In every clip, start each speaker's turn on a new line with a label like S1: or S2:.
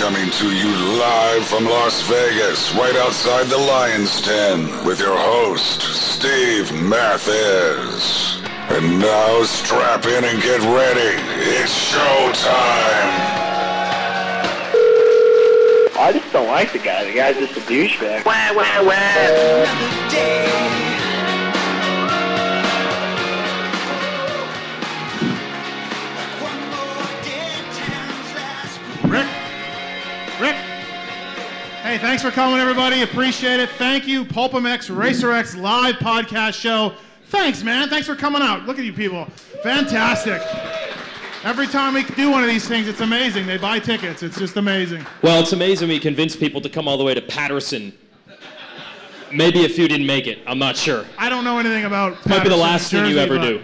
S1: coming to you live from Las Vegas, right outside the Lion's Den, with your host, Steve Mathis. And now strap in and get ready. It's showtime.
S2: I just don't like the guy. The guy's just a douchebag.
S3: Wah, wah, wah.
S4: Rick. Rick. Hey, thanks for coming, everybody. Appreciate it. Thank you, Pulpamex Racer X live podcast show. Thanks, man. Thanks for coming out. Look at you people. Fantastic. Every time we do one of these things, it's amazing. They buy tickets. It's just amazing.
S5: Well, it's amazing we convinced people to come all the way to Patterson. Maybe a few didn't make it. I'm not sure.
S4: I don't know anything about.
S5: Might be the
S4: Patterson,
S5: last thing you
S4: Jersey,
S5: ever
S4: but-
S5: do.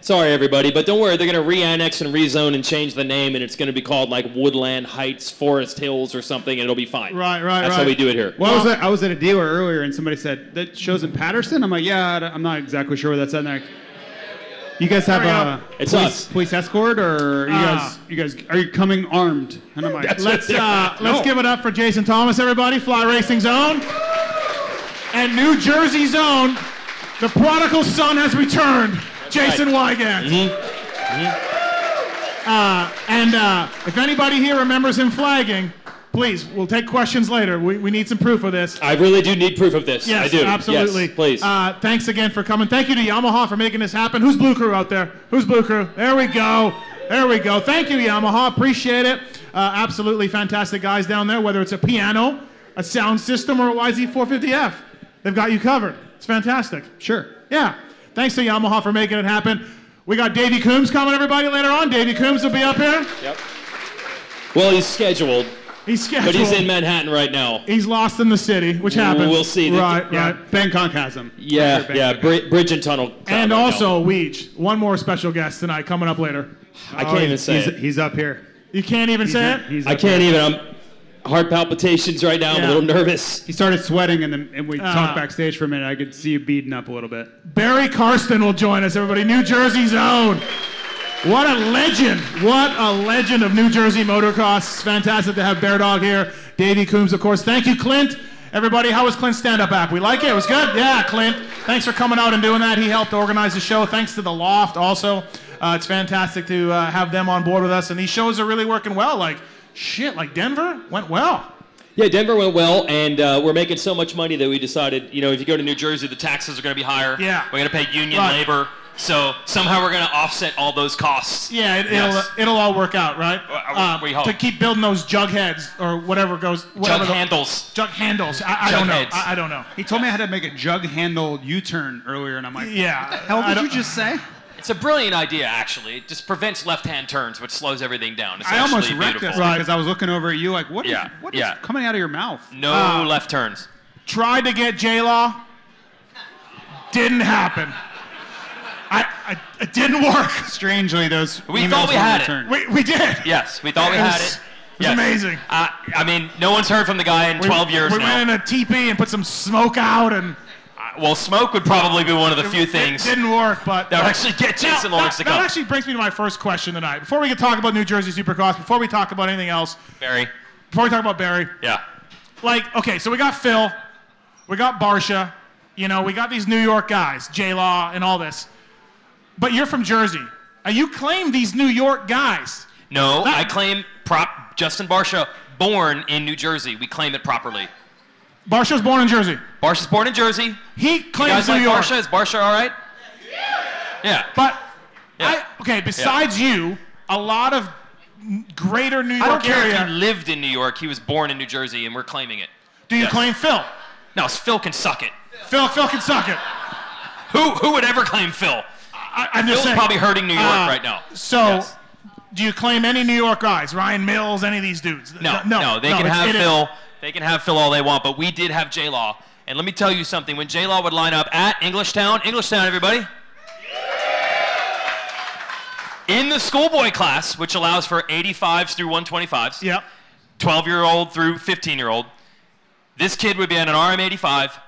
S5: Sorry, everybody, but don't worry. They're going to re-annex and rezone and change the name, and it's going to be called like Woodland Heights, Forest Hills, or something, and it'll be fine.
S4: Right, right,
S5: That's how
S4: right.
S5: we do it here.
S6: Well, I was, at, I was at a dealer earlier, and somebody said that shows in Patterson. I'm like, yeah, I don't- I'm not exactly sure where that's at. And they're like, you guys have
S4: Hurry
S6: a
S4: up.
S5: It's
S6: police,
S5: us.
S6: police escort, or you
S4: Ah.
S6: guys, you guys, are you coming armed? And I'm like,
S5: That's
S6: let's.
S5: what
S6: Uh,
S4: Uh, let's give it up for Jason Thomas, everybody. Fly Racing Zone and New Jersey Zone. The prodigal son has returned. Jason Wygant.
S5: Mm-hmm.
S7: Mm-hmm.
S4: Uh, and uh, if anybody here remembers him flagging, please, we'll take questions later. We, we need some proof of this.
S5: I really do need proof of this.
S4: Yes,
S5: I do. Yes,
S4: absolutely.
S5: please.
S4: Uh, thanks again for coming. Thank you to Yamaha for making this happen. Who's Blue Crew out there? Who's Blue Crew? There we go. There we go. Thank you, Yamaha. Appreciate it. Uh, absolutely fantastic guys down there, whether it's a piano, a sound system, or a YZ450F. They've got you covered. It's fantastic.
S6: sure.
S4: Yeah. Thanks to Yamaha for making it happen. We got Davey Coombs coming, everybody, later on. Davey Coombs will be up here.
S5: well, he's scheduled,
S4: He's scheduled.
S5: but he's in Manhattan right now.
S4: He's lost in the city, which happens.
S5: We'll see. They-
S4: Right,
S6: Yeah,
S4: right.
S6: Bangkok has them.
S5: Yeah, yeah. Bri- bridge and tunnel. crowd
S4: And
S5: right now.
S4: also Weege, one more special guest tonight coming up later. Oh,
S5: I can't even say
S6: He's,
S5: it.
S6: he's up here.
S4: You can't even
S6: He's
S4: say
S6: in-
S4: it.
S6: he's
S5: I
S6: up here.
S5: can't even. I'm heart palpitations right now. I'm
S4: Yeah.
S5: a little nervous.
S6: He started sweating, and then and we
S4: Ah.
S6: talked backstage for a minute. I could see you beading up a little bit.
S4: Barry Karsten will join us, everybody. New Jersey's own. What a legend. What a legend of New Jersey motocross. It's fantastic to have Bear Dog here. Davey Coombs, of course. Thank you, Clint. Everybody, how was Clint's stand up act? We like it? It was good? Yeah, Clint. Thanks for coming out and doing that. He helped organize the show. Thanks to The Loft also. Uh, it's fantastic to uh, have them on board with us. And these shows are really working well. Like, shit, like Denver went well.
S5: Yeah, Denver went well, and uh, we're making so much money that we decided, you know, if you go to New Jersey, the taxes are going to be higher.
S4: Yeah.
S5: We're going to pay union
S4: Right.
S5: labor. So somehow we're going to offset all those costs.
S4: Yeah, it,
S5: Yes.
S4: it'll it'll all work out, right?
S5: Uh, we hope.
S4: to keep building those jug heads or whatever goes.
S5: Jug
S4: Whatever the-
S5: handles.
S4: Jug handles. I, I
S5: Jug
S4: don't know.
S5: heads.
S4: I, I don't know.
S6: He told me I had to make a jug handle U-turn earlier, and I'm like,
S4: Yeah.
S6: Hell,
S4: I
S6: did you
S4: don't-
S6: just say?
S8: It's a brilliant idea, actually. It just prevents left-hand turns, which slows everything down. It's
S6: I almost
S8: actually
S6: wrecked us
S8: beautiful.
S6: because I was looking over at you like, what is,
S8: Yeah,
S6: what is
S8: yeah.
S6: coming out of your mouth? Ah.
S8: No left turns.
S4: Tried to get J Law. Didn't happen. I, I it didn't work.
S6: Strangely, those
S8: We
S6: emails
S8: thought we
S6: weren't
S8: had it.
S6: returned.
S4: We, we did.
S8: Yes, we thought we
S4: It
S8: had
S4: was-
S8: it.
S4: it was
S8: Yes.
S4: amazing.
S8: Uh, I mean, no one's heard from the guy in
S4: We-
S8: 12 years
S4: We
S8: now.
S4: went in a teepee and put some smoke out, and
S8: Uh, well, smoke would probably be one of the few
S4: it
S8: things that
S4: didn't work. But
S8: would actually get
S4: Now,
S8: Jason Lawrence
S4: that,
S8: to
S4: that
S8: come.
S4: actually brings me to my first question tonight. Before we can talk about New Jersey Supercross, before we talk about anything else,
S8: Barry.
S4: before we talk about Barry,
S8: Yeah.
S4: like, okay, so we got Phil, we got Barsha, you know, we got these New York guys, J Law and all this. But you're from Jersey. And you claim these New York guys.
S8: No,
S4: That-
S8: I claim prop Justin Barsha, born in New Jersey. We claim it properly.
S4: Barsha's born in Jersey.
S8: Barsha's born in Jersey. You
S4: He claims
S8: guys
S4: New
S8: like
S4: York.
S8: Barsha? Is Barsha all right? Yeah.
S4: But
S8: Yeah.
S4: I okay, besides you, a lot of n- greater New York
S8: I don't care
S4: area.
S8: if he lived in New York. He was born in New Jersey, and we're claiming it.
S4: do you
S8: Yes.
S4: claim Phil?
S8: No, Phil can suck it.
S4: Phil Phil can suck it.
S8: Who who would ever claim Phil?
S4: I, I'm just
S8: Phil's
S4: saying.
S8: probably hurting New York
S4: Uh,
S8: right now.
S4: So,
S8: Yes.
S4: do you claim any New York guys? Ryan Mills, any of these dudes?
S8: No, no, they can
S4: it's-
S8: have
S4: it is-
S8: Phil. They can have Phil all they want, but we did have J Law. And let me tell you something. When J Law would line up at Englishtown, Englishtown, everybody. In the schoolboy class, which allows for 85s through 125s,
S4: Yep.
S8: 12 year old through 15 year old, this kid would be on an RM85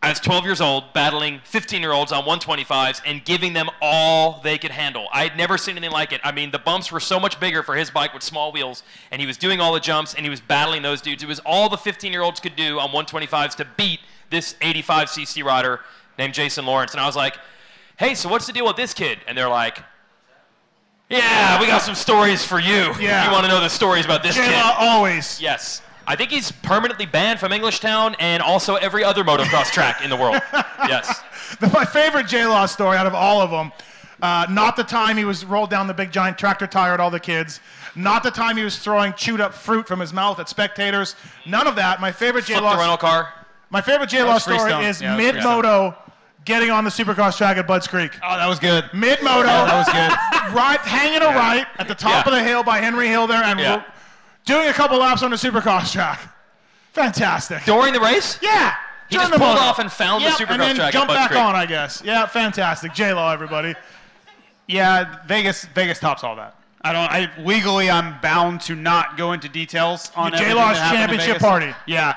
S8: as 12 years old, battling 15 year olds on 125s and giving them all they could handle. I had never seen anything like it. I mean, the bumps were so much bigger for his bike with small wheels, and he was doing all the jumps and he was battling those dudes. It was all the 15 year olds could do on 125s to beat this 85cc rider named Jason Lawrence. And I was like, hey, so what's the deal with this kid? And they're like, yeah, we got some stories for you.
S9: Yeah.
S8: You want to know the stories about this kid?
S6: uh,
S9: J-Law always.
S8: Yes. I think he's permanently banned from Englishtown and also every other motocross track in the world. Yes.
S4: My favorite J Law story out of all of them. Uh, not the time he was rolled down the big giant tractor tire at all the kids. Not the time he was throwing chewed up fruit from his mouth at spectators. None of that. My favorite J
S8: Flip the rental
S4: Law.
S8: car.
S4: My favorite J Law
S6: was
S4: story
S6: Freestone.
S4: is
S6: Yeah, that was
S4: mid moto getting on the supercross track at Bud's Creek.
S6: Oh, that was good.
S4: Mid moto.
S6: That was good.
S4: right, hanging a right at the top
S8: Yeah.
S4: of the hill by Henry Hill there, and
S8: Yeah.
S4: ro- doing a couple laps on the supercross track. Fantastic.
S8: During the race?
S4: yeah.
S8: He
S4: Turn
S8: just
S4: the
S8: pulled
S4: motor.
S8: off and found the
S4: Yep,
S8: Supercross
S4: and then
S8: track at
S4: jump
S8: Bud's
S4: back
S8: Creek.
S4: on, I guess. Yeah, fantastic. J Law, everybody.
S6: Yeah, Vegas. Vegas tops all that. I don't. I legally, I'm bound to not go into details on
S4: Your
S6: everything
S4: J-Law's
S6: that happened in
S4: championship
S6: Vegas.
S4: party.
S6: Yeah,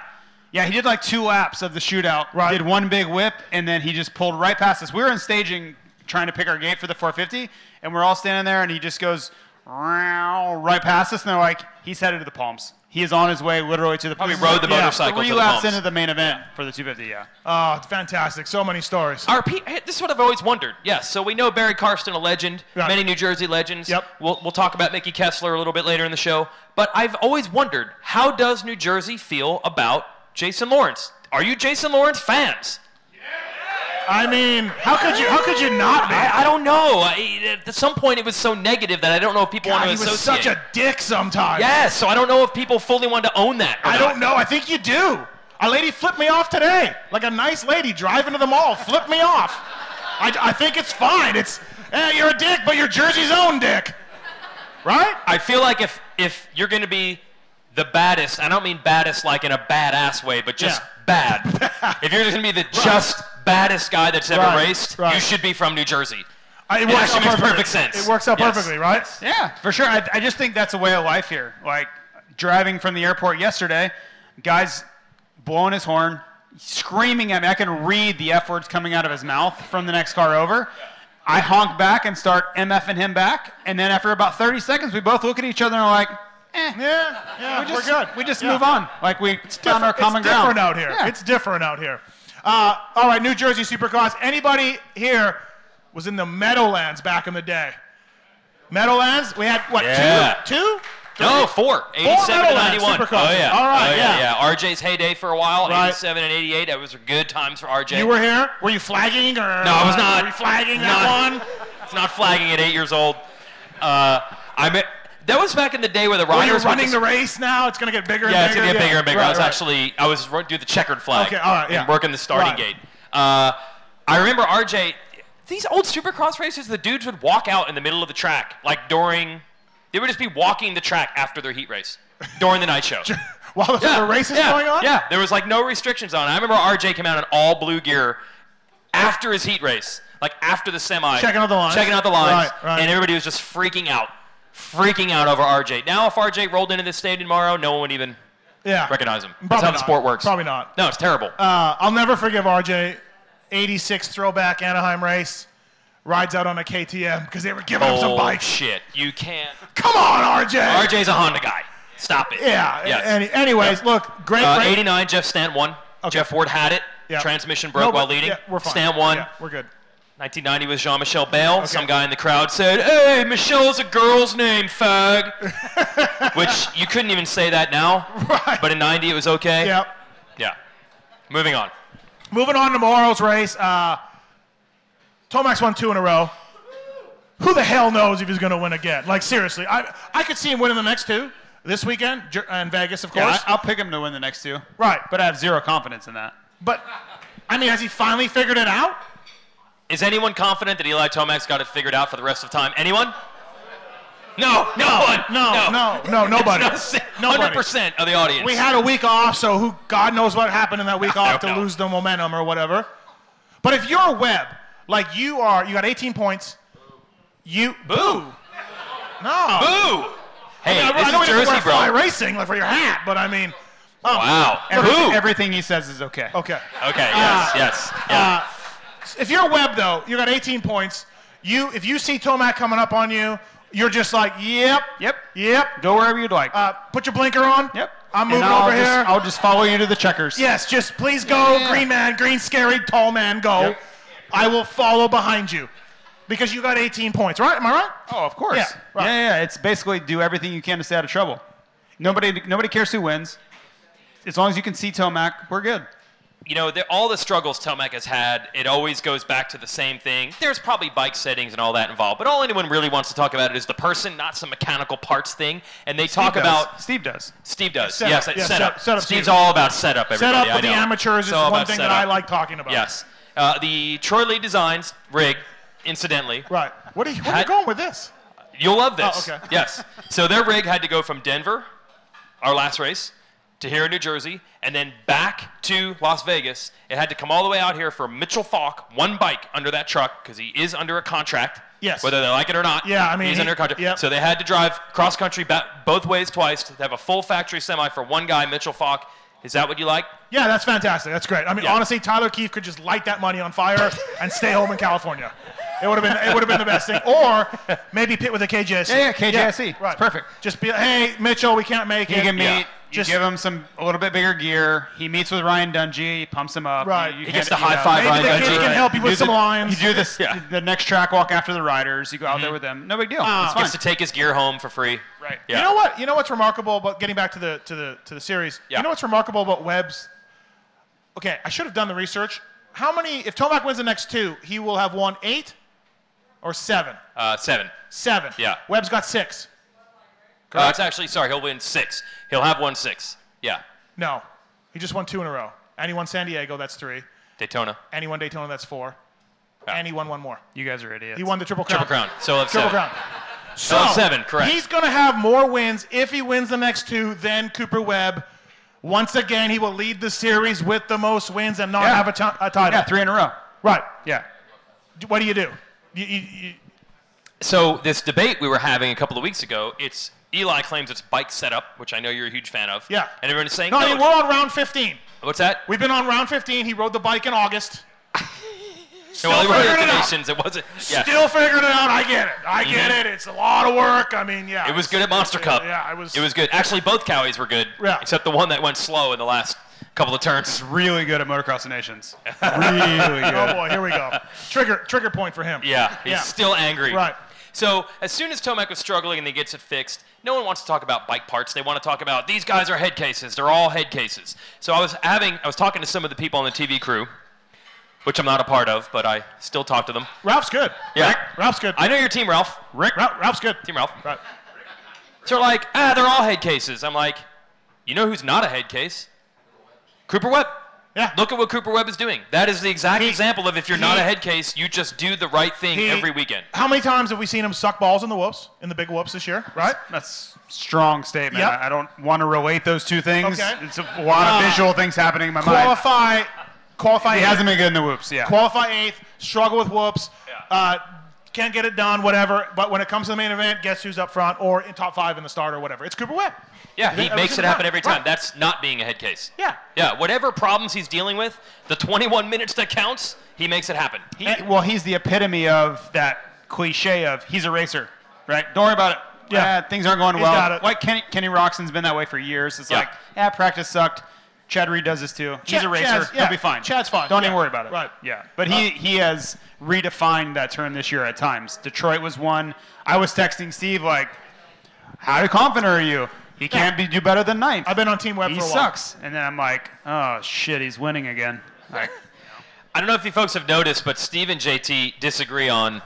S6: yeah. He did like two laps of the shootout.
S4: Right.
S6: Did one big whip, and then he just pulled right past us. We were in staging, trying to pick our gate for the 450, and we're all standing there, and he just goes "Row," right past us, and they're like, he's headed to the Palms. He is on his way, literally to the.
S8: Probably rode the
S6: Yeah,
S8: motorcycle
S6: Three
S8: to the
S6: laps
S8: Palms.
S6: into the main event for the 250. Yeah.
S4: Oh, fantastic. So many stories.
S8: Our P- hey, this is what I've always wondered. Yes, so we know Barry Karsten, a legend,
S4: Right.
S8: many New Jersey legends.
S4: Yep.
S8: We'll, we'll talk about Mickey Kessler a little bit later in the show. But I've always wondered how does New Jersey feel about Jason Lawrence? Are you Jason Lawrence fans?
S4: I mean, how could you how could you not be?
S8: I, I don't know. I, at some point, it was so negative that I don't know if people
S4: God,
S8: want
S4: Ah, he
S8: to
S4: was
S8: associate.
S4: such a dick sometimes.
S8: Yes, so I don't know if people fully want to own that. or
S4: I
S8: not.
S4: don't know. I think you do. A lady flipped me off today. Like a nice lady driving to the mall, flipped me off. I, I think it's fine. It's, eh, you're a dick, but you're Jersey's own dick. Right?
S8: I feel like if if you're gonna be the baddest, I don't mean baddest like in a badass way, but just
S4: Yeah.
S8: bad. if you're just gonna be the just baddest guy that's ever
S4: Right,
S8: raced,
S4: right. Uh,
S8: you should be from New Jersey.
S4: I-
S8: It actually makes perfect sense.
S4: It works out
S8: Yes.
S4: perfectly, right?
S6: Yeah, for sure. I, I just think that's a way of life here. Like driving from the airport yesterday, guys blowing his horn, screaming at me. I can read the F words coming out of his mouth from the next car over. I honk back and start MFing him back. And then after about 30 seconds, we both look at each other and are like, eh,
S4: Yeah, yeah,
S6: we just,
S4: we're good.
S6: We just
S4: Yeah.
S6: move on. Like we found
S4: different-
S6: our common
S4: it's
S6: ground.
S4: different out here.
S6: Yeah.
S4: It's different out here. Uh, all right, New Jersey Supercross. Anybody here was in the Meadowlands back in the day? Meadowlands? We had what?
S8: Yeah.
S4: Two? Two?
S8: No, four. 87 to
S4: Meadowlands
S8: 91. Oh,
S4: Supercrosses.
S8: yeah.
S4: All right,
S8: oh, yeah,
S4: yeah.
S8: RJ's heyday for a while,
S4: Right.
S8: 87 and 88. That was good times for RJ.
S4: You were here? Were you flagging or?
S8: No, I was not.
S4: Were you flagging
S8: Not-
S4: that one?
S8: It's not flagging at eight years old. Uh, I mean, that was back in the day where the
S4: Are
S8: riders
S4: you
S8: would
S4: running
S8: just-
S4: the race now? It's gonna get bigger.
S8: Yeah,
S4: and
S8: it's
S4: bigger.
S8: gonna get bigger and bigger.
S4: Right,
S8: I was
S4: right.
S8: actually I was run- doing the checkered flag.
S4: Okay, all right, yeah.
S8: And working the starting
S4: Right.
S8: gate. Uh, I remember RJ. These old Supercross races, the dudes would walk out in the middle of the track, like during. They would just be walking the track after their heat race during the night show.
S4: While the race is
S8: yeah,
S4: going on.
S8: Yeah, there was like no restrictions on it. I remember RJ came out in all blue gear after his heat race, like after the semi.
S4: Checking out the lines.
S8: Checking out the lines.
S4: Right, right.
S8: And everybody was just freaking out. Freaking out over RJ. Now, if RJ rolled into this stadium tomorrow, no one would even
S4: Yeah.
S8: recognize him. That's
S4: Probably
S8: how the
S4: not.
S8: sport works.
S4: Probably not.
S8: No, it's terrible.
S4: Uh, I'll never forgive RJ. 86 throwback Anaheim race. Rides out on a KTM because they were giving him some
S8: oh
S4: bikes.
S8: shit! You can't.
S4: Come on, RJ.
S8: RJ's a Honda guy. Stop it.
S4: Yeah.
S8: Yes.
S4: Any, anyways, look, great.
S8: uh,
S4: great-
S8: 89. Jeff Stant won.
S4: Okay.
S8: Jeff Ward had it.
S4: Yeah.
S8: Transmission broke
S4: No,
S8: while
S4: but-
S8: leading.
S4: Yeah, we're fine.
S8: Stant won.
S4: Yeah, we're good.
S8: 1990 was Jean-Michel Bell. Some guy in the crowd said, "Hey, Michelle's a girl's name, fag," which you couldn't even say that now.
S4: Right.
S8: But in '90, it was okay.
S4: Yeah.
S8: Yeah. Moving on.
S4: Moving on to tomorrow's race. Uh, Tomax won two in a row. Who the hell knows if he's going to win again? Like seriously, I I could see him winning the next two this weekend Jer- in Vegas, of
S6: Yeah,
S4: course.
S6: I, I'll pick him to win the next two,
S4: right, but
S6: but I have zero confidence in that.
S4: but I mean, has he finally figured it out?
S8: Is anyone confident that Eli Tomac's got it figured out for the rest of time? Anyone? No. No. one.
S4: No, no, no, Oh, nobody.
S8: Hundred
S4: Nobody.
S8: percent of the audience.
S4: We had a week off, so who God knows what happened in that week off to
S8: no.
S4: lose the momentum or whatever. But if you're Webb, like you are, you got 18 points. You
S8: boo.
S4: no.
S8: Boo. Hey,
S4: I, mean, I
S8: this
S4: know
S8: is
S4: you have to
S8: Jersey,
S4: wear fly
S8: bro.
S4: racing like for your hat, but I mean, oh.
S8: Wow.
S6: Everything,
S8: Who?
S6: everything he says is okay.
S4: Okay.
S8: okay. Yes.
S4: Ah.
S8: yes. Yeah.
S4: Uh, If you're Webb though, you got 18 points. You, if you see Tomac coming up on you, you're just like, yep,
S6: Yep.
S4: yep.
S6: Go wherever you'd like.
S4: Uh, put your blinker on.
S6: yep.
S4: I'm
S6: And
S4: moving
S6: I'll
S4: over
S6: just-
S4: here.
S6: I'll just follow you to the checkers.
S4: Yes, just please go, green man, green scary tall man, go.
S6: Yep.
S4: I will follow behind you because you got 18 points, right? Am I right?
S6: Oh, of course.
S4: Yeah,
S6: Yeah,
S4: right.
S6: yeah, yeah. It's basically do everything you can to stay out of trouble. Nobody, nobody cares who wins. As long as you can see Tomac, we're good.
S8: you know, there- all the struggles Telmec has had, it always goes back to the same thing. There's probably bike settings and all that involved, but all anyone really wants to talk about it is the person, not some mechanical parts thing. And they talk
S6: Steve
S8: about
S6: does. Steve does.
S8: Steve does.
S4: Setup.
S8: Yes, that-
S4: Yeah,
S8: setup.
S4: set- setup,
S8: Steve's
S4: Steve.
S8: all about setup.
S4: Set
S8: Everybody,
S4: up with the
S8: I know.
S4: amateurs is
S8: So
S4: one
S8: about
S4: thing that
S8: setup.
S4: I like talking about.
S8: Yes, uh, the Troy Lee Designs rig, incidentally,
S4: Right. What are you, where are
S8: I-
S4: you going with this?
S8: You'll love this.
S4: Oh, okay.
S8: Yes. So their rig had to go from Denver, our last race, to here in New Jersey, and then back to Las Vegas. It had to come all the way out here for Mitchell Falk, one bike under that truck, because he is under a contract.
S4: Yes.
S8: Whether they like it or not.
S4: Yeah, I mean,
S8: he's
S4: he-
S8: under contract.
S4: yep.
S8: So they had to drive cross country ba- both ways twice to have a full factory semi for one guy, Mitchell Falk. Is that what you like?
S4: Yeah, that's fantastic. That's great. I mean,
S8: Yeah.
S4: honestly, Tyler Keefe could just light that money on fire and stay home in California. It would have been it would have been the best thing. Or maybe pit with a KJSC.
S6: Yeah, yeah, KJSC. It's perfect.
S4: Just be like, hey, Mitchell, we can't make
S6: He
S4: it.
S6: can meet.
S8: Yeah.
S6: You
S4: Just-
S6: give him some a little bit bigger gear. He meets with Ryan Dungey. He pumps him up.
S4: Right.
S6: You-
S4: He
S6: you
S8: gets
S6: hand-
S8: the
S6: you
S8: high
S6: know,
S8: five,
S4: Maybe
S8: Ryan
S4: the kid
S8: Dungey,
S4: can
S8: right.
S4: help you
S6: do
S4: with some
S6: the-
S4: lines.
S6: You Mm-hmm. do this
S8: Yeah.
S6: uh, the next track walk after the riders. You go out there with them. No big deal. it's fine.
S8: Gets to take his gear home for free.
S4: Right.
S8: Yeah.
S4: You know what? You know what's remarkable about getting back to the to the to the series.
S8: Yeah.
S4: You know what's remarkable about Webb's. Okay, I should have done the research. How many? If Tomac wins the next two, he will have won eight or seven.
S8: Uh, seven.
S4: Seven.
S8: Yeah.
S4: Webb's got six.
S8: Uh, it's actually sorry. He'll win six. He'll have one six. Yeah.
S4: No, he just won two in a row. And he won San Diego. That's three.
S8: Daytona.
S4: And he won Daytona. That's four.
S8: Yeah.
S4: And he won one more.
S6: you guys are idiots.
S4: He won the triple crown.
S8: Triple Crown. So he'll have
S4: Triple
S8: seven.
S4: crown. So
S8: Oh, seven, correct.
S4: He's going to have more wins if he wins the next two than Cooper Webb. Once again, he will lead the series with the most wins and not
S6: Yeah.
S4: have a ti- a title.
S6: yeah, three in a row.
S4: Right.
S6: Yeah.
S4: D- What do you do? You, you, you,
S8: So this debate we were having a couple of weeks ago, it's Eli claims it's bike setup, which I know you're a huge fan of.
S4: Yeah.
S8: And everyone's saying,
S4: no,
S8: no,
S4: I mean, we're on round 15.
S8: what's that?
S4: We've been on round 15. He rode the bike in August.
S8: No, well, they were
S4: figuring it out.
S8: donations. It wasn't. Yeah.
S4: Still figuring it out. I get it. I get
S8: Mhm.
S4: it. It's a lot of work. I mean, yeah.
S8: it was good at Monster
S4: yeah,
S8: Cup.
S4: Yeah, I was.
S8: It was good. Actually, both cowies were good.
S4: Yeah.
S8: Except the one that went slow in the last couple of turns.
S6: Really good at motocross nations. really good.
S4: Oh boy, here we go. Trigger, trigger point for him.
S8: Yeah. He's
S4: Yeah.
S8: still angry.
S4: Right.
S8: So as soon as Tomac was struggling and he gets it fixed, no one wants to talk about bike parts. They want to talk about these guys are head cases. They're all head cases. So I was having, I was talking to some of the people on the TV crew, which I'm not a part of, but I still talk to them.
S4: Ralph's good.
S8: Yeah.
S4: Rick, Ralph's good.
S8: I know your team, Ralph.
S4: Rick, Ralph, Ralph's good.
S8: Team Ralph.
S4: Right.
S8: So they're like, ah, they're all head cases. I'm like, you know who's not a head case? Cooper Webb.
S4: Yeah.
S8: Look at what Cooper Webb is doing. That is the exact
S4: He-
S8: example of if you're not
S4: he-
S8: a head case, you just do the right thing
S4: He-
S8: every weekend.
S4: How many times have we seen him suck balls in the whoops, in the big whoops this year? Right.
S6: That's strong statement.
S4: Yep.
S6: I I don't want to relate those two things.
S4: Okay.
S6: It's a lot of
S4: Uh,
S6: visual things happening in my mind.
S4: Qualify, qualify.
S6: He
S4: eighth,
S6: hasn't been good in the whoops. Yeah.
S4: qualify eighth. Struggle with whoops.
S8: Yeah.
S4: Uh, can't get it done. Whatever. But when it comes to the main event, guess who's up front or in top five in the start or whatever? It's Cooper Webb.
S8: Yeah, he
S4: Every
S8: makes it
S4: single
S8: happen
S4: time.
S8: every time.
S4: Right.
S8: That's not being a head case.
S4: Yeah.
S8: Yeah, whatever problems he's dealing with, the 21 minutes that counts, he makes it happen.
S6: He- eh, well, he's the epitome of that cliche of he's a racer, right? Don't worry about it.
S4: Yeah.
S6: Yeah, things aren't going
S4: He's
S6: well.
S4: got it.
S6: Like Kenny, Kenny Roxon's been that way for years. It's
S8: Yeah.
S6: like, yeah, practice sucked. Chad Reed does this too. He's
S4: Chad-
S6: a racer.
S4: Chad's- yeah.
S6: He'll be fine.
S4: Chad's fine.
S6: Don't
S4: Yeah.
S6: even worry about it.
S4: Right. Uh.
S6: Yeah. But he, he has redefined that term this year at times. Detroit was one. I was texting Steve like, how confident are you? He can't be do better than ninth.
S4: I've been on Team Webb
S6: he
S4: for a while.
S6: sucks. And then I'm like, oh shit, he's winning again. Like,
S8: I don't know if you folks have noticed, but Steve and JT disagree on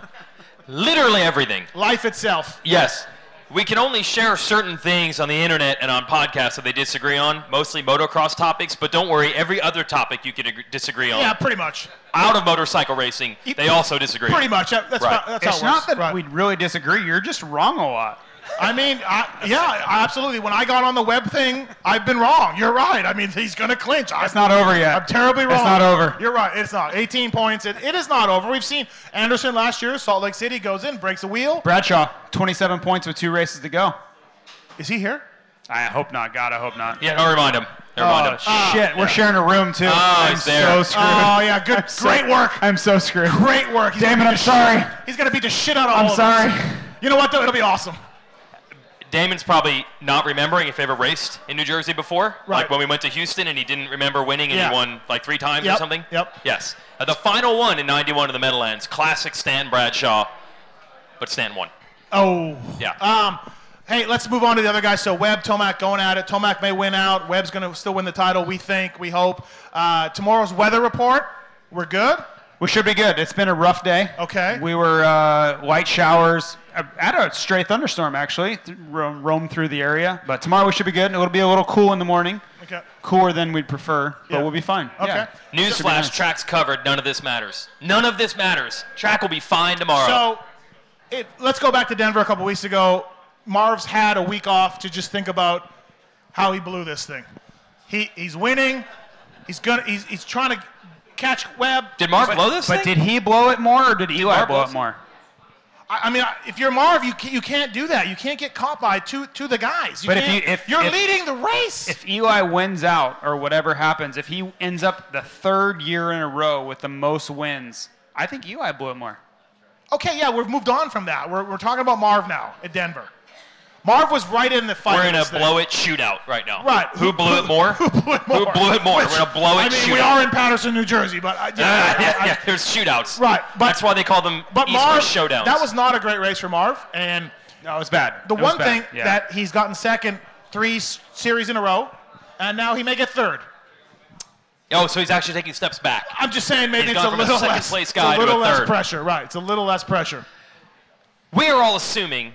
S8: literally everything.
S4: Life itself.
S8: Yes. We can only share certain things on the internet and on podcasts that they disagree on, mostly motocross topics, but don't worry, every other topic you could ag- disagree on.
S4: Yeah, pretty much.
S8: Out of motorcycle racing, they also disagree.
S4: Pretty much. That- That's,
S8: Right.
S4: about- that's
S6: it's
S4: how it
S6: not
S4: works.
S6: that
S4: Right.
S6: we really disagree. You're just wrong a lot.
S4: I mean, I, yeah, I- absolutely. When I got on the web thing, I've been wrong. You're right. I mean, he's going to clinch. I,
S6: That's not over yet.
S4: I'm terribly wrong.
S6: That's not over.
S4: You're right. It's not. 18 points. It, it is not over. We've seen Anderson last year. Salt Lake City goes in, breaks a wheel.
S6: Bradshaw, 27 points with two races to go.
S4: Is he here?
S6: I hope not. God, I hope not.
S8: Yeah, don't remind him. Never mind.
S6: Oh, shit. We're sharing a room, too. I'm
S8: he's there.
S6: so screwed.
S4: Oh yeah, good, great work,
S6: I'm so screwed.
S4: great work. He's
S6: Damn it,
S4: gonna
S6: I'm
S4: beat the
S6: sorry.
S4: shit- He's gonna beat the shit out of
S6: I'm
S4: all
S6: sorry.
S4: of us. You know what though? It'll be awesome.
S8: Damon's probably not remembering if he ever raced in New Jersey before.
S4: Right.
S8: Like when we went to Houston and he didn't remember winning and
S4: Yeah.
S8: he won like three times
S4: Yep,
S8: or something.
S4: yep.
S8: Yes. Uh, the final one in 91 in the Meadowlands. Classic Stan Bradshaw. But Stan won.
S4: Oh.
S8: Yeah.
S4: Um, hey, let's move on to the other guys. So Webb, Tomac going at it. Tomac may win out. Webb's going to still win the title, we think, we hope. Uh, tomorrow's weather report, we're good.
S6: We should be good. It's been a rough day.
S4: Okay.
S6: We were uh, light showers. uh, Had a stray thunderstorm actually th- roam, roam through the area, but tomorrow we should be good. It'll be a little cool in the morning,
S4: Okay.
S6: cooler than we'd prefer,
S4: Yeah.
S6: but we'll be fine.
S4: Okay.
S6: Yeah.
S8: Newsflash, tracks covered. None of this matters. None of this matters. Track will be fine tomorrow.
S4: So it, let's go back to Denver a couple weeks ago. Marv's had a week off to just think about how he blew this thing. He, he's winning. He's gonna. He's, he's trying to catch Webb.
S8: did Marv blow this
S6: But
S8: thing?
S6: did he blow it more or did Eli blow it more?
S4: I, I mean, I- if you're Marv, you can't, you can't do that. You can't get caught by two to the guys. You
S6: But if
S4: can't-
S6: you- if-
S4: you're
S6: if-
S4: leading the race,
S6: If Eli wins out or whatever happens, if he ends up the third year in a row with the most wins, I think Eli blew it more.
S4: Okay, yeah, we've moved on from that. We're, we're talking about Marv now at Denver. Marv was right in the fight.
S8: We're in a
S4: this thing.
S8: blow it shootout right now.
S4: Right.
S8: Who blew it more?
S4: Who blew it more?
S8: Who blew it more?
S4: Which-
S8: We're in a blow it
S4: I mean,
S8: shootout.
S4: we are in Patterson, New Jersey, but I, yeah,
S8: Yeah,
S4: I-
S8: yeah,
S4: I-
S8: yeah. There's shootouts.
S4: Right, but-
S8: That's why they call them
S4: But
S8: East
S4: Marv,
S8: West showdowns.
S4: that was not a great race for Marv, and
S6: No, it was bad.
S4: the
S6: It was
S4: one
S6: bad.
S4: thing
S6: Yeah.
S4: that he's gotten second three s- series in a row, and now he may get third.
S8: Oh, so he's actually taking steps back.
S4: I'm just saying, maybe
S8: He's
S4: it's
S8: gone
S4: a
S8: from a
S4: little
S8: second
S4: less,
S8: place
S4: it's
S8: guy
S4: a
S8: to a
S4: little less
S8: third.
S4: pressure. Right, it's a little less pressure.
S8: we are all assuming,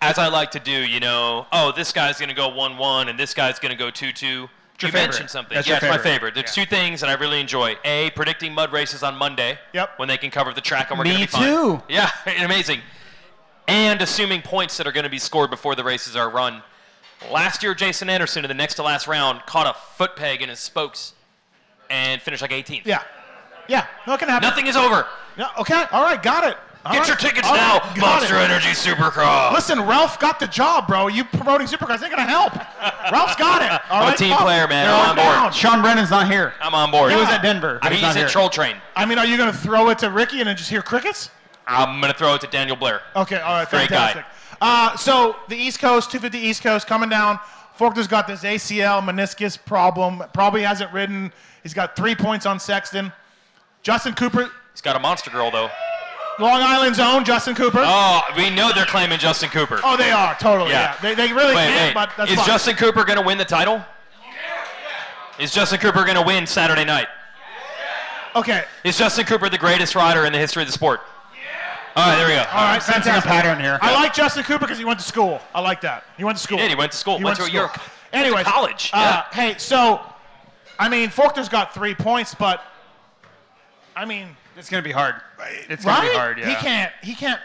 S8: as I like to do, you know, oh, this guy's going to go 1 1 and this guy's going to go 2 2. You
S6: your
S8: mentioned
S6: favorite.
S8: something.
S6: That's
S8: yeah,
S6: your
S8: it's my
S6: favorite.
S8: favorite. There's
S6: Yeah.
S8: two things that I really enjoy. A, predicting mud races on Monday.
S4: Yep.
S8: When they can cover the track and we're
S6: Me
S8: going to be fine.
S6: too.
S8: Yeah, amazing. And assuming points that are going to be scored before the races are run. Last year, Jason Anderson in the next to last round caught a foot peg in his spokes and finished like 18th.
S4: Yeah, yeah, not gonna happen.
S8: Nothing is over.
S4: Yeah, okay, all right, got it. All
S8: Get
S4: right,
S8: your tickets
S4: all
S8: now,
S4: right, got
S8: Monster
S4: it.
S8: Energy Supercross.
S4: Listen, Ralph got the job, bro. You promoting Supercars ain't gonna help. Ralph's got it. All
S8: I'm a
S4: right,
S8: team
S4: fuck.
S8: player, man.
S4: They're
S8: I'm
S4: all
S8: on board.
S4: down.
S6: Sean Brennan's not here.
S8: I'm on board.
S4: He was at
S6: Denver.
S8: I mean,
S6: He's not
S8: he's at
S6: here.
S8: Troll Train.
S4: I mean, are you gonna throw it to Ricky and then just hear crickets?
S8: I'm gonna throw it to Daniel Blair.
S4: Okay, all right,
S8: Great guy.
S4: fantastic. Uh, so the East Coast, 250 East Coast, coming down. Forkner's got this ACL meniscus problem. Probably hasn't ridden. He's got three points on Sexton. Justin Cooper,
S8: He's got a monster girl though.
S4: Long Island's own Justin Cooper. Oh,
S8: Oh, we know they're claiming Justin Cooper.
S4: they are totally. Yeah,
S8: Yeah.
S4: They, they really
S8: wait,
S4: can,
S8: wait.
S4: but that's
S8: Is
S4: fine.
S8: Justin Cooper gonna win the title? Is Justin Cooper gonna win Saturday night?
S4: okay.
S8: Is Justin Cooper the greatest rider in the history of the sport? All right, there we go.
S4: All right,
S6: sensing a
S4: fantastic.
S6: pattern here.
S4: I like Justin Cooper because he went to school. I like that. He went to school.
S8: did. He went to school. Went to a-
S4: school.
S8: you're- went to
S4: Anyways,
S8: college.
S4: Uh, Hey, so, I mean, Faulkner's got three points, but, I mean,
S6: It's going to be hard. It's going
S4: right?
S6: to be hard, yeah.
S4: He can't. He can't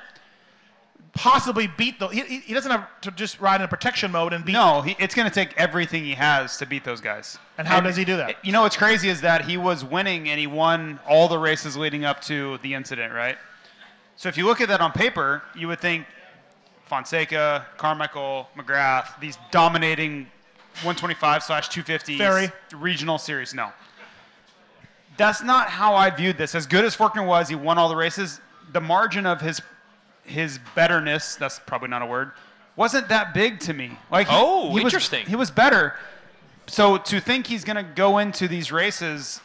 S4: possibly beat the. He, he he doesn't have to just ride in a protection mode and beat.
S6: No, he, it's going to take everything he has to beat those guys.
S4: And how does he do that?
S6: You know what's crazy is that he was winning and he won all the races leading up to the incident, right? So if you look at that on paper, you would think Fonseca, Carmichael, McGrath, these dominating 125 slash 250
S4: Ferry.
S6: regional series. No, that's not how I viewed this. As good as Forkner was, he won all the races. The margin of his his betterness, that's probably not a word, wasn't that big to me. Like he-
S8: Oh,
S6: he was-
S8: interesting.
S6: he was better. So to think he's going to go into these races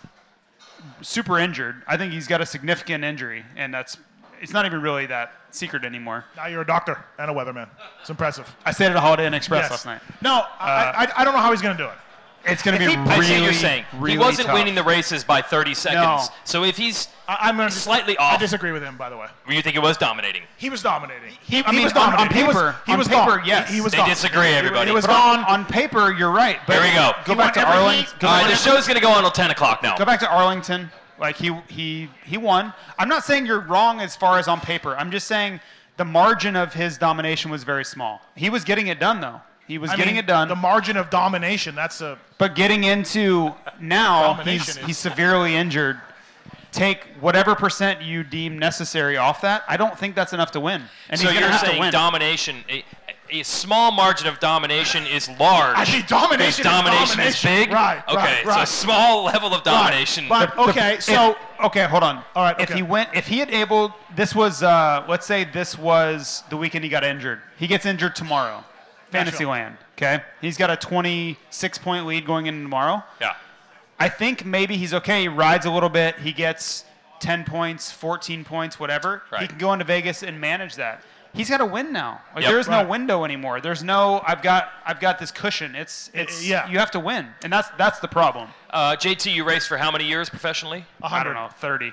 S6: super injured, I think he's got a significant injury, and that's it's not even really that secret anymore.
S4: Now you're a doctor and a weatherman. It's impressive.
S6: I stayed at a Holiday Inn Express
S4: Yes.
S6: last night.
S4: No,
S6: Uh,
S4: I, I, I don't know how he's gonna do it.
S6: It's going to
S8: If
S6: be
S8: he-
S6: really,
S8: I see what you're saying.
S6: really
S8: he wasn't
S6: tough.
S8: winning the races by 30 seconds. So if he's,
S4: I, I'm gonna
S8: Slightly
S4: I
S8: off.
S4: disagree with him, by the way.
S8: you think it was dominating?
S4: He was dominating. He,
S6: I mean,
S4: was
S6: on- on
S4: dominating. He was-
S6: paper-
S4: he
S6: on
S4: was
S6: paper,
S4: gone.
S6: yes.
S4: He, he was
S8: They
S4: gone.
S8: disagree, everybody.
S4: He was
S6: But on,
S4: gone.
S6: on paper, you're right. But
S8: There we go.
S6: Go
S4: He won
S6: back to
S4: every
S6: Arlington.
S4: heat.
S6: Go,
S8: All
S6: back
S8: right, the
S6: to-
S8: show's gonna go on till 10 o'clock now.
S6: go back to Arlington. Like he he he won. I'm not saying you're wrong as far as on paper. I'm just saying the margin of his domination was very small. He was getting it done though. He was
S4: I
S6: getting
S4: mean,
S6: it done.
S4: The margin of domination. That's a.
S6: But getting into now, he's,
S4: Domination is-
S6: he's severely injured. Take whatever percent you deem necessary off that. I don't think that's enough to win. And
S8: so
S6: he's gonna
S8: you're
S6: have to
S8: saying
S6: win.
S8: domination? eh, a small margin of domination is large.
S4: I mean, domination
S8: Because
S4: is
S8: domination is
S4: domination.
S8: big.
S4: Right,
S8: Okay.
S4: right,
S8: So a
S4: right.
S8: small level of domination.
S4: But
S6: The- the-
S4: okay,
S6: if-
S4: so
S6: okay, hold on.
S4: All right,
S6: If
S4: okay.
S6: he went, if he had able, this was, uh, let's say this was the weekend he got injured. He gets injured tomorrow, Fantasyland. Okay, he's got a 26 point lead going in tomorrow.
S8: yeah.
S6: I think maybe he's okay. He rides a little bit. He gets 10 points, 14 points, whatever. He
S8: Right.
S6: can go into Vegas and manage that. He's got to win now. Like,
S8: Yep.
S6: there is
S4: Right.
S6: no window anymore. There's no I've got I've got this cushion. It's it's
S4: yeah.
S6: you have to win. And that's that's the problem.
S8: Uh, JT, you raced for how many years professionally?
S6: I don't know, 30.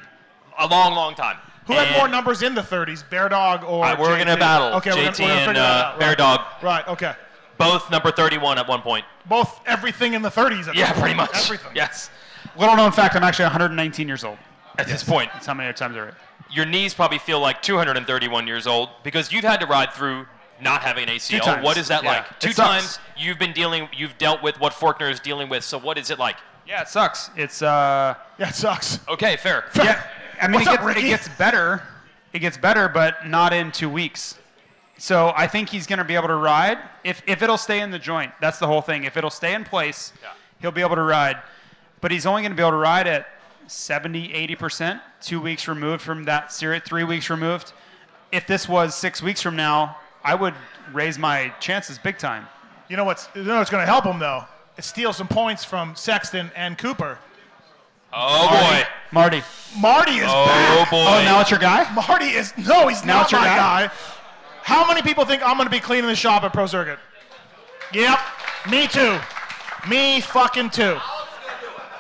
S8: A long, long time.
S4: who had
S8: And
S4: more numbers in the 30s, Bear Dog or
S8: Uh, we're
S4: JT?
S8: gonna battle,
S4: Okay, we're
S8: JT
S4: gonna, we're gonna
S8: and,
S4: figure that
S8: uh,
S4: out.
S8: Bear
S4: right.
S8: Dog.
S4: Right. Okay.
S8: Both number 31 at one point.
S4: Both everything in the 30s. At
S8: Yeah,
S4: that point.
S8: pretty much.
S4: Everything.
S8: Yes.
S6: Little known fact, I'm actually 119 years old.
S8: At this point,
S6: That's how many times I read.
S8: your knees probably feel like 231 years old because you've had to ride through not having an ACL.
S6: Two times.
S8: What is that
S6: Yeah.
S8: like?
S6: It
S8: Two
S6: sucks.
S8: times you've been dealing, you've dealt with what Forkner is dealing with. So what is it like?
S6: Yeah, it sucks. It's uh
S4: Yeah, it sucks.
S8: Okay, fair.
S6: yeah. I mean,
S4: What's
S6: it
S4: up,
S6: gets, it
S4: Ricky?
S6: gets better. It gets better, but not in two weeks. So I think he's going to be able to ride if if it'll stay in the joint. That's the whole thing. If it'll stay in place, he'll be able to ride. But he's only going to be able to ride at 70, 80 percent. Two weeks removed from that series, three weeks removed. If this was six weeks from now, I would raise my chances big time.
S4: You know what's you know what's going to help him though? It steals some points from Sexton and Cooper.
S8: Oh boy.
S6: Marty.
S4: Marty is
S8: Oh
S4: back.
S8: boy.
S6: Oh, now it's your guy.
S4: Marty is no, he's
S6: Now
S4: not
S6: it's your
S4: my
S6: guy?
S4: guy. How many people think I'm going to be cleaning the shop at Pro Circuit? Yep, me too. Me fucking too.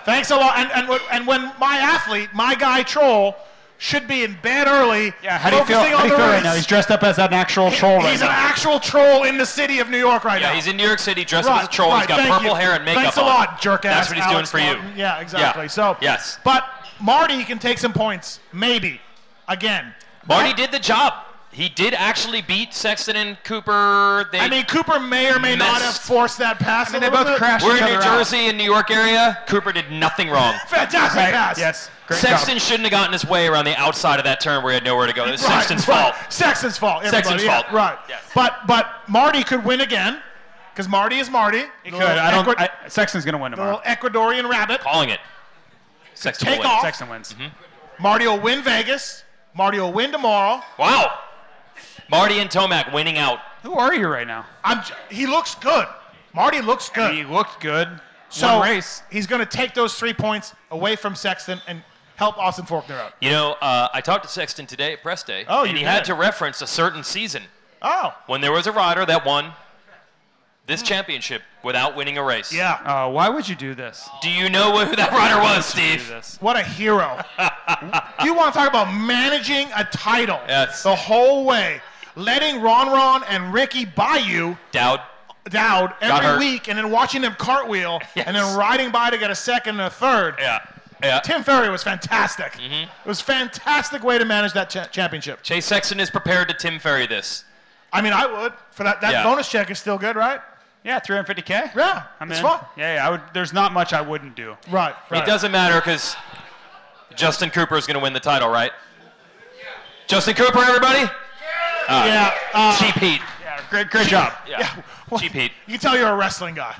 S4: Thanks a lot. And and when- and when my athlete, my guy Troll, should be in bed early,
S6: Yeah. How do you feel?
S4: focusing on
S6: How do you
S4: the
S6: feel right
S4: race.
S6: now? He's dressed up as an actual troll right
S4: He's
S6: now.
S4: an actual troll in the city of New York right now.
S8: Yeah, he's in New York City dressed
S4: Right,
S8: up as a troll. he's
S4: right,
S8: got
S4: thank
S8: purple
S4: you.
S8: hair and makeup
S4: Thanks a
S8: on.
S4: lot, jerk ass.
S8: That's what he's
S4: Alex
S8: doing for
S4: Martin.
S8: you.
S4: Yeah, exactly.
S8: Yeah.
S4: So
S8: Yes.
S4: but Marty can take some points, maybe. Again,
S8: Marty did the job. He did actually beat Sexton and Cooper. They,
S4: I mean, Cooper may or may not
S8: Missed.
S4: have forced that pass.
S6: mean,
S4: a
S6: they
S4: little
S6: both
S4: bit.
S6: crashed.
S8: we're
S6: each
S8: in New
S6: other out.
S8: Jersey and New York area. Cooper did nothing wrong.
S4: Fantastic
S6: Right,
S4: pass.
S6: Yes. Great job.
S8: Sexton shouldn't have gotten his way around the outside of that turn where he had nowhere to go. It was
S4: Right,
S8: Sexton's
S4: right.
S8: fault.
S4: Sexton's fault. everybody,
S8: Sexton's
S4: yeah,
S8: fault.
S4: Right.
S8: Yes.
S4: But but Marty could win again, because Marty is Marty. He
S6: Good. I don't. I, Sexton's gonna win tomorrow.
S4: little Ecuadorian rabbit.
S8: Calling it. Sexton
S4: Take
S8: will win.
S4: off. Mm-hmm.
S6: Sexton wins.
S4: Marty will win Vegas. Marty will win tomorrow.
S8: Wow. Marty and Tomac winning out.
S6: Who are you right now?
S4: I'm. j- He looks good. Marty looks good.
S6: He looked good.
S4: So
S6: One race.
S4: he's going to take those three points away from Sexton and help Austin Faulkner out.
S8: You know, uh, I talked to Sexton today at press day,
S4: Oh,
S8: and
S4: you
S8: he
S4: did.
S8: had to reference a certain season
S4: Oh,
S8: when there was a rider that won this championship without winning a race.
S4: yeah.
S6: Uh, why would you do this?
S8: Do you know who that rider was,
S6: Do
S8: Steve?
S6: this.
S4: What a hero. you want to talk about managing a title
S8: Yes.
S4: the whole way, letting Ron Ron and Ricky buy you
S8: Dowd.
S4: Dowd
S8: hurt.
S4: every week and then watching them cartwheel
S8: Yes.
S4: and then riding by to get a second and a third.
S8: Yeah. Yeah. Mm-hmm.
S4: Tim Ferry was fantastic. It was fantastic way to manage that cha- championship.
S8: Chase Sexton is prepared to Tim Ferry this.
S4: I mean, I would for that. That
S8: Yeah.
S4: bonus check is still good, right?
S6: Yeah, 350k.
S4: Yeah,
S6: I'm
S4: it's
S6: in.
S4: fun.
S6: Yeah, yeah. I would. There's not much I wouldn't do.
S4: Right, right.
S8: It doesn't matter because Justin Cooper is going to win the title, right? Justin Cooper, everybody.
S4: Yeah. uh,
S8: Cheap heat.
S6: Yeah, great, great job.
S8: Yeah.
S4: Well,
S8: Cheap heat.
S4: You can tell you're a wrestling guy.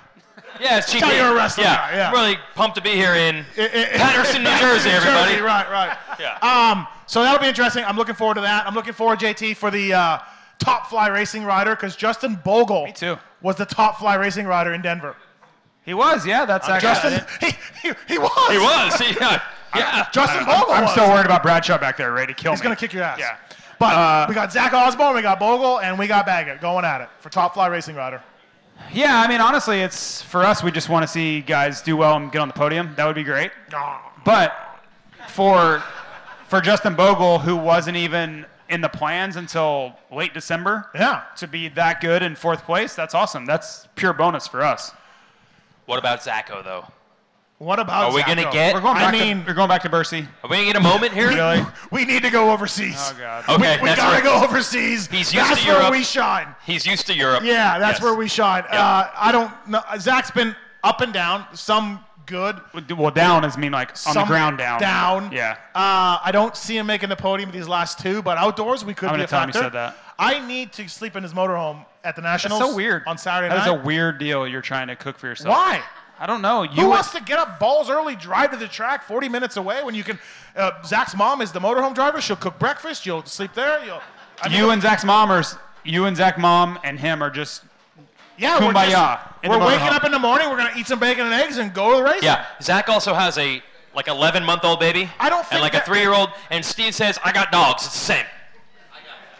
S8: Yeah, it's cheap
S4: Tell
S8: heat.
S4: you're a wrestling
S8: yeah.
S4: guy, yeah.
S8: Really pumped to be here in Patterson, New Jersey,
S4: New
S8: everybody.
S4: right, right.
S8: Yeah.
S4: Um, so that'll be interesting. I'm looking forward to that. I'm looking forward, JT, for the uh, top fly racing rider because Justin Bogle Me
S6: too.
S4: was the top fly racing rider in Denver. Uh,
S6: He was. Yeah, that's actually.
S4: Justin, he, he, he was.
S8: He was. Yeah. yeah.
S4: Justin Bogle
S6: I'm
S4: was.
S6: still worried about Bradshaw back there, ready to kill
S4: He's
S6: me.
S4: going to kick your ass.
S6: Yeah.
S4: But
S8: Uh,
S4: we got Zach Osborne, we got Bogle, and we got Baggett going at it for top fly racing rider.
S6: Yeah, I mean, honestly, it's for us. We just want to see guys do well and get on the podium. That would be great. But for for Justin Bogle, who wasn't even in the plans until late December,
S4: Yeah.
S6: to be that good in fourth place, that's awesome. That's pure bonus for us.
S8: What about Zacho though?
S4: What about
S8: Are we
S4: Zach
S8: gonna
S4: Osborne?
S8: get-
S6: We're going
S4: I
S6: back
S4: mean-
S6: to, we're going back to Bercy.
S8: Are we gonna get a moment here?
S6: Really?
S4: We need to go overseas.
S6: Oh God.
S8: Okay,
S4: we
S8: that's
S4: gotta
S8: right.
S4: go overseas.
S8: He's used
S4: that's
S8: to
S4: where
S8: Europe.
S4: we shine.
S8: He's used to Europe.
S4: Yeah, that's
S8: Yes.
S4: where we shine. Uh, I don't know. Zach's been up and down, some good,
S6: Well, down is mean like on
S4: some
S6: the ground down.
S4: Down.
S6: Yeah.
S4: Uh, I don't see him making the podium these last two, but outdoors we could
S6: How
S4: be
S6: many
S4: a
S6: times
S4: factor.
S6: you said that?
S4: I need to sleep in his motorhome at the
S6: That's
S4: Nationals.
S6: so weird.
S4: On Saturday
S6: That is
S4: night.
S6: a weird deal you're trying to cook for yourself.
S4: Why?
S6: I don't know. You
S4: Who
S6: would-
S4: wants to get up balls early, drive to the track 40 minutes away when you can? Uh, Zach's mom is the motorhome driver. She'll cook breakfast. You'll sleep there. You'll. I mean,
S6: you and Zach's mom are. s- You and Zach mom and him are just.
S4: yeah, we're, just-
S6: kumbaya in the
S4: we're waking
S6: motorhome.
S4: up in the morning. We're gonna eat some bacon and eggs and go to the race.
S8: Yeah, Zach also has a like 11 month old baby.
S4: I don't think
S8: And like
S4: that-
S8: a three year old, and Steve says, "I got dogs. It's the same.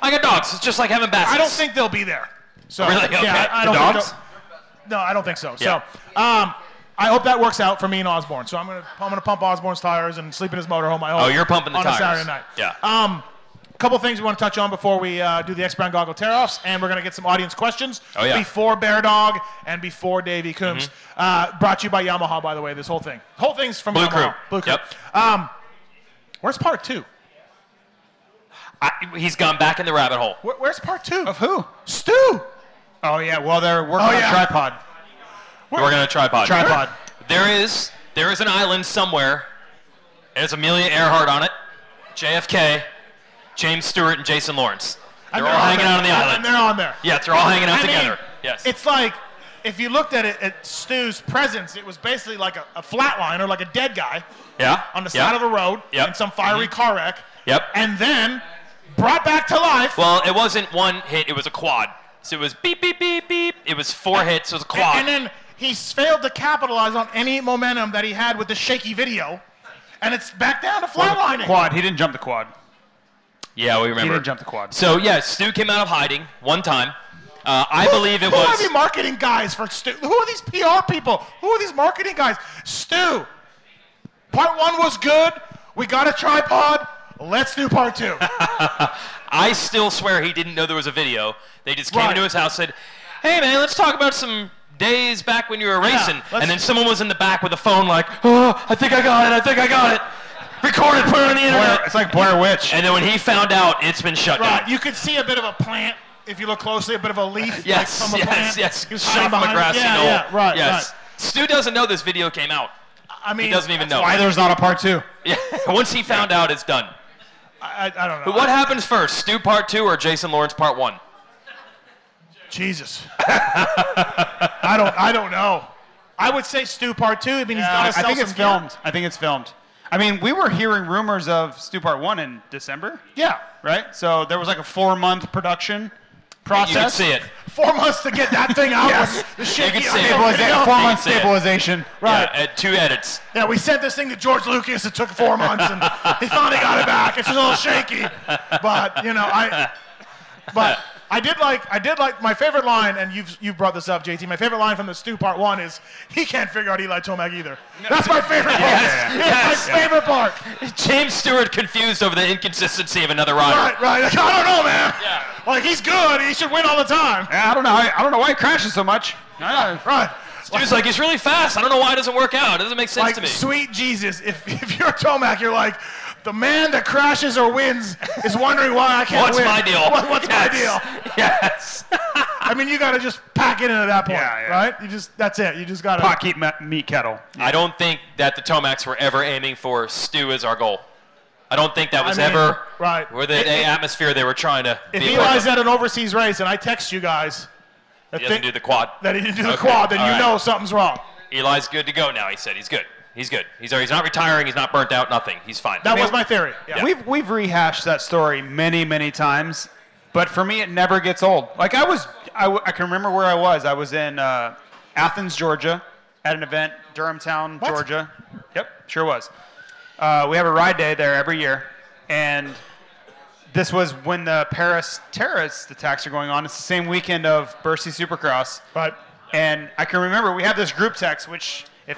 S8: I got dogs. It's just like having baskets."
S4: I don't think they'll be there. So
S8: Really? Okay.
S4: yeah, I, I
S8: The
S4: don't think
S8: dogs?
S4: they'll- No, I don't think so.
S8: Yeah.
S4: So um, I hope that works out for me and Osborne. So I'm gonna I'm gonna pump Osborne's tires and sleep in his motorhome. I hope.
S8: Oh, you're pumping the
S4: on
S8: tires.
S4: a Saturday night.
S8: Yeah.
S4: Um, a couple things we want to touch on before we uh, do the X Brown Goggle tear offs, and we're gonna get some audience questions
S8: Oh, yeah. Mm-hmm.
S4: before Bear Dog and before Davey Coombs. Uh, brought to you by Yamaha, by the way. This whole thing, whole thing's from
S8: Blue
S4: Yamaha.
S8: Crew.
S4: Blue Crew.
S8: Yep.
S4: Um, where's part two?
S8: I, he's gone back in the rabbit hole.
S4: Where, where's part two?
S6: Of who?
S4: Stu.
S6: Oh yeah. Well, they're working
S4: Oh,
S6: on
S4: yeah.
S6: a tripod.
S8: We're gonna tripod.
S6: Tripod.
S8: There is there is an island somewhere. and It's Amelia Earhart on it, JFK, James Stewart, and Jason Lawrence. They're all
S4: on
S8: hanging
S4: there.
S8: out on the
S4: And
S8: island.
S4: they're on there.
S8: Yeah, they're all hanging out
S4: I mean,
S8: together. Yes.
S4: It's like if you looked at it at Stu's presence, it was basically like a, a flatline or like a dead guy
S8: yeah.
S4: on the
S8: yeah.
S4: side
S8: Mm-hmm.
S4: of a road
S8: Yep.
S4: in some fiery car wreck.
S8: Yep.
S4: And then brought back to life.
S8: Well, it wasn't one hit. It was a quad. So it was beep beep beep beep. It was four hits. It was a
S4: and,
S8: quad.
S4: and then he's failed to capitalize on any momentum that he had with the shaky video. And it's back down to flatlining.
S6: Quad. He didn't jump the quad.
S8: yeah, we remember.
S6: He didn't jump the quad.
S8: So yeah, Stu came out of hiding one time. Uh, I believe it
S4: Who are the
S8: was.
S4: marketing guys for Stu? Who are these PR people? Who are these marketing guys? Stu, part one was good. We got a tripod. Let's do part two.
S8: I still swear he didn't know there was a video. They just came
S4: Right.
S8: into his house, said, "Hey man, let's talk about some days back when you were racing."
S4: let's-
S8: and then someone was in the back with a phone, like, "Oh, I think I got it. I think I got it." Record it, put it on the
S6: Blair,
S8: internet.
S6: it's like Blair Witch.
S8: And then when he found out, it's been shut
S4: right.
S8: down.
S4: You could see a bit of a plant if you look closely, a bit of a leaf. like,
S8: Yes,
S4: from a
S8: yes,
S4: plant.
S8: yes.
S4: He was
S8: Shot
S4: hiding
S8: from a
S4: behind it.
S8: grassy
S4: yeah,
S8: knoll.
S4: Yeah, right,
S8: yes. Stu doesn't know this video came out.
S4: right. I mean,
S8: He doesn't even
S4: that's
S8: know.
S4: why
S6: there's not a part two.
S8: Yeah. Once he found out, it's done.
S4: I, I I don't know.
S8: But what happens first, Stu Part Two or Jason Lawrence Part One?
S4: Jesus. I don't. I don't know. I would say Stu part two. I mean,
S6: I
S4: he's got to sell
S6: think
S4: some
S6: it's
S4: gear.
S6: filmed. I think it's filmed. I mean, we were hearing rumors of Stu Part One in December,
S4: Yeah.
S6: right? So there was like a four-month production
S8: You can
S6: process.
S8: see it.
S4: Four months to get that thing out. yes. The shaky.
S8: can see it.
S4: I don't
S8: Stabilization.
S4: know.
S8: Four months see it.
S6: stabilization.
S4: Right.
S8: Yeah, at two edits.
S4: Yeah, we sent this thing to George Lucas. It took four months, and he finally got it back. It's a little shaky, but you know, I. But I did like I did like my favorite line, and you've you have brought this up, JT. My favorite line from the Stew Part One is he can't figure out Eli Tomac either. That's my favorite part.
S8: Yes,
S4: It's
S8: yes.
S4: my favorite part.
S8: James Stewart confused over the inconsistency of another rider.
S4: Right, right. Like, I don't know, man.
S8: Yeah.
S4: Like he's good. He should win all the time.
S6: Yeah, I don't know. I, I don't know why it crashes so much. I don't know.
S4: Right.
S8: Stu's like, he's really fast. I don't know why it doesn't work out. It doesn't make sense
S4: Like
S8: to me.
S4: sweet Jesus, if if you're Tomac, you're like. The man that crashes or wins is wondering why I can't
S8: What's
S4: win.
S8: my deal?
S4: What- what's my deal?
S8: Yes. Yes.
S4: I mean, you gotta just pack it in at that point,
S6: Yeah, yeah.
S4: right? You just that's it. You just gotta.
S6: Pocket me- meat kettle.
S8: I don't think that the Tomacs were ever aiming for Stu as our goal. I don't think that was
S4: mean,
S8: ever
S4: right.
S8: where the,
S4: If-
S8: the
S4: if-
S8: atmosphere they were trying to
S4: If
S8: be a
S4: he
S8: part
S4: lies
S8: of.
S4: at an overseas race and I text you guys that,
S8: He doesn't
S4: thi-
S8: do the quad.
S4: that he didn't do the
S8: Okay,
S4: quad, then you
S8: all right.
S4: know something's wrong.
S8: Eli's good to go now. He said he's good. He's good. He's he's not retiring. He's not burnt out. Nothing. He's fine.
S4: That was my theory. Yeah.
S6: We've we've rehashed that story many many times, but for me it never gets old. Like I was, I, w- I can remember where I was. I was in uh, Athens, Georgia, at an event, Durhamtown,
S4: What?
S6: Georgia. Yep, sure was. Uh, we have a ride day there every year, and this was when the Paris terrorist attacks are going on. It's the same weekend of Bercy Supercross.
S4: But
S6: And I can remember we have this group text, which if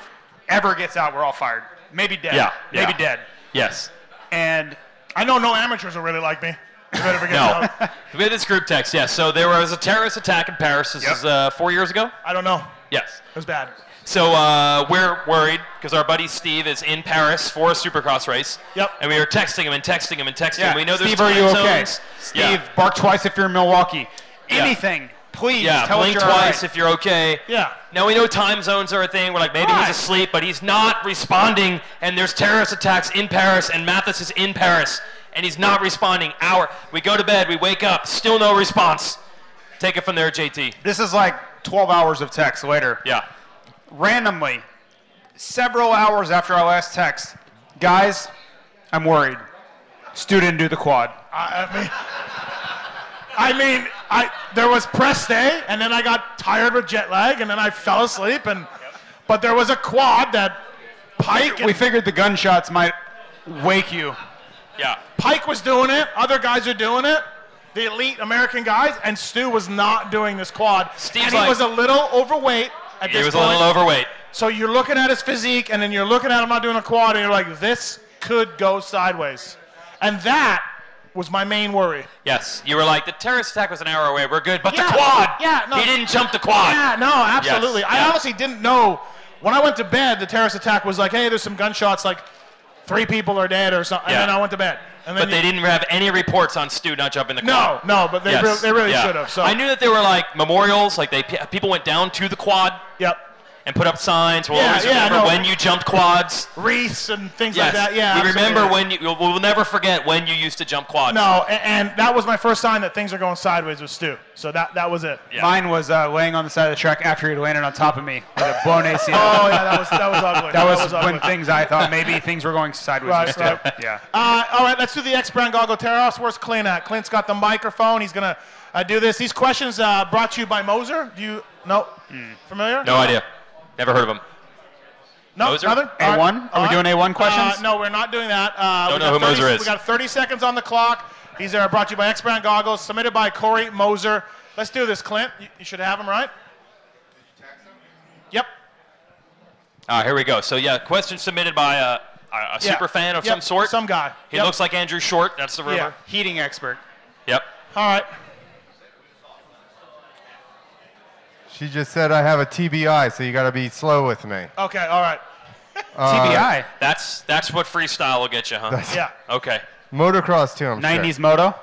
S6: ever gets out, we're all fired. Maybe dead.
S8: Yeah,
S6: Maybe
S8: yeah.
S6: dead.
S8: yes.
S6: And
S4: I know no amateurs will really like me. If it ever gets
S8: No.
S4: out.
S8: we had this group text. Yes. So there was a terrorist attack in Paris. This is uh, four years ago.
S4: I don't know.
S8: Yes.
S4: It was bad.
S8: So uh, we're worried because our buddy Steve is in Paris for a Supercross race.
S4: Yep.
S8: And we are texting him and texting him and texting him. We know there's
S6: Steve, are
S8: time
S6: you okay?
S8: zones.
S6: Steve,
S8: Yeah.
S6: bark twice if you're in Milwaukee.
S8: Yeah.
S6: Anything, please.
S8: Yeah,
S6: tell
S8: blink
S6: us you're all
S8: twice
S6: right.
S8: if you're okay.
S4: Yeah.
S8: Now we know time zones are a thing. We're like, maybe
S6: Right.
S8: he's asleep, but he's not responding, and there's terrorist attacks in Paris, and Mathis is in Paris, and he's not responding. Hour. We go to bed, we wake up, still no response. Take it from there, JT.
S6: This is like 12 hours of text later.
S8: Yeah.
S6: Randomly, several hours after our last text, guys, I'm worried. Student do the quad.
S4: I, I mean, I mean, I there was press day, and then I got tired with jet lag, and then I fell asleep, and but there was a quad that Pike and
S6: We figured the gunshots might wake you.
S8: Yeah.
S4: Pike was doing it. Other guys are doing it. The elite American guys, and Stu was not doing this quad.
S8: Steve's
S4: and he
S8: like-
S4: was a little overweight at
S8: He
S4: this
S8: was a
S4: point.
S8: little overweight.
S4: So you're looking at his physique, and then you're looking at him not doing a quad, and you're like, this could go sideways. And that was my main worry.
S8: Yes. You were like, the terrorist attack was an hour away. We're good. But
S4: Yeah.
S8: the quad.
S4: Yeah, no.
S8: He didn't jump the quad.
S4: Yeah, no, absolutely. I
S8: yeah.
S4: honestly didn't know. When I went to bed, the terrorist attack was like, hey, there's some gunshots, like three people are dead or something.
S8: Yeah.
S4: And then I went to bed. And then
S8: But they
S4: you-
S8: didn't have any reports on Stu not jumping the
S4: No,
S8: quad.
S4: no, but they,
S8: Yes.
S4: re- they really
S8: Yeah.
S4: should have. So
S8: I knew that there were like memorials, like they people went down to the quad
S4: Yep.
S8: and put up signs. We'll
S4: Yeah,
S8: always
S4: yeah,
S8: remember
S4: no.
S8: when you jumped quads.
S4: Reese and things like
S8: Yes.
S4: that. Yeah.
S8: we
S4: absolutely.
S8: remember when you. We'll, we'll never forget when you used to jump quads.
S4: No, a- and, and that was my first sign that things are going sideways with Stu. So that that was it.
S8: Yeah.
S6: Mine was uh, laying on the side of the track after he landed on top of me with a blown ACL.
S4: Oh yeah, that was that was ugly.
S6: that was when
S4: ugly.
S6: things I thought maybe things were going sideways.
S4: Right,
S6: instead.
S4: right.
S6: Yeah.
S4: Uh, all right, let's do the X Brown Goggle Terros. Where's Clint at? Clint's got the microphone. He's gonna uh, do this. These questions uh, brought to you by Moser. Do you no familiar?
S8: Hmm. No idea. Never heard of him.
S4: no
S8: Moser?
S4: nothing.
S6: A1?
S4: All
S6: Are we
S4: all
S6: doing A1 questions?
S4: Uh, no, we're not doing that. Uh,
S8: Don't
S4: we
S8: know who
S4: got 30
S8: Moser is.
S4: We got 30 seconds on the clock. These are brought to you by X Brown Goggles, submitted by Corey Moser. Let's do this, Clint. You, you should have them, right? Yep.
S8: Ah, here we go. So yeah, question submitted by a, a, a
S4: Yeah.
S8: super fan of
S4: Yep,
S8: some sort.
S4: Some guy.
S8: He
S4: Yep.
S8: looks like Andrew Short. That's the rumor.
S4: Yeah.
S6: Heating expert.
S8: Yep.
S4: All right.
S7: She just said I have a TBI, so you got to be slow with me. Uh,
S4: Okay. All right.
S6: TBI.
S8: That's that's what freestyle will get you, huh?
S4: Yeah.
S8: Okay.
S7: Motocross too, I'm
S6: 90s moto.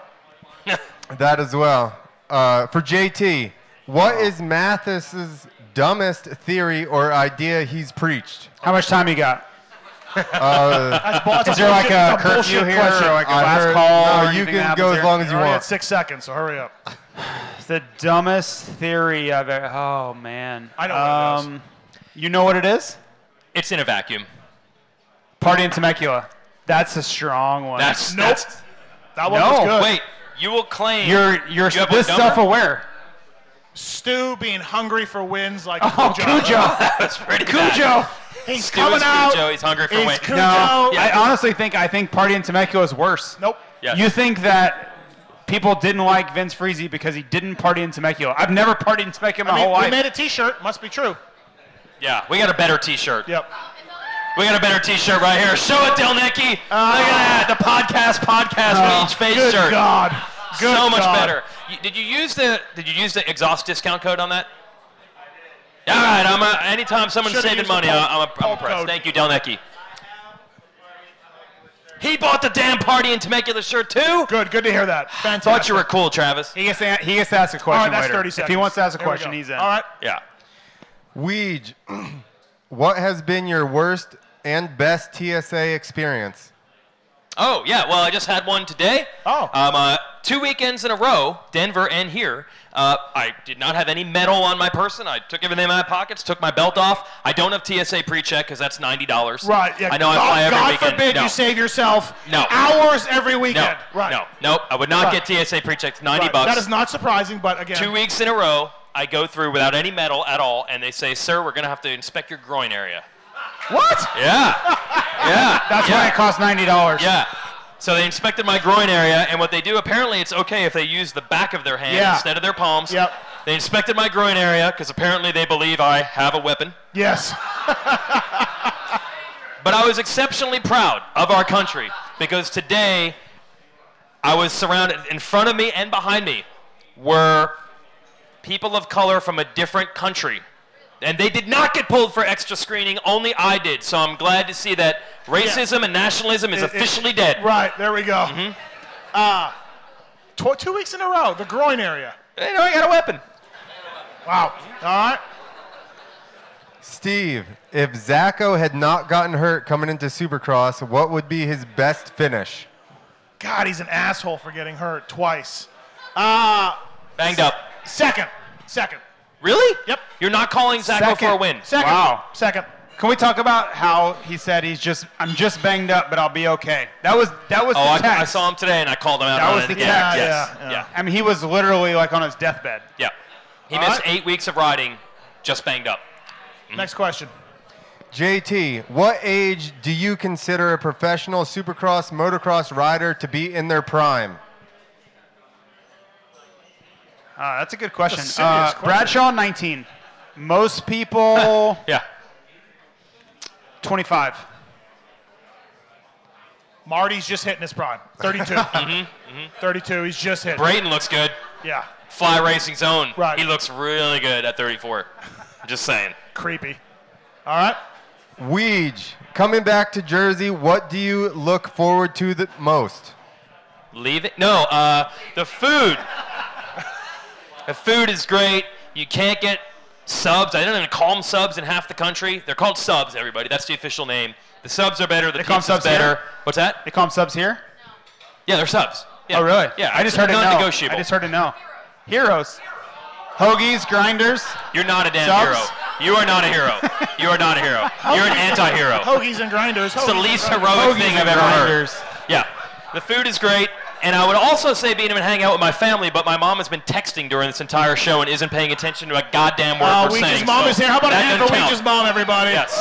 S7: sure. That as well. Uh, for JT, what is Mathis's dumbest theory or idea he's preached?
S6: How much time you got?
S4: That's bull-
S6: Is there like a
S4: that's
S6: curfew
S4: bullshit
S6: here
S4: question.
S6: or like a
S7: Uh, I
S6: last
S7: heard-
S6: call?
S7: no,
S6: or
S7: you
S6: anything
S7: can
S6: that happens
S7: go as
S6: here?
S7: long as you
S4: You only
S7: want.
S4: had six seconds, so hurry up.
S6: The dumbest theory I've ever. Oh man.
S4: I know what it is.
S6: um, You know what it is?
S8: It's in a vacuum.
S6: Party in Temecula. That's a strong one.
S8: That's
S4: Nope.
S8: That's,
S4: That one
S6: No.
S4: was good.
S8: Oh, wait, you will claim
S6: you're you're
S8: You have
S6: this
S8: a dumber?
S6: self-aware.
S4: Stu being hungry for wins like
S6: Oh, Cujo.
S8: That's pretty bad.
S6: Cujo.
S4: He's
S8: Stu
S4: coming
S8: is
S4: out.
S8: Cujo. He's hungry for
S4: He's
S8: win.
S4: Cujo.
S6: No, I
S8: Yeah.
S6: honestly think I think Party in Temecula is worse.
S4: Nope.
S8: Yeah.
S6: You think that people didn't like Vince Freezy because he didn't party in Temecula? I've never partied in Temecula
S4: I
S6: my
S4: mean,
S6: whole
S4: we
S6: life.
S4: made a T-shirt. Must be true.
S8: yeah, we got a better T-shirt.
S4: Yep.
S8: We got a better T-shirt right here. Show it, Delnicki. Look
S6: Ah.
S8: at that, the podcast, podcast with each face
S4: Oh, Good
S8: shirt.
S4: God. Good
S8: so much
S4: God.
S8: better. You- did you use the Did you use the exhaust discount code on that? All right, I'm a, anytime someone's
S4: Should've
S8: saving
S4: used the
S8: money,
S4: pulp-
S8: I- I'm, a, I'm
S4: pulp
S8: impressed.
S4: code.
S8: Thank you, Delnicki. He bought the damn party in Temecula shirt too.
S4: Good. Good to hear that. Fantastic.
S8: Thought you were cool, Travis.
S6: he, gets to, he gets to ask a
S4: All
S6: question
S4: right, that's
S6: later.
S4: 30 seconds.
S6: If he wants to ask a
S4: There we
S6: question,
S4: go.
S6: he's in.
S4: All right.
S8: Yeah.
S7: Weege, what has been your worst and best TSA experience?
S8: Oh yeah, well I just had one today.
S4: Oh.
S8: Um, uh, two weekends in a row, Denver and here. Uh, I did not have any metal on my person. I took everything in my pockets, took my belt off. I don't have TSA pre-check because that's ninety dollars.
S4: Right. Yeah.
S8: I know I
S4: God,
S8: fly every
S4: God
S8: weekend.
S4: forbid
S8: no.
S4: you save yourself
S8: No.
S4: hours every weekend.
S8: no,
S4: Right.
S8: no, no. I would not
S4: Right.
S8: get TSA pre-check. Ninety
S4: Right.
S8: bucks.
S4: That is not surprising, but again,
S8: Two weeks in a row, I go through without any metal at all, and they say, "Sir, we're gonna have to inspect your groin area."
S4: What?
S8: Yeah. yeah.
S6: That's why it costs ninety dollars.
S8: Yeah. So they inspected my groin area, and what they do apparently it's okay if they use the back of their hand
S4: Yeah.
S8: instead of their palms.
S4: Yep.
S8: They inspected my groin area because apparently they believe I have a weapon.
S4: Yes.
S8: But I was exceptionally proud of our country because today I was surrounded, in front of me and behind me were people of color from a different country. And they did not get pulled for extra screening, only I did. So I'm glad to see that racism and nationalism is
S4: It- it-
S8: officially dead. Mm-hmm.
S4: Right. There we go. Uh, tw- two weeks in a row. The groin area.
S8: You know, I got a weapon.
S4: Wow. All right.
S7: Steve, if Zacho had not gotten hurt coming into Supercross, what would be his best finish?
S4: God, he's an asshole for getting hurt twice. Uh,
S8: Banged up.
S4: second. Second.
S8: Really?
S4: Yep.
S8: You're not calling Zacho for a win.
S4: Second.
S6: Wow.
S4: Second.
S6: Can we talk about how he said he's just I'm just banged up, but I'll be okay. That was that was
S8: Oh,
S6: the
S8: I,
S6: text.
S8: I saw him today and I called him out.
S6: That
S8: on
S6: was
S8: it.
S6: the
S8: yeah,
S6: text.
S8: yes,
S4: Yeah,
S8: Yeah,
S4: yeah.
S8: yeah.
S6: I mean, he was literally like on his deathbed.
S8: He missed
S6: Alright.
S8: eight weeks of riding, just banged up. Mm.
S4: Next question.
S7: JT, what age do you consider a professional supercross motocross rider to be in their prime?
S6: Uh, that's a good question.
S4: serious
S6: uh,
S4: question.
S6: Bradshaw, 19. Most people,
S8: Yeah.
S6: 25.
S4: Marty's just hitting his prime. 32. 32. He's just hit.
S8: Mm-hmm, Brayton looks good.
S4: Yeah.
S8: Fly Racing Zone.
S4: Right.
S8: He looks really good at 34. just saying.
S4: Creepy. All right.
S7: Weege, coming back to Jersey, what do you look forward to the most?
S8: Leave it. No, uh, the food. the food is great. You can't get subs. I don't even call them subs in half the country. They're called subs, everybody. That's the official name. The subs are better. The
S6: call 'em
S8: pizza's
S6: subs
S8: better.
S6: here?
S8: What's that?
S6: They call him subs here?
S8: Yeah, they're subs. Yeah.
S6: Oh, really?
S8: Yeah.
S6: I just heard it no.
S8: non-negotiable.
S6: I just heard it no. Heroes. Hoagies, grinders.
S8: You're not a damn
S6: Subs?
S8: hero. You are not a hero. You are not a hero. You're an anti-hero.
S4: Hoagies and grinders.
S8: It's the
S4: Hoagies
S8: least
S4: and grinders.
S8: heroic
S6: Hoagies
S8: thing I've
S6: and
S8: ever heard.
S6: grinders.
S8: Yeah. The food is great. And I would also say being able to hang out with my family, but my mom has been texting during this entire show and isn't paying attention to a goddamn word
S4: Uh,
S8: we're saying.
S4: Weech's mom
S8: so
S4: is here. How about a
S8: that
S4: hand for
S8: doesn't count.
S4: Weech's mom, everybody?
S8: Yes.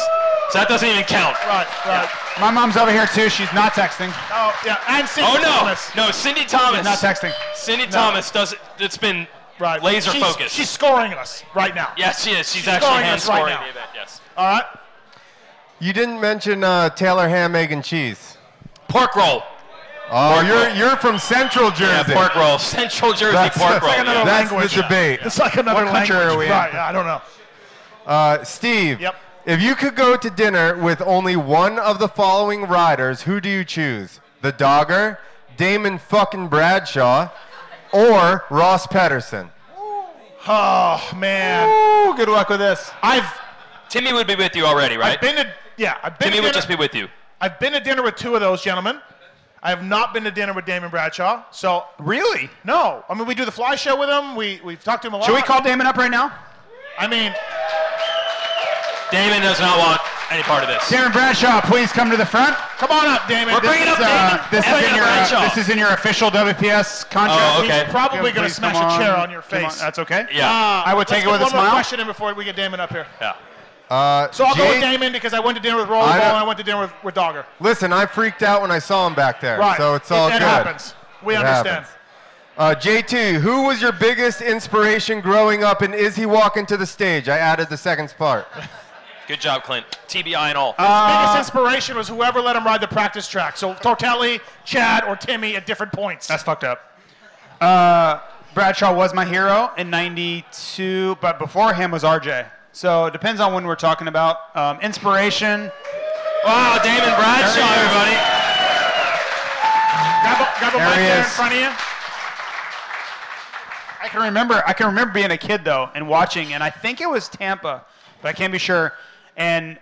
S8: So that doesn't even count.
S4: Right, right.
S6: My mom's over here, too. She's not texting.
S4: Oh, yeah. And Cindy
S8: Oh
S4: Thomas.
S8: no! No, Cindy Thomas.
S6: She's not texting.
S8: Cindy Thomas doesn't. It's been
S4: Right.
S8: laser
S4: she's,
S8: focused.
S4: She's scoring us right now.
S8: yes, she is. She's,
S4: scoring
S8: actually hand
S4: us right
S8: scoring
S4: now.
S8: the event. Yes.
S4: All right.
S7: You didn't mention uh, Taylor ham, egg, and cheese.
S8: Pork roll.
S7: Oh,
S8: Pork
S7: you're
S8: roll.
S7: you're from Central
S8: Yeah,
S7: Jersey.
S8: pork roll. Central Jersey
S7: That's-
S8: pork roll.
S7: Like
S8: yeah.
S4: another
S7: That's
S4: language.
S7: the debate.
S4: It's like another
S6: What
S4: language.
S6: country are we in?
S4: right. I don't know.
S7: Uh, Steve,
S4: Yep.
S7: if you could go to dinner with only one of the following riders, who do you choose? The Dogger, Damon fucking Bradshaw, or Ross Pedersen?
S4: Oh man.
S6: Ooh, good luck with this.
S4: I've
S8: Timmy would be with you already, right?
S4: I've been to yeah. I've been to
S8: Timmy
S4: dinner,
S8: would just be with you.
S4: I've been to dinner with two of those gentlemen. I have not been to dinner with Damon Bradshaw. So
S6: Really?
S4: no. I mean, we do the fly show with him. We we've talked to him a lot.
S6: Should we call Damon up right now?
S4: I mean,
S8: Damon does not want any part of this.
S6: Darren Bradshaw, please come to the front.
S4: come on up, Damon.
S8: We're
S4: This
S8: bringing
S4: is,
S8: up
S4: uh,
S8: Damon.
S6: This is,
S8: Bring
S6: in
S8: up
S6: your,
S8: Bradshaw.
S6: uh, this is in your official WPS contract.
S8: Oh, okay.
S4: He's probably
S6: Yeah,
S4: gonna
S6: please
S4: smash
S6: come
S4: a chair
S6: on.
S4: on your
S6: Come on,
S4: face. Ah,
S6: That's okay.
S8: Yeah.
S6: I would
S4: Let's
S6: take it
S4: get
S6: with a
S4: one more
S6: smile.
S4: question in before we get Damon up here.
S8: yeah.
S7: Uh,
S4: So I'll go with
S7: Jay-
S4: Damon because I went to dinner with Rollerball
S7: I know-
S4: and I went to dinner with, with Dogger.
S7: Listen, I freaked out when I saw him back there,
S4: Right.
S7: so it's
S4: It-
S7: all
S4: it
S7: good.
S4: happens. We
S7: It
S4: understand.
S7: happens. Uh, JT, who was your biggest inspiration growing up, and is he walking to the stage? I added the second part.
S8: Good job, Clint. TBI and
S4: Uh,
S8: all.
S4: biggest inspiration was whoever let him ride the practice track. So Tortelli, Chad, or Timmy at different points.
S6: That's fucked up. Uh, Bradshaw was my hero in '92, but before him was RJ. So it depends on when we're talking about. Um, inspiration.
S8: wow, Damon Bradshaw, everybody.
S4: grab a, grab a
S7: There
S4: mic
S7: he
S4: there in
S7: is.
S4: front of you.
S6: I can remember. I can remember being a kid though and watching, and I think it was Tampa, but I can't be sure. And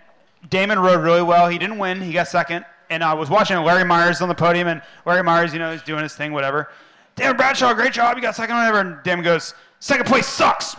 S6: Damon rode really well. He didn't win. He got second. And I was watching Larry Myers on the podium, and Larry Myers, you know, is doing his thing, whatever. Damon Bradshaw, great job. You got second, whatever. And Damon goes, second place sucks.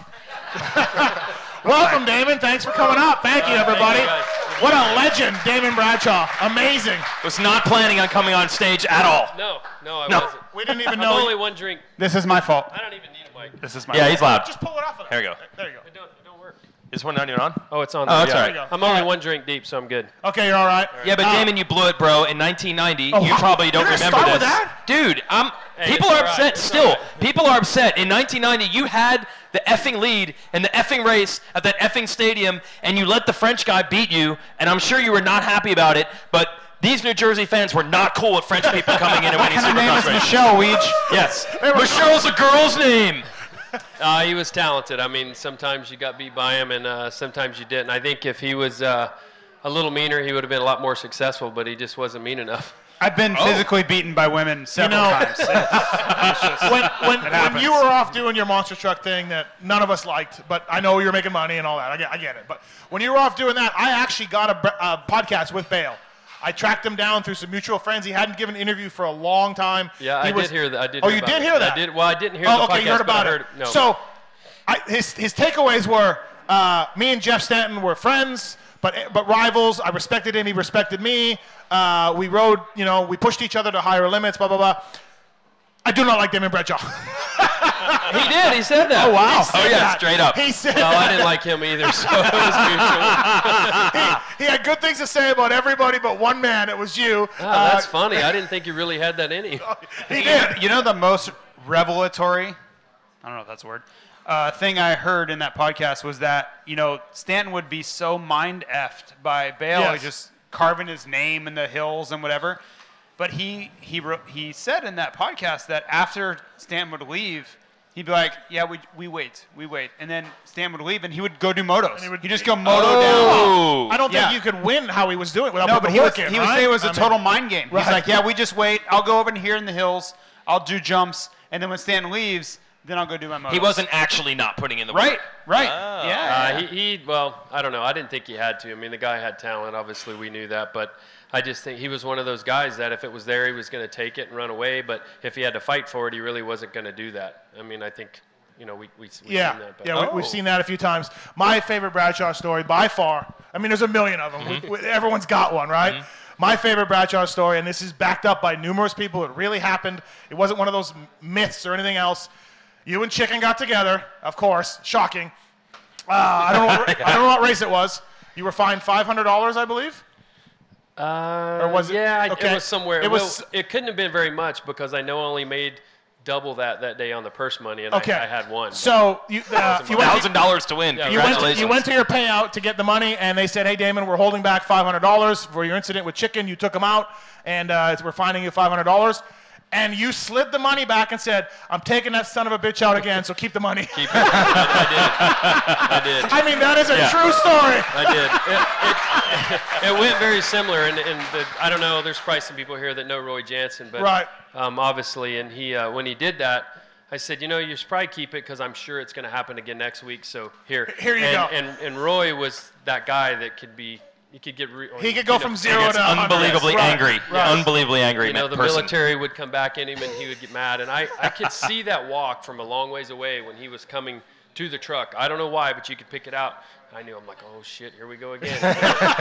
S4: Welcome, Damon. Thanks for coming up. Thank you,
S8: Uh, thank
S4: everybody.
S8: you, guys.
S4: what a legend, Damon Bradshaw. Amazing.
S8: Was not planning on coming on stage at all.
S10: No, no, I
S8: No.
S10: wasn't.
S4: We didn't even
S10: I'm
S4: know.
S10: only one drink.
S6: This is my fault.
S10: I don't even need a mic. It
S6: This is my
S8: Yeah,
S6: fault.
S8: he's loud.
S4: Just pull it off. Of
S8: There you go.
S4: There you
S10: don't, it don't work.
S8: Is one not even on?
S10: Oh, it's on.
S8: Oh,
S10: there,
S8: that's
S10: yeah.
S8: all right.
S4: There you go.
S10: I'm only one drink deep, so I'm good.
S4: go. Okay, you're all right.
S8: Yeah, but
S4: Uh,
S8: Damon, you blew it, bro. In 1990, you
S4: wow.
S8: probably don't
S4: You're gonna
S8: remember
S4: start
S8: this,
S4: with that?
S8: dude. I'm.
S10: Hey,
S8: people
S10: it's
S8: are
S10: all right.
S8: upset
S10: It's
S8: still.
S10: all right.
S8: People are upset. In 1990, you had the effing lead in the effing race at that effing stadium, and you let the French guy beat you. And I'm sure you were not happy about it, but. These New Jersey fans were not cool with French people coming in and winning
S6: Her name is
S8: Supercross races.
S6: Michelle Weege.
S8: Yes, Michelle's a girl's name.
S10: Uh, he was talented. I mean, sometimes you got beat by him, and uh, sometimes you didn't. I think if he was uh, a little meaner, he would have been a lot more successful. But he just wasn't mean enough.
S6: I've been physically beaten by women several
S4: Oh. know-
S6: times.
S4: when, when, when
S6: happens.
S4: you were off doing your monster truck thing that none of us liked, but I know you were making money and all that. I get, I get it. But when you were off doing that, I actually got a, br- a podcast with Bale. I tracked him down through some mutual friends. He hadn't given an interview for a long time.
S10: Yeah,
S4: He
S10: I
S4: was-
S10: did hear that. I did.
S4: Oh,
S10: hear
S4: you
S10: about
S4: did
S10: it.
S4: hear that?
S10: I did. Well, I didn't hear.
S4: Oh,
S10: the
S4: okay,
S10: podcast,
S4: you heard
S10: but I
S4: about
S10: heard-
S4: it.
S10: No.
S4: So, I, his his takeaways were: uh, me and Jeff Stanton were friends, but but rivals. I respected him; he respected me. Uh, we rode, you know, we pushed each other to higher limits. Blah blah blah. I do not like Damon Bradshaw.
S10: he did. He said that.
S4: Oh wow.
S10: He said Oh, yeah,
S4: that.
S10: straight up.
S4: He said.
S10: Well, I
S4: that.
S10: didn't like him either, so it was mutual.
S4: he, he had good things to say about everybody but one man. It was you.
S10: Ah, that's
S4: Uh,
S10: funny. I didn't think you really had that in you.
S4: He did.
S6: You know the most revelatory, I don't know if that's a word, uh, thing I heard in that podcast was that, you know, Stanton would be so mind effed by Bale,
S4: Yes.
S6: just carving his name in the hills and whatever. But he, he, wrote, he said in that podcast that after Stanton would leave, he'd be like, yeah, we, we wait, we wait. And then Stanton would leave and he would go do motos.
S4: And
S6: He
S4: he
S6: would,
S4: would-
S6: just go moto
S10: Oh.
S6: down.
S4: I don't think
S6: Yeah.
S4: you could win how he was doing it without
S6: No, but
S4: putting
S6: he
S4: the
S6: was,
S4: work in.
S6: he was
S4: right?
S6: saying it was
S4: a
S6: a total mind game. He's
S4: Right.
S6: like, yeah, we just wait. I'll go over here in the hills. I'll do jumps, and then when Stan leaves, then I'll go do my motos.
S8: He wasn't actually not putting in the
S6: right,
S8: work.
S6: right,
S8: Oh.
S6: yeah.
S10: Uh, he, he, well, I don't know. I didn't think he had to. I mean, the guy had talent. Obviously, we knew that. But I just think he was one of those guys that if it was there, he was going to take it and run away. But if he had to fight for it, he really wasn't going to do that. I mean, I think, you know, we, we, we've
S4: Yeah,
S10: seen that. But, Oh.
S4: yeah, we, we've seen that a few times. My favorite Bradshaw story by far. I mean, there's a million of them.
S10: Mm-hmm.
S4: We- we- everyone's got one, right? My favorite Bradshaw story, and this is backed up by numerous people. It really happened. It wasn't one of those myths or anything else. You and Chicken got together, of course. Shocking. Uh, I don't know. What, I don't know what race it was. You were fined five hundred dollars, I believe.
S10: Uh,
S4: Or was it-
S10: Yeah, I-
S4: okay.
S10: it was somewhere.
S4: It
S10: It,
S4: was-
S10: was, it couldn't have been very much because I know I only made double that that day on the purse money, and
S4: Okay.
S10: I, I had one.
S4: So you, uh, you went.
S8: Thousand dollars to win.
S4: You went, to,
S8: Congratulations.
S4: you went to your payout to get the money, and they said, "Hey, Damon, we're holding back $500 for your incident with chicken. You took them out, and uh, we're fining you $500." And you slid the money back and said, "I'm taking that son of a bitch out again, so keep the money."
S10: I did.
S4: I mean, that is a
S10: Yeah.
S4: true story.
S10: I did. It, it, it went very similar, and, and the, I don't know. There's probably some people here that know Roy Jansen, but
S4: Right.
S10: um, obviously, and he uh, when he did that, I said, you know, you should probably keep it because I'm sure it's going to happen again next week. So here,
S4: Here you
S10: and,
S4: go.
S10: And and Roy was that guy that could be. He could get. Re-
S4: He could
S10: you
S4: go
S10: know,
S4: from
S8: He
S4: zero
S8: gets
S4: to 100.
S8: unbelievably
S4: Right,
S8: angry.
S4: right.
S8: Unbelievably angry.
S10: You know, the
S8: person.
S10: military would come back at him and he would get mad. And I, I could see that walk from a long ways away when he was coming to the truck. I don't know why, but you could pick it out. I knew, I'm like, oh shit, here we go again. but,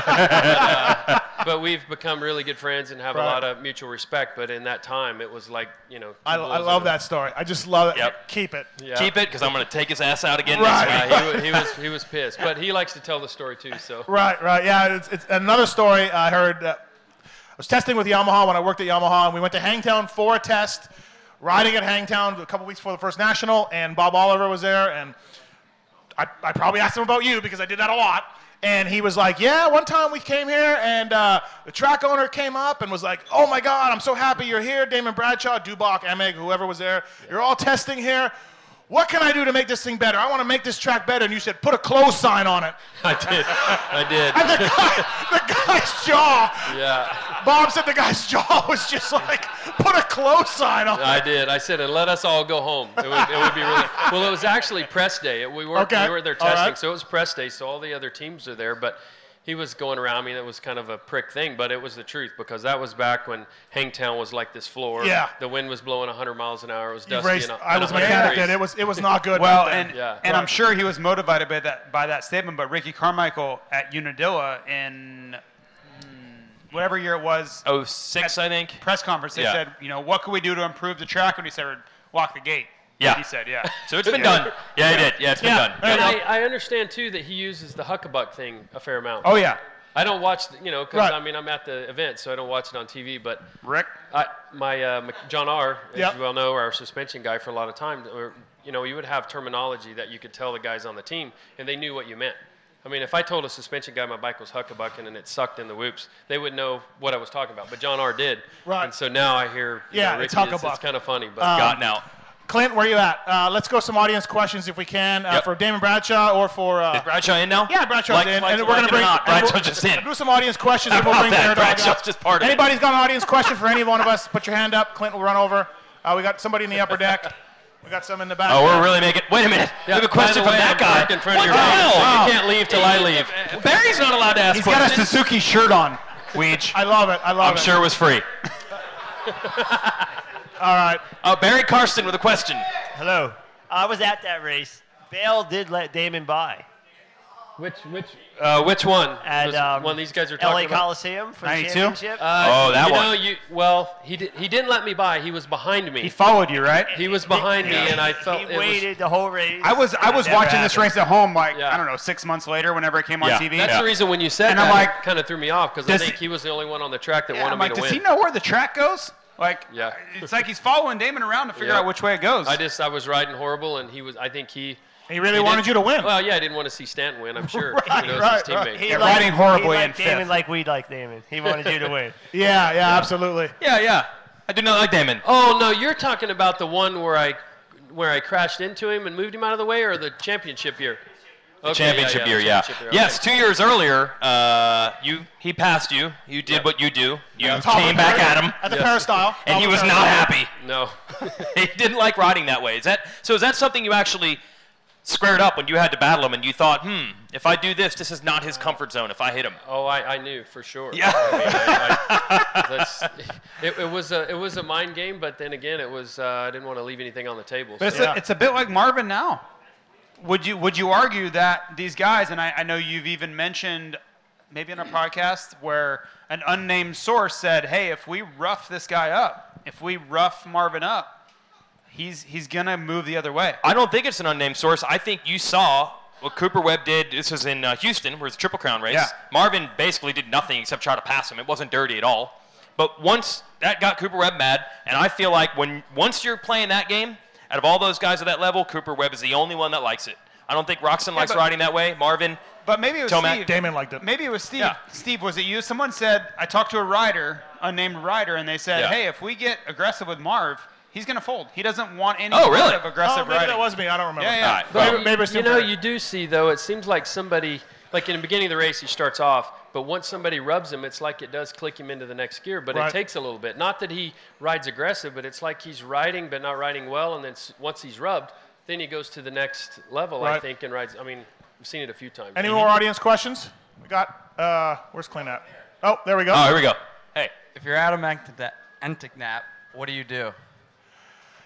S10: uh, but we've become really good friends and have a
S4: Right.
S10: lot of mutual respect. But in that time, it was like, you know. two
S4: I,
S10: bulls
S4: I
S10: in
S4: love
S10: a-
S4: that story. I just love it.
S8: Yep.
S4: Keep it.
S10: Yeah.
S8: Keep it, because I'm going to take his ass out again
S4: Right.
S8: next week.
S10: Yeah, he, wa- he, was, he was pissed. But he likes to tell the story too, so.
S4: Right, right. Yeah, it's, it's another story I heard. Uh, I was testing with Yamaha when I worked at Yamaha, and we went to Hangtown for a test, riding at Hangtown a couple weeks before the first national, and Bob Oliver was there, and I, I probably asked him about you because I did that a lot. And he was like, Yeah, one time we came here and uh, the track owner came up and was like, Oh my God, I'm so happy you're here. Damon Bradshaw, Dubach, Emig, whoever was there. You're all testing here. What can I do to make this thing better? I want to make this track better. And you said, Put a close sign on it.
S10: I did. I did.
S4: And the, guy, the guy's jaw,
S10: Yeah,
S4: Bob said the guy's jaw was just like, put a close sign on.
S10: I did. I said, and let us all go home. It would, it would be really. Well, it was actually press day. We weren't,
S4: Okay.
S10: we were there
S4: All right.
S10: testing, so it was press day. So all the other teams are there, but he was going around. I mean, it was kind of a prick thing, but it was the truth because that was back when Hangtown was like this floor.
S4: Yeah.
S10: The wind was blowing 100 miles an hour. It was
S4: You
S10: dusty.
S4: raced,
S10: and,
S4: I was a
S10: and 100
S4: mechanic
S10: degrees.
S4: and it was, it was not good.
S6: Well,
S4: back then.
S6: and
S10: Yeah.
S6: and I'm sure he was motivated by that by that statement. But Ricky Carmichael at Unadilla in mm, whatever year it was,
S8: Oh, six, I think.
S6: press conference, they
S8: Yeah.
S6: said, you know, what can we do to improve the track? And he said, walk the gate.
S8: Yeah.
S6: He said, yeah.
S8: So it's been done. Yeah, it did. Yeah, it's been
S4: Yeah.
S8: done.
S10: And I, I understand too that he uses the huckabuck thing a fair amount.
S6: Oh yeah,
S10: I don't watch, the, you know, because
S4: Right.
S10: I mean I'm at the event, so I don't watch it on TV. But
S6: Rick.
S10: I, my uh, Mc- John R, as
S4: Yep.
S10: you well know, our suspension guy for a lot of time, or, you know, you would have terminology that you could tell the guys on the team, and they knew what you meant. I mean, if I told a suspension guy my bike was huckabucking and it sucked in the whoops, they would know what I was talking about. But John R did,
S4: Right.
S10: And so now I hear, you
S4: Yeah,
S10: know,
S4: it's
S10: Ricky, it's,
S4: huckabuck.
S10: kind of funny, but
S8: Gotten out.
S4: Clint, where you at? Uh, let's go some audience questions if we can uh,
S8: Yep.
S4: for Damon Bradshaw or for. Uh,
S8: Is Bradshaw in now?
S4: yeah, Bradshaw's
S8: Like-
S4: in,
S8: like-
S4: and we're
S8: like
S4: gonna
S8: it or
S4: bring
S8: not,
S4: and we'll-
S8: Bradshaw's just in.
S4: We'll do some audience questions, and we'll
S8: about
S4: bring
S8: that?
S4: Bear Dog
S8: Bradshaw's
S4: out.
S8: just part of it.
S4: Anybody's got an audience question for any one of us? Put your hand up. Clint will run over. Uh, we got somebody in the upper deck. We got some in the back.
S8: Oh, we're really making. Wait a minute. we have a
S10: by
S8: question
S10: the way,
S8: from that
S10: I'm
S8: guy.
S10: parked in front of
S8: what
S10: your
S8: the
S10: house,
S8: hell?
S10: so you can't leave till I leave.
S8: Barry's not allowed to ask
S6: He's got a
S8: questions.
S6: Suzuki shirt on.
S8: Weech.
S4: I love it. I love
S8: I'm
S4: it.
S8: sure it was free.
S4: All right.
S8: Uh, Barry Karsten with a question.
S11: Hello. I was at that race. Bale did let Damon by.
S10: Which which? Uh, which one?
S11: At
S10: Was
S11: um,
S10: one of these guys are
S11: LA
S10: talking about?
S11: Coliseum for the championship.
S10: Uh,
S8: Oh, that
S10: you
S8: one.
S10: Know, you, well, he did, he didn't let me by. He was behind me. He
S6: followed you, right?
S10: He was behind me,
S6: Yeah.
S10: and I felt
S11: he
S10: it
S11: waited
S10: was.
S11: the whole race.
S6: I was I
S11: That
S6: was
S11: never
S6: watching this
S11: happened.
S6: race at home like I don't know six months later whenever it came on
S10: Yeah.
S6: TV.
S10: That's the reason when you said
S6: and
S10: that,
S6: I'm like,
S10: kind of threw me off because I
S6: does
S10: think he was the only one on the track that
S6: yeah,
S10: wanted
S6: I'm like,
S10: me to
S6: does
S10: win.
S6: he know where the track goes? Like,
S10: Yeah.
S6: it's like he's following Damon around to figure
S10: Yeah.
S6: out which way it goes.
S10: I just I was riding horrible, and he was. I think he.
S4: He really wanted
S10: didn't-
S4: you to win.
S10: Well, yeah, I didn't want to see Stanton win. I'm sure.
S4: Right,
S10: you know,
S4: right,
S10: it's his
S4: right.
S10: teammate.
S11: He
S4: Yeah,
S11: liked-
S4: riding horribly
S11: he
S4: in
S11: liked Damon
S4: fifth.
S11: like we like Damon. He wanted you to win.
S4: Yeah, yeah, absolutely.
S8: Yeah, yeah. I do not like Damon.
S10: Oh no, you're talking about the one where I, where I crashed into him and moved him out of the way, or the championship year.
S8: The
S10: Okay, yeah,
S8: championship
S10: the
S8: year, yeah.
S10: championship year, okay.
S8: Yes, two years earlier, uh, you he passed you. You did what you do. You came back at him.
S4: At the
S8: Yeah.
S4: peristyle.
S8: And he
S4: Top
S8: was
S4: of the
S8: not
S4: peristyle.
S8: happy.
S10: No.
S8: he didn't like riding that way. Is that so? Is that something you actually squared up when you had to battle him and you thought, hmm, if I do this, this is not his comfort zone. If I hit him,
S10: Oh, I, I knew for sure. Yeah. I mean, I- I- that's- it, it was a it was a mind game, but then again, it was uh, I didn't want to leave anything on the table.
S6: But it's,
S10: so-
S6: a, it's a bit like Marvin now. Would you would you argue that these guys, and I, I know you've even mentioned maybe on a podcast where an unnamed source said, Hey, if we rough this guy up, if we rough Marvin up, he's he's gonna move the other way.
S8: I don't think it's an unnamed source. I think you saw what Cooper Webb did. This was in uh, Houston, where it's a Triple Crown race.
S6: Yeah.
S8: Marvin basically did nothing except try to pass him. It wasn't dirty at all. But once that got Cooper Webb mad, and I feel like when once you're playing that game, out of all those guys at that level, Cooper Webb is the only one that likes it. I don't think Roxon likes
S6: but-
S8: riding that way. Marvin,
S6: But maybe it was
S8: Tomac,
S6: Steve.
S4: Damon liked it.
S6: Maybe it was Steve.
S8: Yeah.
S6: Steve, was it you? Someone said I talked to a rider, unnamed rider, and they said,
S8: Yeah.
S6: "Hey, if we get aggressive with Marv, he's gonna fold. He doesn't want any
S8: Oh,
S6: part
S8: really?
S6: of aggressive
S4: oh, maybe
S6: riding."
S4: that was me. I don't remember.
S6: Yeah, yeah. All right,
S10: But
S4: Maybe, maybe it's
S10: you
S4: Tim
S10: know,
S4: Perry.
S10: you do see though. It seems like somebody, like in the beginning of the race, he starts off, but once somebody rubs him, it's like it does click him into the next gear. But
S4: Right.
S10: it takes a little bit. Not that he rides aggressive, but it's like he's riding, but not riding well. And then s- once he's rubbed, then he goes to the next level, I
S4: Right.
S10: think, and rides. I mean, I've seen it a few times.
S4: Any more audience questions? We got, uh, where's Clint at? Oh, there we go.
S8: oh, here we go. Hey,
S12: If you're out of Antiknap, what do you do?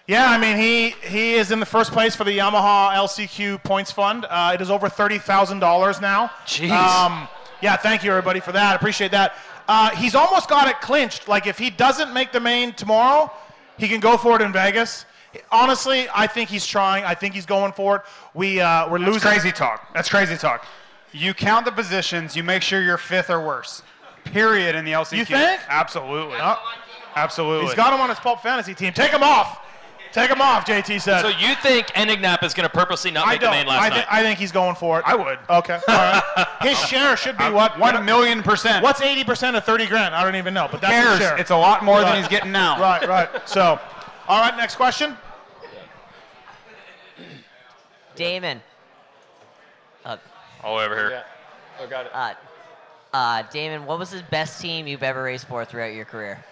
S4: Yeah, I mean, he, he is in the first place for the Yamaha LCQ points fund. Uh, it is over $30,000 now. Um,
S8: Jeez.
S4: yeah, thank you, everybody, for that. I appreciate that. Uh, he's almost got it clinched. Like, if he doesn't make the main tomorrow, he can go for it in Vegas. Honestly, I think he's trying. I think he's going for it. We, uh, we're
S6: That's
S4: losing.
S6: crazy talk. That's crazy talk. You count the positions, you make sure you're fifth or worse. Period in the LCQ.
S4: You think?
S6: Absolutely. Absolutely.
S4: He's got him on his Pulp Fantasy team. Take him off. Take him off, JT said.
S8: so you think Enignap is going to purposely not
S4: I
S8: make the
S4: don't.
S8: main last
S4: I,
S8: night?
S4: thi- I think he's going for it.
S6: I would.
S4: Okay. All right. His share should be what?
S6: One million percent.
S4: What's 80% of 30 grand? I don't even know, but that's his
S6: cares?
S4: share.
S6: It's a lot more than he's
S4: Right.
S6: getting now.
S4: Right, right. So, all right, next question.
S13: Damon. Uh,
S8: All over here.
S10: Yeah. Oh, got it.
S13: uh, uh, Damon, what was the best team you've ever raced for throughout your career?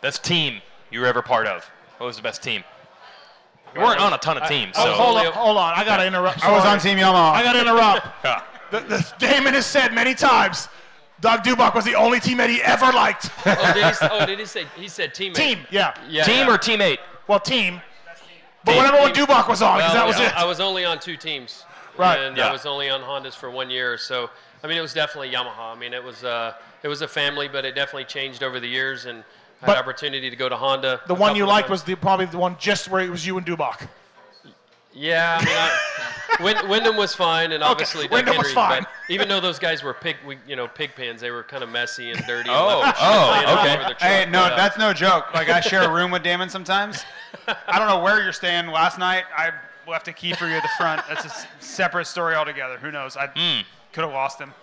S8: Best team you were ever part of. What was the best team? You weren't on a ton of teams,
S4: Oh,
S8: so
S4: hold, on, hold on. I got to interrupt.
S6: I was
S4: Sorry.
S6: on Team Yamaha.
S4: I got to interrupt.
S8: Yeah.
S4: the, the, Damon has said many times Doug Dubuck was the only teammate he ever liked.
S10: oh, did he, s- oh, did he say? He said teammate.
S4: team, yeah.
S10: Yeah,
S8: team
S10: yeah.
S8: or teammate.
S4: Well, team. But whatever one
S10: Team.
S4: Dubuck was on, because
S10: Well,
S4: that was
S10: yeah,
S4: it.
S10: I was only on two teams.
S4: Right.
S10: And
S8: Yeah.
S10: I was only on Hondas for one year. So, I mean, it was definitely Yamaha. I mean, it was uh, it was a family, but it definitely changed over the years. And I
S4: But-
S10: had opportunity to go to Honda.
S4: the
S10: a
S4: one you
S10: couple of
S4: liked
S10: times.
S4: was the, probably the one just where it was you and Dubuck.
S10: Yeah, I mean, I, Wyn- Wyndham was fine, and obviously Doug
S4: Wyndham
S10: Henry.
S4: was fine.
S10: But even though those guys were pig, we, you know, pig pens, they were kind of messy and dirty.
S8: Oh,
S10: and left shit
S8: oh,
S10: laying all
S8: okay.
S10: over their truck,
S6: Hey, no,
S10: but, uh,
S6: that's no joke. Like I share a room with Damon sometimes. I don't know where you're staying. Last night I left a key for you at the front. That's a s- separate story altogether. Who knows? I
S8: Hmm.
S6: could have lost him.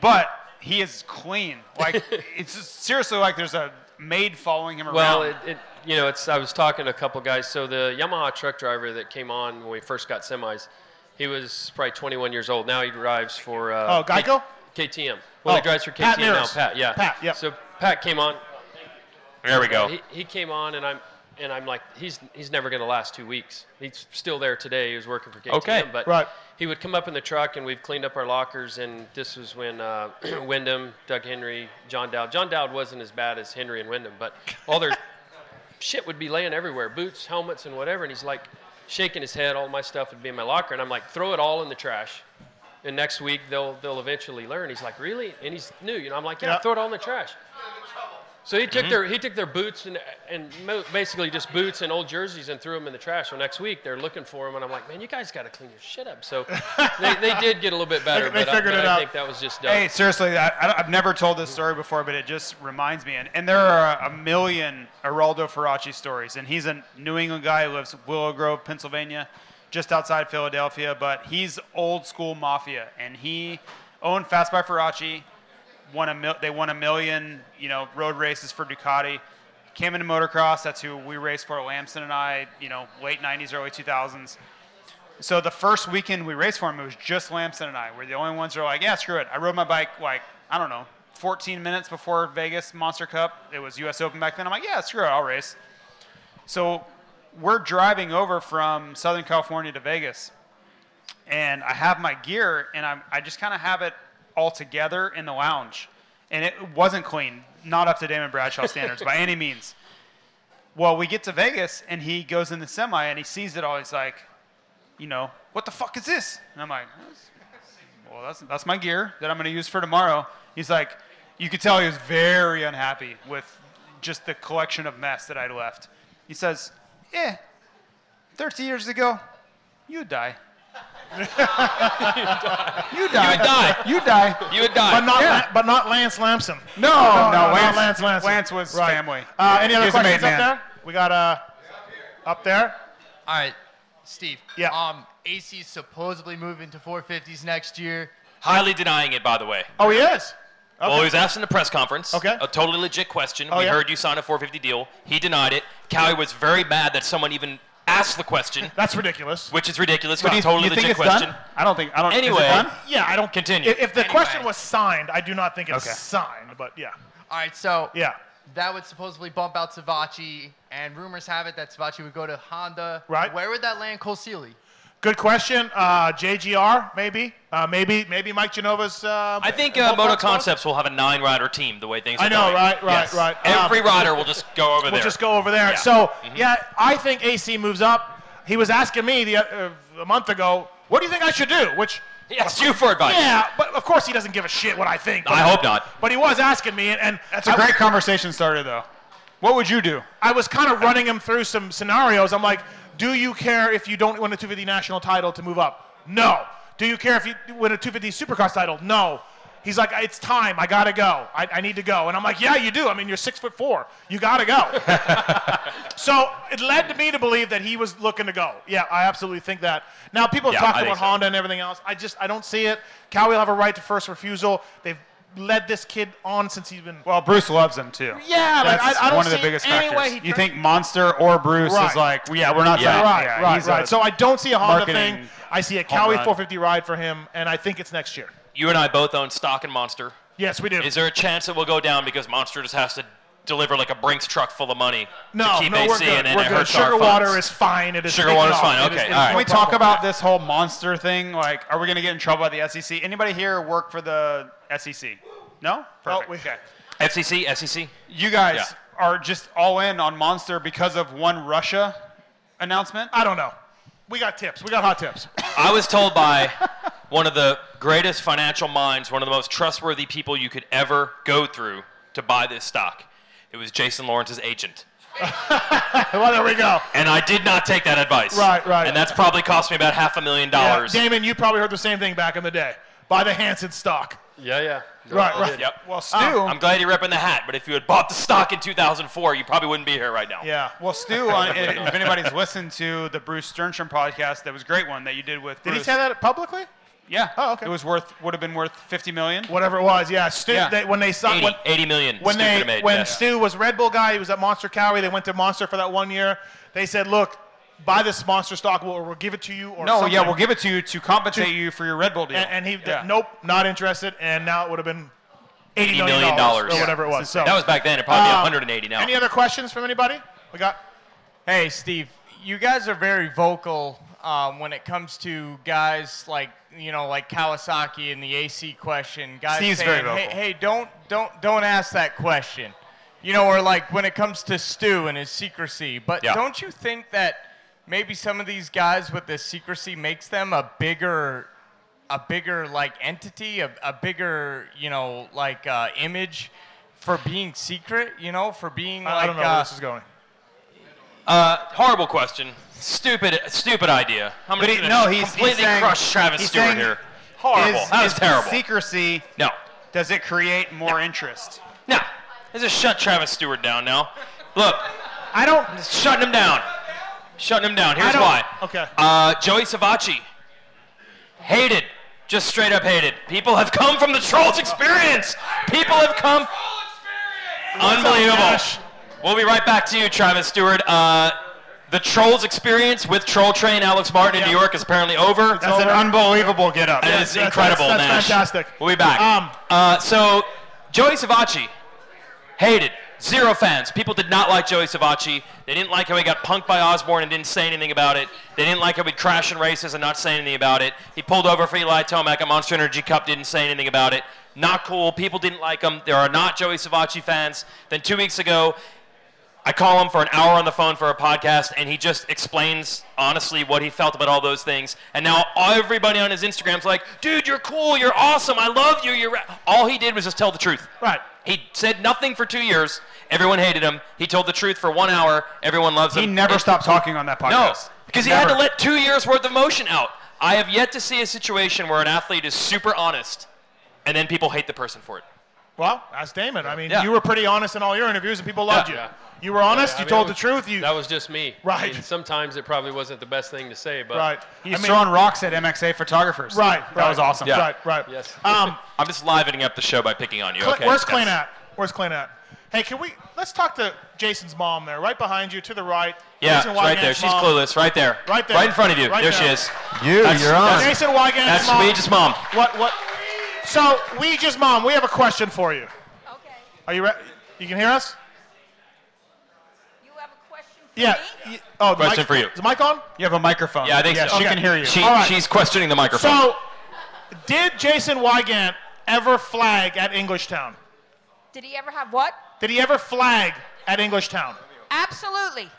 S6: But he is clean. Like it's just, seriously like there's a maid following him
S10: Well,
S6: around.
S10: it, it, you know, it's, I was talking to a couple guys. So the Yamaha truck driver that came on when we first got semis, he was probably 21 years old. Now he drives for
S4: Oh,
S10: uh,
S4: Geico?
S10: K- KTM. Well,
S4: Oh,
S10: he drives for KTM
S4: Pat
S10: now.
S4: Mears.
S10: Pat, yeah.
S4: Pat, yeah.
S10: So Pat came on.
S8: There we go.
S10: He, he came on, and I'm and I'm like, he's he's never going to last two weeks. He's still there today. He was working for KTM,
S8: Okay,
S10: but
S8: right.
S10: he would come up in the truck, and we've cleaned up our lockers. And this was when uh, Wyndham, Doug Henry, John Dowd. John Dowd wasn't as bad as Henry and Wyndham, but all their shit would be laying everywhere, boots, helmets, and whatever. And he's like shaking his head. All my stuff would be in my locker, and I'm like, throw it all in the trash. And next week they'll they'll eventually learn. He's like, really? And he's new, you know. I'm like, yeah,
S8: Yeah.
S10: throw it all in the trash. So he took
S4: Mm-hmm.
S8: Mhm.
S10: their he took their boots and and mo- basically just boots and old jerseys and threw them in the trash. So next week they're looking for them, and I'm like, man, you guys got to clean your shit up. So they, they did get a little bit better,
S6: They- they
S10: but,
S6: figured
S10: I, but
S6: it
S10: I
S6: out.
S10: think that was just dumb.
S6: Hey, seriously, I, I- I've never told this story before, but it just reminds me. And, and there are a million Araldo Faraci stories. And he's a New England guy who lives Willow Grove, Pennsylvania, just outside Philadelphia. But he's old school mafia, and he owned Fast by Faraci. Won a mil- they won a million, you know, road races for Ducati. Came into motocross. That's who we raced for. Lamson and I, you know, late '90s, early 2000s. So the first weekend we raced for him, it was just Lamson and I. We're the only ones who are like, yeah, screw it. I rode my bike like I don't know, 14 minutes before Vegas Monster Cup. It was U.S. Open back then. I'm like, yeah, screw it, I'll race. So we're driving over from Southern California to Vegas, and I have my gear, and I'm, I just kind of have it all together in the lounge, and it wasn't clean, not up to Damon Bradshaw standards by any means. Well, we get to Vegas, and he goes in the semi, and he sees it all. He's like, you know, what the fuck is this? And I'm like, well, that's that's my gear that I'm going to use for tomorrow. He's like, you could tell he was very unhappy with just the collection of mess that I'd left. He says, yeah, 30 years ago, you would die. you die. You die. You die.
S8: You would
S4: But not, La- but not Lance Lamson.
S6: No, no, Lance-
S4: not Lance Lamson.
S6: Lance was family.
S4: Uh, any
S6: He
S4: other
S6: was a made
S4: questions up
S6: man.
S4: there? We got uh, up there.
S14: All right, Steve. Yeah. Um, AC's supposedly moving to 450s next year.
S8: Highly denying it, by the way.
S4: Oh, he is.
S8: Well, he was asked in the press conference.
S4: Okay.
S8: A totally legit question.
S4: Oh,
S8: we
S4: yeah.
S8: heard you signed a 450 deal. He denied it. Cowie was very mad that someone even asked the question.
S4: That's ridiculous.
S8: Which is ridiculous.
S4: But
S8: But
S4: do
S8: a
S4: you-
S8: totally
S4: you think
S8: legit
S4: it's done?
S8: question.
S6: I don't think. I don't.
S8: Anyway,
S4: yeah, I don't
S8: continue.
S4: If, if the question was signed, I do not think it's
S14: Okay.
S4: signed, but yeah.
S14: All right, so
S4: Yeah.
S14: that would supposedly bump out Savachi, and rumors have it that Savachi would go to Honda.
S4: Right.
S14: Where would that land Cole Seely?
S4: Good question. Uh, JGR, maybe. Uh, maybe maybe Mike Genova's. Uh,
S8: I think uh, Moto
S4: Motox boss?
S8: Concepts will have a nine rider team the way things are
S4: I know,
S8: going.
S4: right, right,
S8: Yes.
S4: right.
S8: Every
S4: Um,
S8: rider will just go over
S4: we'll
S8: there.
S4: just go over there.
S8: Yeah. Mm-hmm.
S4: So yeah, I think AC moves up. He was asking me the uh, a month ago, what do you think I should do? Which
S8: he asked you for advice.
S4: Yeah, but of course he doesn't give a shit what I think. but-
S8: I hope not.
S4: But he was asking me, and, and
S6: That's a great conversation starter, though. What would you do?
S4: I was kind of running him through some scenarios. I'm like, do you care if you don't win a 250 national title to move up? No. Do you care if you win a 250 supercross title? No. He's like, it's time. I gotta go. I, I need to go. And I'm like, yeah, you do. I mean, you're six foot four. You gotta go. so it led to me to believe that he was looking to go. Yeah, I absolutely think that. Now people have
S8: Yeah,
S4: talked
S8: I
S4: about
S8: think so.
S4: Honda and everything else. I just I don't see it. Cowie will have a right to first refusal. They've led this kid on since he's been.
S6: Well, Bruce loves him too.
S4: Yeah, like,
S6: That's
S4: I- I don't
S6: one of the
S4: see
S6: biggest
S4: any way
S6: factors.
S4: he
S6: you
S4: turns-
S6: think Monster or Bruce
S4: Right.
S6: is like, yeah, we're not signing-
S4: Right,
S6: yeah,
S4: right,
S6: he's
S4: right.
S6: a
S4: So I don't see a Honda
S6: marketing
S4: thing. I see a
S8: home
S4: Cowie
S8: run.
S4: 450 ride for him, and I think it's next year.
S8: You and I both own stock in Monster.
S4: Yes, we do.
S8: Is there a chance that we'll go down because Monster just has to deliver like a Brinks truck full of money
S4: No,
S8: to keep
S4: no,
S8: AC
S4: we're good.
S8: and then
S4: we're
S8: it
S4: good.
S8: hurts
S4: Sugar
S8: our
S4: water
S8: funds.
S4: is fine. It is
S8: Sugar
S4: taken
S8: water's
S4: off.
S8: fine.
S4: It is-
S8: Okay,
S4: it is
S8: all right.
S4: no
S6: Can we
S4: problem.
S6: talk about this whole monster thing? Like, are we going to get in trouble by the SEC? Anybody here work for the SEC? No? Perfect. okay.
S8: FCC, SEC.
S6: Oh, You guys
S8: Yeah.
S6: are just all in on monster because of one Russia announcement?
S4: I don't know. We got tips. We got hot tips.
S8: I was told by one of the greatest financial minds, one of the most trustworthy people you could ever go through to buy this stock. It was Jason Lawrence's agent.
S4: well, there we go.
S8: And I did not take that advice.
S4: Right, right.
S8: And that's probably cost me about half a million dollars.
S4: Yeah, Damon, you probably heard the same thing back in the day. Buy the Hanson stock.
S10: Yeah, yeah.
S4: Right, right.
S8: Yep. Ah,
S4: Well, Stu-
S8: I'm glad you're repping the hat, but if you had bought the stock in 2004, you probably wouldn't be here right now.
S6: Yeah. Well, Stu, on, if if anybody's listened to the Bruce Sternstrom podcast, that was a great one that you did with
S4: Did he
S6: Bruce.
S4: say that publicly?
S6: Yeah.
S4: Oh, okay.
S6: It was worth, would have been worth 50 million.
S4: Whatever it was, yeah. Stu,
S6: Yeah.
S4: They, when they saw
S6: 80,
S4: when,
S8: 80 million.
S4: when
S8: Stu
S4: they
S8: could've made,
S4: when
S8: yeah.
S4: Stu was Red Bull guy, he was at Monster Cowie. They went to Monster for that one year. They said, "Look, buy this Monster stock, or we'll give it to you." Or
S6: No, yeah,
S4: something.
S6: we'll give it to you to compensate
S4: To-
S6: you for your Red Bull deal.
S4: And, and he,
S6: Yeah.
S4: nope, not interested. And now it would have been eighty
S8: $80
S4: million
S8: million.
S4: or whatever it was. So
S8: That was back then. It'd probably be
S4: Um,
S8: 180 now.
S4: Any other questions from anybody? We got
S14: Hey, Steve, you guys are very vocal um, when it comes to guys like you know like Kawasaki and the AC question. Guys
S6: Steve's
S14: saying,
S6: very vocal.
S14: Hey, hey, don't don't don't ask that question. You know, or like when it comes to Stu and his secrecy. But
S15: Yeah.
S14: don't you think that maybe some of these guys with this secrecy makes them a bigger a bigger like entity, a, a bigger you know like uh, image for being secret. You know, for being
S4: I-
S14: like
S4: I don't know
S14: uh,
S4: where this is going.
S8: Uh, horrible question. Stupid, stupid idea. I'm
S6: But
S8: gonna
S6: he- no, he's- he's
S8: completely
S6: saying-
S8: crush Travis
S6: he's
S8: Stewart
S6: saying
S8: here. Horrible.
S6: Is,
S8: that was
S6: is
S8: terrible.
S6: Secrecy.
S8: No.
S6: Does it create more interest?
S8: No. Let's just shut Travis Stewart down now. Look, I don't. Shutting him down. Shutting him down. Here's why.
S4: Okay.
S8: Uh, Joey Savacci. Hated. Just straight up hated. People have come from the Trolls experience. People have come. Unbelievable. We'll be right back to you, Travis Stewart. Uh, the Trolls experience with Troll Train Alex Martin in New York is apparently over.
S6: That's an unbelievable get up.
S8: That is incredible,
S4: that's- that's
S8: Nash.
S4: fantastic.
S8: We'll be back.
S4: Um,
S8: uh, so, Joey Savacci, hated. Zero fans. People did not like Joey Savacci. They didn't like how he got punked by Osborne and didn't say anything about it. They didn't like how he'd crash in races and not say anything about it. He pulled over for Eli Tomac at Monster Energy Cup, didn't say anything about it. Not cool. People didn't like him. There are not Joey Savacci fans. Then two weeks ago, I call him for an hour on the phone for a podcast, and he just explains honestly what he felt about all those things. And now everybody on his Instagram's like, "Dude, you're cool. You're awesome. I love you. You're." ra-" All he did was just tell the truth. Right. He said nothing for two years. Everyone hated him. He told the truth for one hour. Everyone loves him.
S6: He never
S8: It-
S6: stopped talking on that podcast.
S8: No, because he had to
S6: Never.
S8: let two years worth of emotion out. I have yet to see a situation where an athlete is super honest, and then people hate the person for it.
S4: Well, that's Damon. I mean,
S8: Yeah.
S4: you were pretty honest in all your interviews, and people loved
S8: Yeah.
S4: you.
S8: Yeah.
S4: You were honest.
S10: Yeah, I
S4: you
S10: mean,
S4: told
S10: it was-
S4: the truth. You
S10: That was just me.
S4: Right.
S10: And sometimes it probably wasn't the best thing to say, but
S4: Right.
S6: He's throwing rocks at MXA photographers.
S4: Right,
S6: That
S4: right.
S6: was awesome.
S8: Yeah.
S4: Right, right.
S10: Yes.
S4: Um,
S8: I'm just livening up the show by picking on you.
S4: Cl-
S8: okay.
S4: Where's
S8: That's-
S4: Clint at? Where's Clint at? Hey, can we let's talk to Jason's mom there, right behind you, to the right.
S8: Yeah,
S4: Jason
S8: it's right there.
S4: Wygant's
S8: She's
S4: mom.
S8: clueless. Right there.
S4: Right there.
S8: Right in front of you.
S4: Right
S8: there,
S4: there.
S8: she is.
S7: You, you're on.
S4: Jason Wygant's
S8: That's
S4: mom.
S8: Ouija's mom.
S4: What? What? So, Ouija's mom, we have a question for you. Okay. Are you ready? You can hear us? You have a question for yeah. me? Oh, the
S8: Question
S4: mic-
S8: for you.
S4: Is the mic on?
S6: You have a microphone.
S8: Yeah, I think so.
S4: She can hear you.
S8: She,
S4: All right.
S8: She's questioning the microphone.
S4: So, did Jason Wygant ever flag at Englishtown?
S16: Did he ever have what?
S4: Did he ever flag at Englishtown?
S16: Absolutely.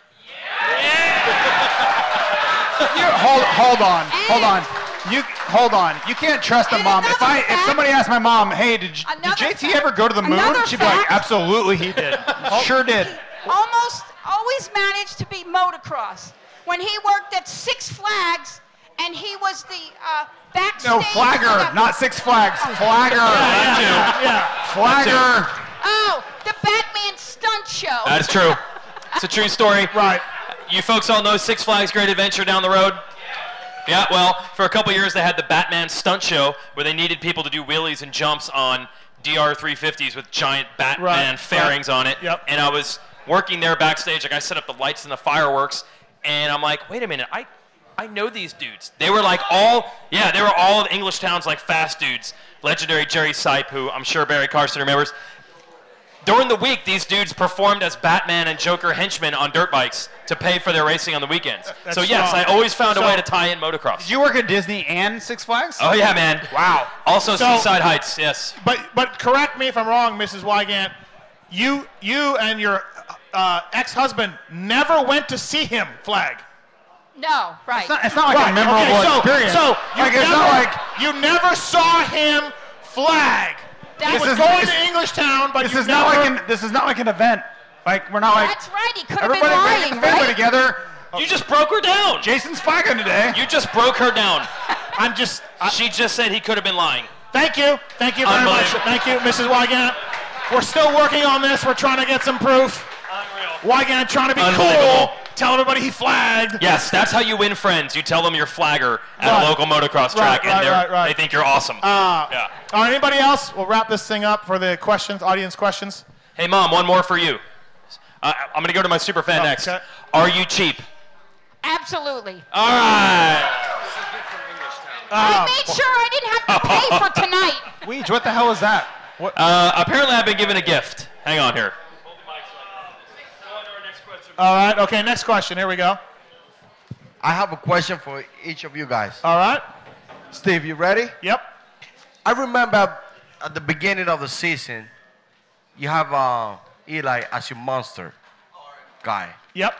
S6: You're- hold, hold on, hold on. You hold on. You can't trust the mom. If I if somebody asked my mom, hey, did, J- did JT ever go to the moon?
S16: another
S6: She'd be like, absolutely, he did.
S4: Oh.
S6: sure did.
S16: Almost always managed to be motocross. When he worked at Six Flags and he was the uh, backstage.
S6: No, Flagger, not Six Flags. Flagger. Yeah, Flagger.
S16: Oh, the Batman stunt show.
S8: That is true. It's a true story. Right. You folks all know Six Flags Great Adventure down the road? Yeah, well, for a couple years they had the Batman stunt show where they needed people to do wheelies and jumps on DR350s with giant Batman
S4: Right,
S8: fairings
S4: right.
S8: on it.
S4: Yep.
S8: And I was working there backstage, like I set up the lights and the fireworks, and I'm like, wait a minute, I I know these dudes. They were like all, yeah, they were all of English towns like fast dudes. Legendary Jerry Sipe, who I'm sure Barry Carson remembers. During the week, these dudes performed as Batman and Joker henchmen on dirt bikes to pay for their racing on the weekends.
S6: That's
S8: so yes,
S6: strong.
S8: I always found a
S6: So-
S8: way to tie in motocross.
S6: Did you work at Disney and Six Flags?
S8: Oh yeah, man.
S6: Wow.
S8: Also
S4: So-
S8: Seaside Heights, yes.
S4: But but correct me if I'm wrong, Mrs. Wygant. You you and your uh, ex-husband never went to see him flag.
S16: No, right. It's
S6: not, it's not like a memorable
S4: okay, so,
S6: experience.
S4: So you
S6: Like,
S4: never,
S6: it's not like-
S4: you never saw him flag. He
S16: This
S4: was
S16: is-
S4: going
S16: this-
S4: to Englishtown, but
S6: this
S4: you
S6: is not
S4: never-
S6: like an this is not like an event. Like we're not like
S16: That's right. He could have been
S6: everybody get
S16: lying,
S6: the family
S16: right?
S6: together. Oh,
S8: You just broke her down.
S6: Jason's flagging today.
S8: You just broke her down.
S4: I'm just.
S8: she just said he could have been lying.
S4: Thank you. Thank you very much.
S8: Unbelievable.
S4: Thank you, Mrs. Wygant. We're still working on this. We're trying to get some proof. Unreal. Wygant trying to be cool.
S8: Unbelievable.
S4: Tell everybody he flagged.
S8: Yes, that's how you win friends. You tell them you're flagger at
S4: Right.
S8: a local motocross
S4: Right,
S8: track,
S4: right,
S8: and they're-
S4: right, right.
S8: they think you're awesome.
S4: Uh,
S8: yeah.
S4: All right, anybody else? We'll wrap this thing up for the questions, audience questions.
S8: Hey, mom, one more for you. Uh, I'm gonna go to my super fan
S4: Oh,
S8: next.
S4: okay.
S8: Are you cheap?
S16: Absolutely.
S8: All right.
S6: Oh.
S16: I made sure I didn't have to pay for tonight.
S6: Weege, what the hell is that?
S8: Uh, apparently, I've been given a gift. Hang on here.
S4: All right. Okay. Next question. Here we go.
S15: I have a question for each of you guys.
S4: All right.
S15: Steve, you ready?
S4: Yep.
S15: I remember at the beginning of the season, you have uh, Eli as your monster guy.
S4: Yep.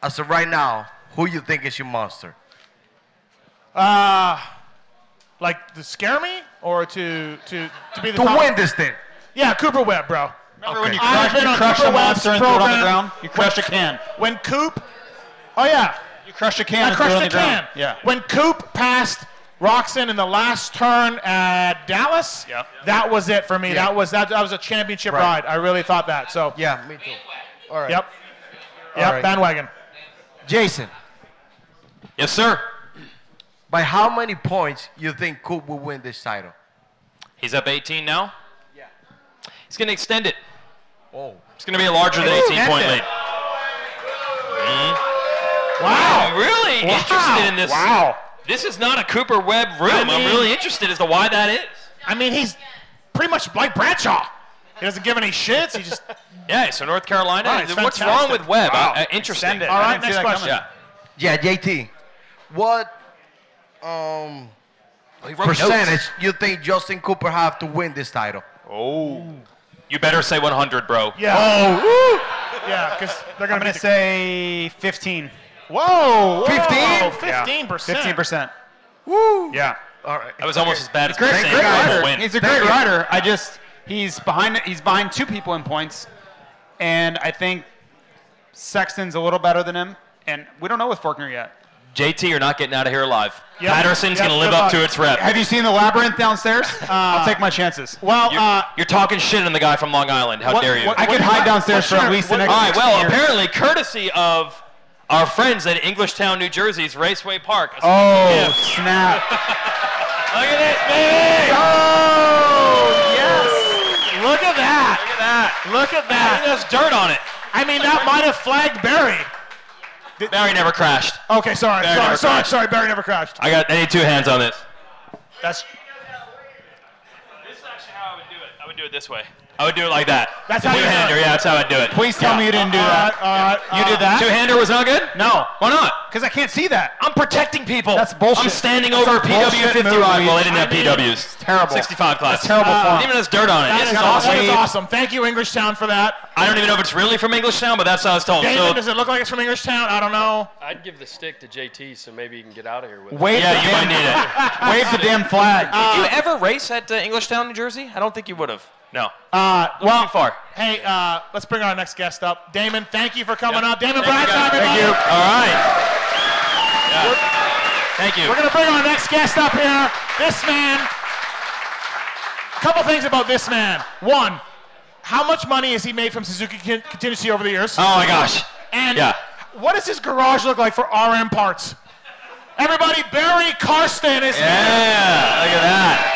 S15: As of right now, who you think is your monster?
S4: Uh, like to scare me or to to to be the
S15: To
S4: top-
S15: win this thing.
S4: Yeah, Cooper Webb, bro.
S15: Remember when you
S4: I've
S15: crushed-
S4: been
S15: you
S4: on
S15: crushed
S4: Cooper
S15: a monster
S4: Webb's
S15: and threw it on the
S4: program.
S15: ground?
S6: You crushed
S4: When-
S6: a can.
S4: When Coop, oh yeah,
S6: you crushed a can
S4: I
S6: and threw it
S4: crushed
S6: on
S4: a
S6: the ground.
S4: can.
S6: Yeah.
S4: When Coop passed Roxon in the last turn at Dallas,
S6: Yep.
S4: that was it for me.
S6: Yeah.
S4: That was that. That was a championship
S15: Right.
S4: ride. I really thought that. So
S15: yeah, me too. All right.
S4: Yep. Yep.
S15: All right.
S4: Bandwagon.
S15: Jason.
S8: Yes, sir.
S15: By how many points you think Coop will win this title?
S8: He's up 18 now.
S15: Yeah.
S8: He's going to extend it.
S15: Oh.
S8: It's going to be a larger than
S15: Ooh,
S8: 18 point
S15: that's
S8: lead.
S15: it.
S8: Wow. I'm really
S15: Wow.
S8: interested in this.
S15: Wow.
S8: This is not a Cooper Webb room.
S4: I
S8: I'm
S4: mean-
S8: really interested as to why that is.
S4: I mean, he's pretty much like Bradshaw. He doesn't give any shits. He just
S8: yeah. So North Carolina.
S4: Right, it's
S8: what's wrong
S4: fantastic.
S8: with Webb?
S4: Wow.
S8: Uh, interesting.
S4: Extend it. All right, I didn't next see that question. coming.
S15: Yeah, JT. What um
S8: wrote
S15: percentage
S8: notes.
S15: you think Justin Cooper have to win this title?
S8: Oh. You better say 100, bro.
S4: Yeah.
S15: Oh,
S4: yeah, because they're gonna
S6: I'm gonna
S4: beat the-
S6: say 15.
S4: Whoa, whoa,
S6: 15?
S4: 15%.
S6: 15 percent.
S15: Woo.
S4: Yeah.
S15: All right.
S8: That was almost as bad as
S6: Great,
S8: saying
S6: great
S8: Cooper will
S6: rider.
S8: win.
S6: He's a great rider. I just he's behind he's behind two people in points, and I think Sexton's a little better than him, and we don't know with Faulkner yet.
S8: JT, you're not getting out of here alive. Patterson's going to live up to its rep.
S6: Have you seen the labyrinth downstairs? Uh, I'll take my chances. Well,
S8: You're,
S4: uh,
S8: you're talking shit on the guy from Long Island. How
S6: What-
S8: dare you?
S6: what- I could hide downstairs for at least the next
S8: All right.
S6: 16
S8: Well,
S6: years.
S8: apparently, courtesy of our friends at Englishtown, New Jersey's Raceway Park. a
S6: oh
S8: gift.
S6: snap!
S8: Look at this, baby!
S4: Oh yes! Look at that! Look at
S8: that!
S4: Look at that!
S8: There's dirt on it.
S4: I mean, that might have flagged Barry.
S8: Barry never crashed.
S4: Okay, sorry,
S8: Barry
S4: sorry,
S8: never
S4: sorry,
S8: crashed.
S4: sorry. Barry never crashed.
S8: I got. I need two hands on this.
S4: That's
S8: This is actually how I would do it. I would do it this way. I would do it like that.
S4: That's how
S8: two
S4: you do
S8: hander.
S4: it.
S8: Yeah, that's how I would do it.
S6: Please tell
S8: Yeah.
S6: me you didn't do that. you did that.
S8: Two hander was not good.
S6: No.
S8: Why not?
S6: Because I can't see that.
S8: I'm protecting people.
S6: That's bullshit.
S8: I'm standing
S6: That's
S8: over
S6: a bullshit
S8: PW 50
S6: move,
S8: rod.
S6: Luis.
S8: Well, they didn't
S6: I
S8: have
S6: mean,
S8: PWs.
S6: it's terrible.
S8: 65 class.
S6: That's terrible
S8: Uh,
S6: form.
S8: Even has dirt on it.
S4: that
S8: It's
S4: is
S8: not
S4: awesome. That
S8: sweet.
S4: is awesome. Thank you, English Town, for that.
S8: I don't even know if it's really from Englishtown, but that's how I was told.
S4: Damon,
S8: So,
S4: does it look like it's from English Town? I don't know.
S10: I'd give the stick to JT so maybe you can get out of here with it.
S6: Wave
S8: yeah,
S6: the
S8: you might
S6: damn,
S8: need it.
S6: wave the damn flag.
S8: Did you ever race at uh, Englishtown, New Jersey? I don't think you would have. No.
S4: Uh, well,
S8: too far.
S4: Hey, uh, let's bring our next guest up. Damon, thank you for coming up. Damon
S8: Thank you,
S4: Bradshaw,
S8: guys.
S4: everybody.
S8: Thank you. All right. Thank you.
S4: We're going to bring our next guest up here. This man. Couple things about this man. One, how much money has he made from Suzuki con- Contingency over the years?
S8: Oh my gosh.
S4: And
S8: Yeah.
S4: what does his garage look like for RM parts? Everybody, Barry Karsten is
S8: Yeah, look at that.
S4: here.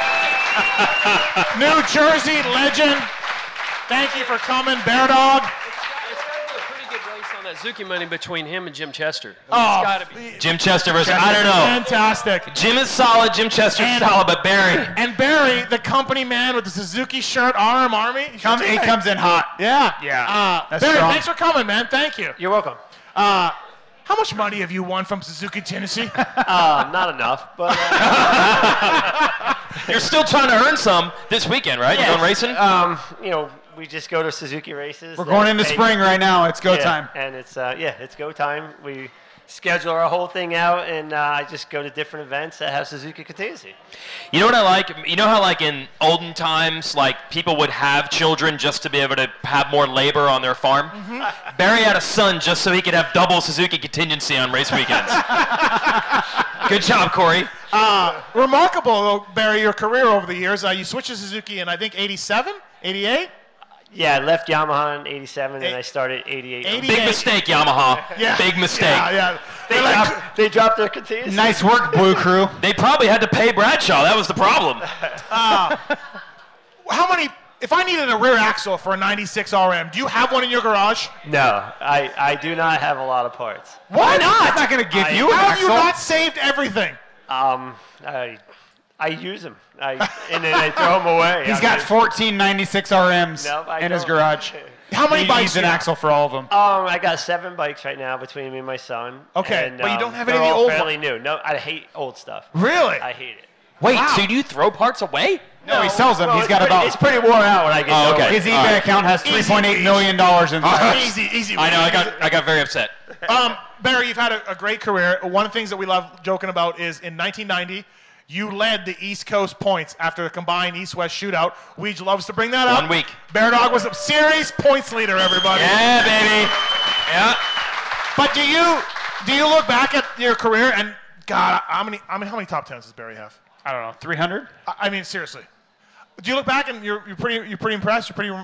S4: New Jersey legend. Thank you for coming, Bear Dog.
S10: It's got to be a pretty good race on that Zuki money between him and Jim Chester.
S4: Oh,
S10: I mean, it's got to be.
S8: Jim Chester versus I don't know.
S4: Fantastic.
S8: Jim is solid. Jim Chester's
S4: And-
S8: solid, but Barry.
S4: And Barry, the company man with the Suzuki shirt, RM Army.
S6: Come- he comes in hot.
S4: Yeah.
S6: Yeah.
S4: Uh,
S6: That's
S4: Barry,
S6: strong.
S4: thanks for coming, man. Thank you.
S10: You're welcome.
S4: Uh, how much money have you won from Suzuki, Tennessee?
S10: Uh, not enough, but uh,
S8: You're still trying to earn some this weekend, right?
S11: Yes.
S8: You going racing?
S11: Um, you know, we just go to Suzuki races.
S6: We're going
S11: They-
S6: into
S11: they-
S6: spring right now. It's go
S11: Yeah,
S6: time.
S11: And it's uh, yeah, it's go time. We schedule our whole thing out, and uh, I just go to different events that have Suzuki contingency.
S8: You know what I like? You know how like in olden times, like people would have children just to be able to have more labor on their farm.
S4: Mm-hmm.
S8: Barry had a son just so he could have double Suzuki contingency on race weekends. Good job, Corey.
S4: uh, remarkable, though, Barry, your career over the years. Uh, you switched to Suzuki in, I think, 87, 88?
S11: Yeah, I left Yamaha in '87, and I started '88.
S4: 88.
S8: Big mistake, Yamaha.
S4: Yeah.
S8: Big mistake.
S4: Yeah, yeah.
S11: They,
S4: They're like-
S11: dropped, they dropped their contingency.
S6: Nice work, Blue Crew.
S8: They probably had to pay Bradshaw. That was the problem.
S4: Ah. how many, if I needed a rear axle for a 96 RM, do you have one in your garage?
S11: No, I, I do not have a lot of parts.
S4: Why not?
S6: I'm not gonna give
S11: I-
S6: you an
S4: How have you
S6: axle.
S4: not saved everything?
S11: Um, I I use them. I and then I throw them away.
S6: He's
S11: I
S6: got
S11: mean,
S6: 1496 RMs
S11: No, I
S6: in his
S11: don't.
S6: garage.
S4: How many
S14: He
S4: bikes
S14: needs
S4: do
S14: an
S4: you have?
S14: axle for all of them.
S11: Um, I got seven bikes right now between me and my son.
S14: Okay,
S11: and,
S14: but you
S11: um,
S14: don't have
S11: they're
S14: any of the
S11: all
S14: old
S11: fairly new. No, I hate old stuff.
S14: Really?
S11: I hate it.
S8: Wait, so do you throw parts away?
S14: No, he sells them.
S11: well,
S14: He's
S11: it's
S14: got
S11: pretty-
S14: about.
S11: it's pretty wore out when I get
S8: Oh, okay.
S14: His
S8: All
S14: eBay
S8: right.
S14: account has
S4: Easy,
S14: 3.8 million dollars in.
S4: easy, easy.
S8: I know. I got I got very upset.
S4: Um, Barry, you've had a, a great career. One of the things that we love joking about is in 1990, you led the East Coast points after a combined East-West shootout. Weege loves to bring that up.
S8: One week.
S4: Bear Dog was a series points leader, everybody.
S8: Yeah, baby. Yeah.
S4: But do you do you look back at your career and God, how many I mean how many top tens does Barry have?
S14: I don't know, 300.
S4: I, I mean seriously. Do you look back and you're, you're pretty you're pretty impressed? You're pretty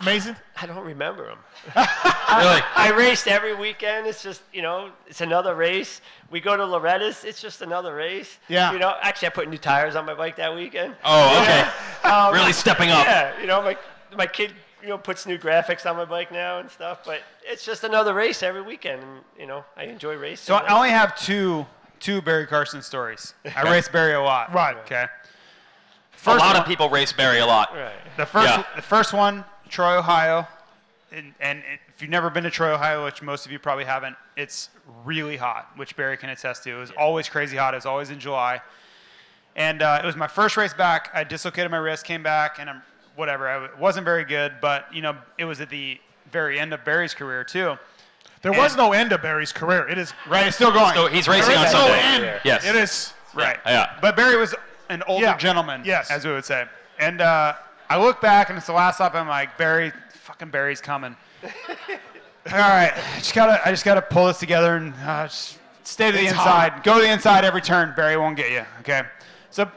S4: amazing.
S11: I don't remember them.
S8: really?
S11: I raced every weekend. It's just you know, it's another race. We go to Loretta's. It's just another race.
S8: Yeah.
S11: You know, actually, I put new tires on my bike that weekend.
S8: Oh, okay.
S11: Um,
S8: Really stepping up.
S11: Yeah. You know, my my kid you know puts new graphics on my bike now and stuff. But it's just another race every weekend. And you know, I enjoy racing.
S6: So
S4: uh,
S6: I only
S11: have.
S6: have two two Barry Carson stories. I race Barry a lot.
S4: Right.
S6: Okay.
S8: a lot
S6: one-
S8: of people race Barry a lot.
S6: The first,
S8: Yeah.
S6: the first one, Troy, Ohio, and, and if you've never been to Troy, Ohio, which most of you probably haven't, it's really hot, which Barry can attest to. It was always crazy hot. It was always in July, and uh, it was my first race back. I dislocated my wrist, came back, and I'm whatever. I w- wasn't very good, but you know, it was at the very end of Barry's career too.
S4: There was no end to Barry's career. It is
S6: right. It's still going.
S8: So he's racing
S6: There
S8: on
S6: is
S8: Sunday.
S6: No end.
S8: Yes.
S4: It is.
S6: Right.
S8: Yeah.
S6: But Barry was an older gentleman, yes. as we would say. And uh, I look back, and it's the last lap. I'm like, Barry, fucking Barry's coming. All right, I just gotta, I just gotta pull this together and uh, just stay to the
S14: It's
S6: inside.
S14: hot.
S6: Go to the inside every turn. Barry won't get you. Okay. So,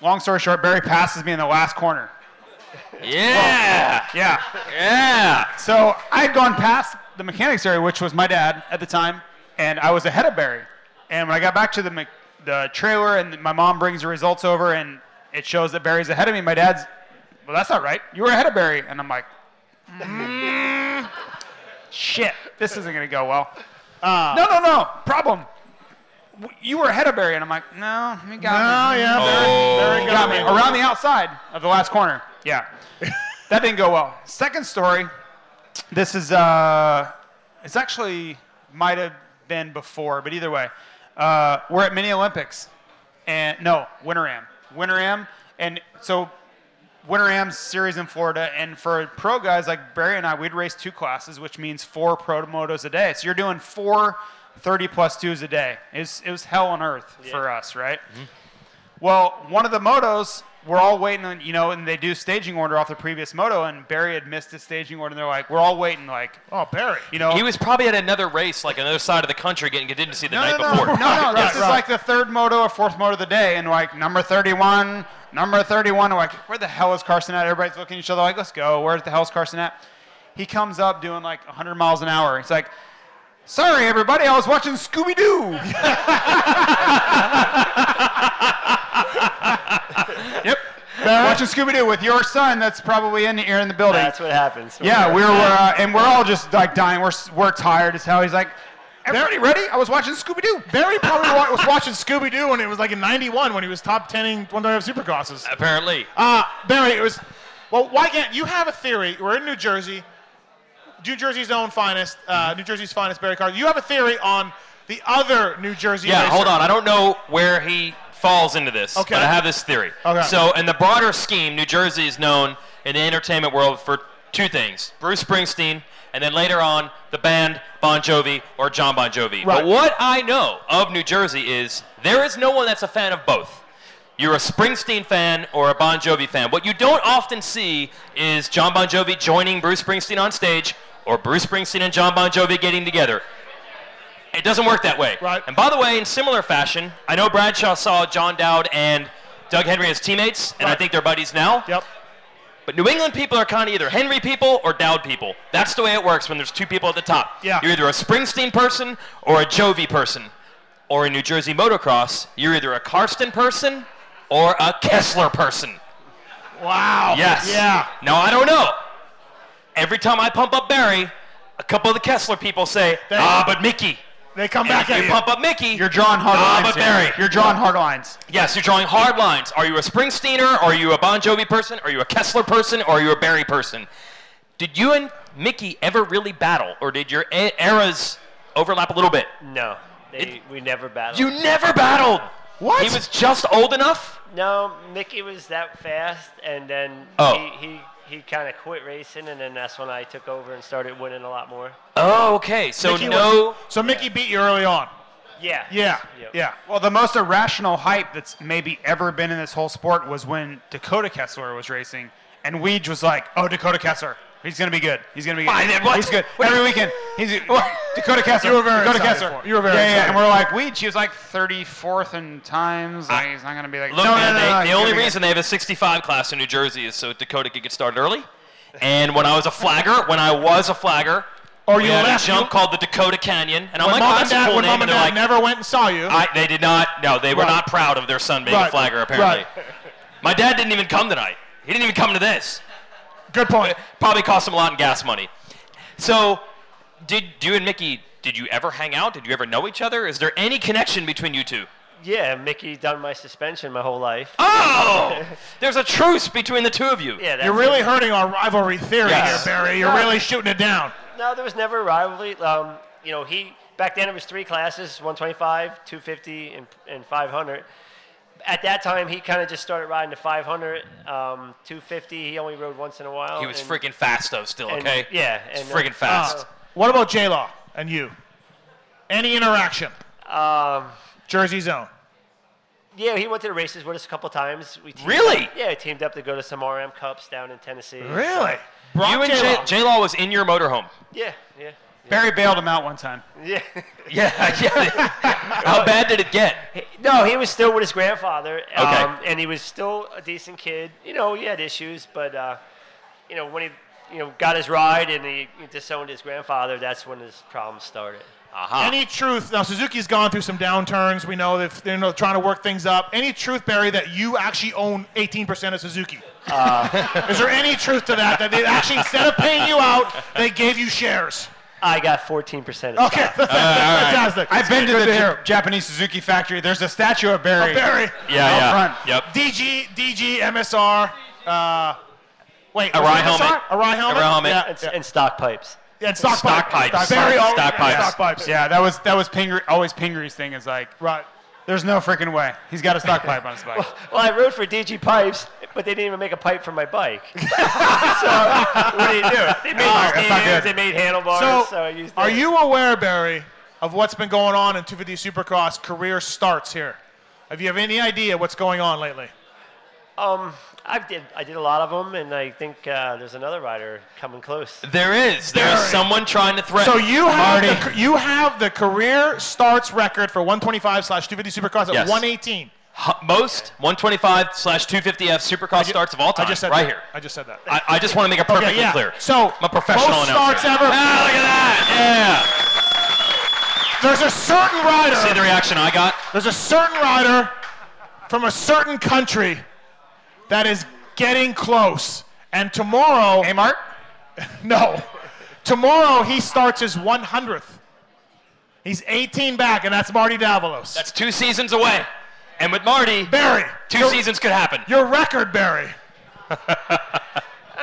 S6: long story short, Barry passes me in the last corner.
S8: Yeah.
S6: Yeah.
S8: Yeah.
S6: So I had gone past the mechanics area, which was my dad at the time, and I was ahead of Barry. And when I got back to the me- the trailer, and my mom brings the results over, and it shows that Barry's ahead of me. My dad's, well, that's not right. You were ahead of Barry, and I'm like, mm, shit, this isn't gonna go well.
S14: Um,
S6: no, no, no, problem. W- You were ahead of Barry, and I'm like, no, he got
S14: No,
S6: me.
S14: yeah, Barry-
S6: Oh.
S14: Barry
S6: got
S14: got
S6: me
S14: me.
S6: around the outside of the last corner. Yeah, that didn't go well. Second story. This is uh, it's actually might have been before, but either way, uh, we're at Mini Olympics, and no Winter Am, Winter Am, and so Winter Am's series in Florida, and for pro guys like Barry and I, we'd race two classes, which means four pro motos a day. So you're doing four 30 plus twos a day. It was, it was hell on earth for us, right?
S4: Mm-hmm.
S6: Well, one of the motos, we're all waiting on, you know, and they do staging order off the previous moto, and Barry had missed his staging order, and they're like, we're all waiting, like,
S4: oh, Barry.
S6: You know,
S8: He was probably at another race, like another side of the country, getting contingency the night
S6: no,
S8: before.
S6: No, no, this
S8: Yes.
S6: is like the third moto or fourth moto of the day, and like number 31, number 31. We're like, where the hell is Carson at? Everybody's looking at each other like, let's go. Where the hell is Carson at? He comes up doing like 100 miles an hour. He's like, sorry, everybody, I was watching Scooby Doo. yep. Watching Scooby Doo with your son. That's probably in here in the building.
S11: That's what happens.
S6: Yeah, we were, uh, and we're all just like dying. We're s- we're tired as hell. He's like, everybody ready? I was watching Scooby Doo.
S4: Barry probably wa- was watching Scooby Doo when it was like in '91 when he was top tenning one day of Supercrosses.
S8: Apparently.
S4: Uh, Barry, it was. Well, why can't you have a theory? We're in New Jersey, New Jersey's own finest, uh, New Jersey's finest Barry Carter. You have a theory on the other New Jersey.
S8: Yeah,
S4: racer.
S8: hold on. I don't know where he falls into this,
S4: Okay.
S8: but I have this theory.
S4: Okay.
S8: So, in the broader scheme, New Jersey is known in the entertainment world for two things Bruce Springsteen, and then later on, the band Bon Jovi or John Bon Jovi. But what I know of New Jersey is there is no one that's a fan of both. You're a Springsteen fan or a Bon Jovi fan. What you don't often see is John Bon Jovi joining Bruce Springsteen on stage or Bruce Springsteen and John Bon Jovi getting together. It doesn't work that way. Right. And by the way, in similar fashion, I know Bradshaw saw John Dowd and Doug Henry as teammates, and I think they're buddies now.
S4: Yep.
S8: But New England people are kind of either Henry people or Dowd people. That's the way it works when there's two people at the top.
S4: Yeah.
S8: You're either a Springsteen person or a Jovi person. Or in New Jersey motocross, you're either a Karsten person or a Kessler person.
S4: Wow.
S8: Yes.
S4: Yeah.
S8: Now I don't know. Every time I pump up Barry, a couple of the Kessler people say, "Ah, but Mickey."
S4: They come
S8: and
S4: back
S8: if
S4: at
S8: you.
S4: you.
S8: Pump up Mickey. You're
S6: drawing hard
S8: ah,
S6: lines
S8: but
S6: here.
S8: Barry.
S6: You're drawing hard lines.
S8: Yes, you're drawing hard lines. Are you a Springsteener? Are you a Bon Jovi person? Are you a Kessler person? Or are you a Barry person? Did you and Mickey ever really battle, or did your e- eras overlap a little bit?
S11: No, they, we never battled.
S8: You never battled. What? He was just old enough.
S11: No, Mickey was that fast, and then
S8: Oh.
S11: he he, he kind of quit racing, and then that's when I took over and started winning a lot more.
S8: Oh, okay. So
S4: Mickey
S8: no.
S4: was- so Mickey beat you early on.
S11: Yeah.
S4: Yeah.
S6: Yeah. Well, the most irrational hype that's maybe ever been in this whole sport was when Dakota Kessler was racing, and Weege was like, "Oh, Dakota Kessler, he's gonna be good. He's gonna be good.
S4: Why, then what?
S6: He's good every weekend. He's Dakota Kessler.
S4: You were very
S6: Dakota
S4: excited
S6: Kessler.
S4: for him. You were very
S6: yeah, yeah.
S4: excited.
S6: And we're like, Weege, he was like 34th in times. Like, he's not gonna be like.
S8: Look,
S6: no,
S8: man,
S6: no, no,
S8: they-
S6: no, he's
S8: the only
S6: gonna be
S8: reason they have a 65 class in New Jersey is so Dakota could get started early. And when I was a flagger, when I was a flagger,
S4: Or
S8: we
S4: you
S8: had
S4: left,
S8: a jump
S4: you-
S8: called the Dakota Canyon, and I'm
S4: when
S8: like,
S4: mom
S8: oh,
S4: and
S8: that's a
S4: dad,
S8: cool
S4: when
S8: name.
S4: mom and
S8: And they're
S4: dad
S8: like,
S4: never went and saw you.
S8: I, they did not. No, they were
S4: Right.
S8: not proud of their son being a
S4: Right.
S8: flagger. Apparently,
S4: Right.
S8: my dad didn't even come tonight. He didn't even come to this. Good point. Probably cost him a lot in gas money. So, did you and Mickey? Did you ever hang out? Did you ever know each other? Is there any connection between you two?
S11: Yeah, Mickey done my suspension my whole life.
S8: Oh, there's a truce between the two of you.
S11: Yeah, that's
S4: You're really
S11: it.
S4: hurting our rivalry theory
S11: Yes.
S4: here, Barry. You're
S11: No.
S4: really shooting it down.
S11: No, there was never a rivalry. Um, you know, he back then it was three classes: 125, 250, and, and 500. At that time, he kind of just started riding the 500, um, 250. He only rode once in a while.
S8: He was
S11: and-
S8: freaking fast though, still
S11: and-
S8: okay.
S11: yeah,
S8: it's
S11: and, uh,
S8: freaking fast.
S11: uh,
S4: What about J Law and you? Any interaction?
S11: Um,
S4: Jersey Zone.
S11: yeah, he went to the races with us a couple times. We teamed
S8: Really?
S11: Up, yeah, teamed up to go to some RM Cups down in Tennessee.
S8: Really?
S11: So-
S8: you and J Law was in your motorhome.
S11: Yeah, yeah,
S6: Barry bailed him out one time.
S11: yeah.
S8: Yeah, yeah. How bad did it get?
S11: No, he was still with his grandfather.
S8: Okay.
S11: Um, and he was still a decent kid. You know, he had issues, but uh, you know when he you know got his ride and he disowned his grandfather, that's when his problems started.
S8: Aha.
S4: Any truth? Now Suzuki's gone through some downturns. We know that they're you know, trying to work things up. Any truth, Barry, that you actually own 18% of Suzuki?
S8: Uh.
S4: Is there any truth to that? That they actually instead of paying you out, they gave you shares.
S11: I got 14%.
S4: Okay, fantastic.
S6: I've been to
S4: Good
S6: the
S4: hear.
S6: Ja- Japanese Suzuki factory. There's a statue of Barry.
S4: Of Barry.
S8: Yeah,
S6: out
S8: yeah.
S6: Front.
S8: Yep.
S4: DG, DG, MSR. Uh, wait, was
S8: Arai
S4: it MSR?
S8: helmet.
S4: Arai helmet.
S8: Arai helmet.
S4: Yeah,
S11: And, and stock pipes.
S4: yeah, and stock,
S8: Stock pipes.
S4: Barry always-
S8: Stock pipes.
S4: yeah,
S8: Yes.
S4: Stock pipes.
S6: Yeah, that was that was Pingree, always Pingree's thing is like
S4: right.
S6: There's no freaking way. He's got a stock pipe on his bike.
S11: Well, I rode for DG Pipes, but they didn't even make a pipe for my bike. so what do you do? They made stands, they made handlebars, so, I used
S4: are
S11: those.
S4: you aware, Barry, of what's been going on in 250 Supercross career starts here? Have you have any idea what's going on lately?
S11: Um, I did. I did a lot of them, and I think uh, there's another rider coming close.
S8: There is. There is someone trying to threaten.
S4: So you have the, you have the career starts record for 125 slash 250 Supercross at
S8: Yes.
S4: 118.
S8: H- most 125 slash 250F Supercross starts of all time.
S4: I just said
S8: right
S4: that.
S8: here.
S4: I just said that.
S8: I, I just want to make it
S4: Okay,
S8: perfectly
S4: yeah.
S8: clear.
S4: So
S8: I'm a professional
S4: most
S8: announcer.
S4: starts ever.
S8: Ah, look at that.
S4: Yeah. There's a certain rider.
S8: See the reaction I got?
S4: There's a certain rider from a certain country that is getting close. And tomorrow. Hey,
S6: Mark?
S4: no. Tomorrow he starts his 100th. He's 18 back, and that's Marty Davalos.
S8: That's two seasons away. And with Marty,
S4: Barry,
S8: 2 seasons could happen.
S4: Your record, Barry.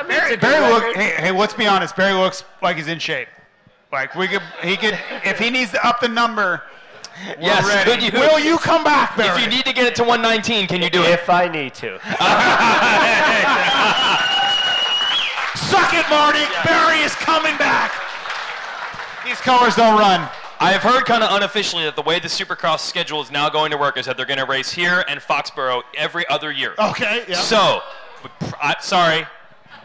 S6: Barry, Barry look, hey, hey, let's be honest. Barry looks like he's in shape. Like we could, he could, if he needs to up the number. we're
S8: Yes,
S6: ready.
S8: could you-
S4: come back,
S8: If you need to get it to 119, can you do it?
S11: If I need to.
S4: Suck it, Marty. Barry is coming back.
S6: These colors don't run.
S8: I have heard kind of unofficially that the way the Supercross schedule is now going to work is that they're going to race here and Foxborough every other year.
S4: Okay, yeah.
S8: So, but pr- I, sorry,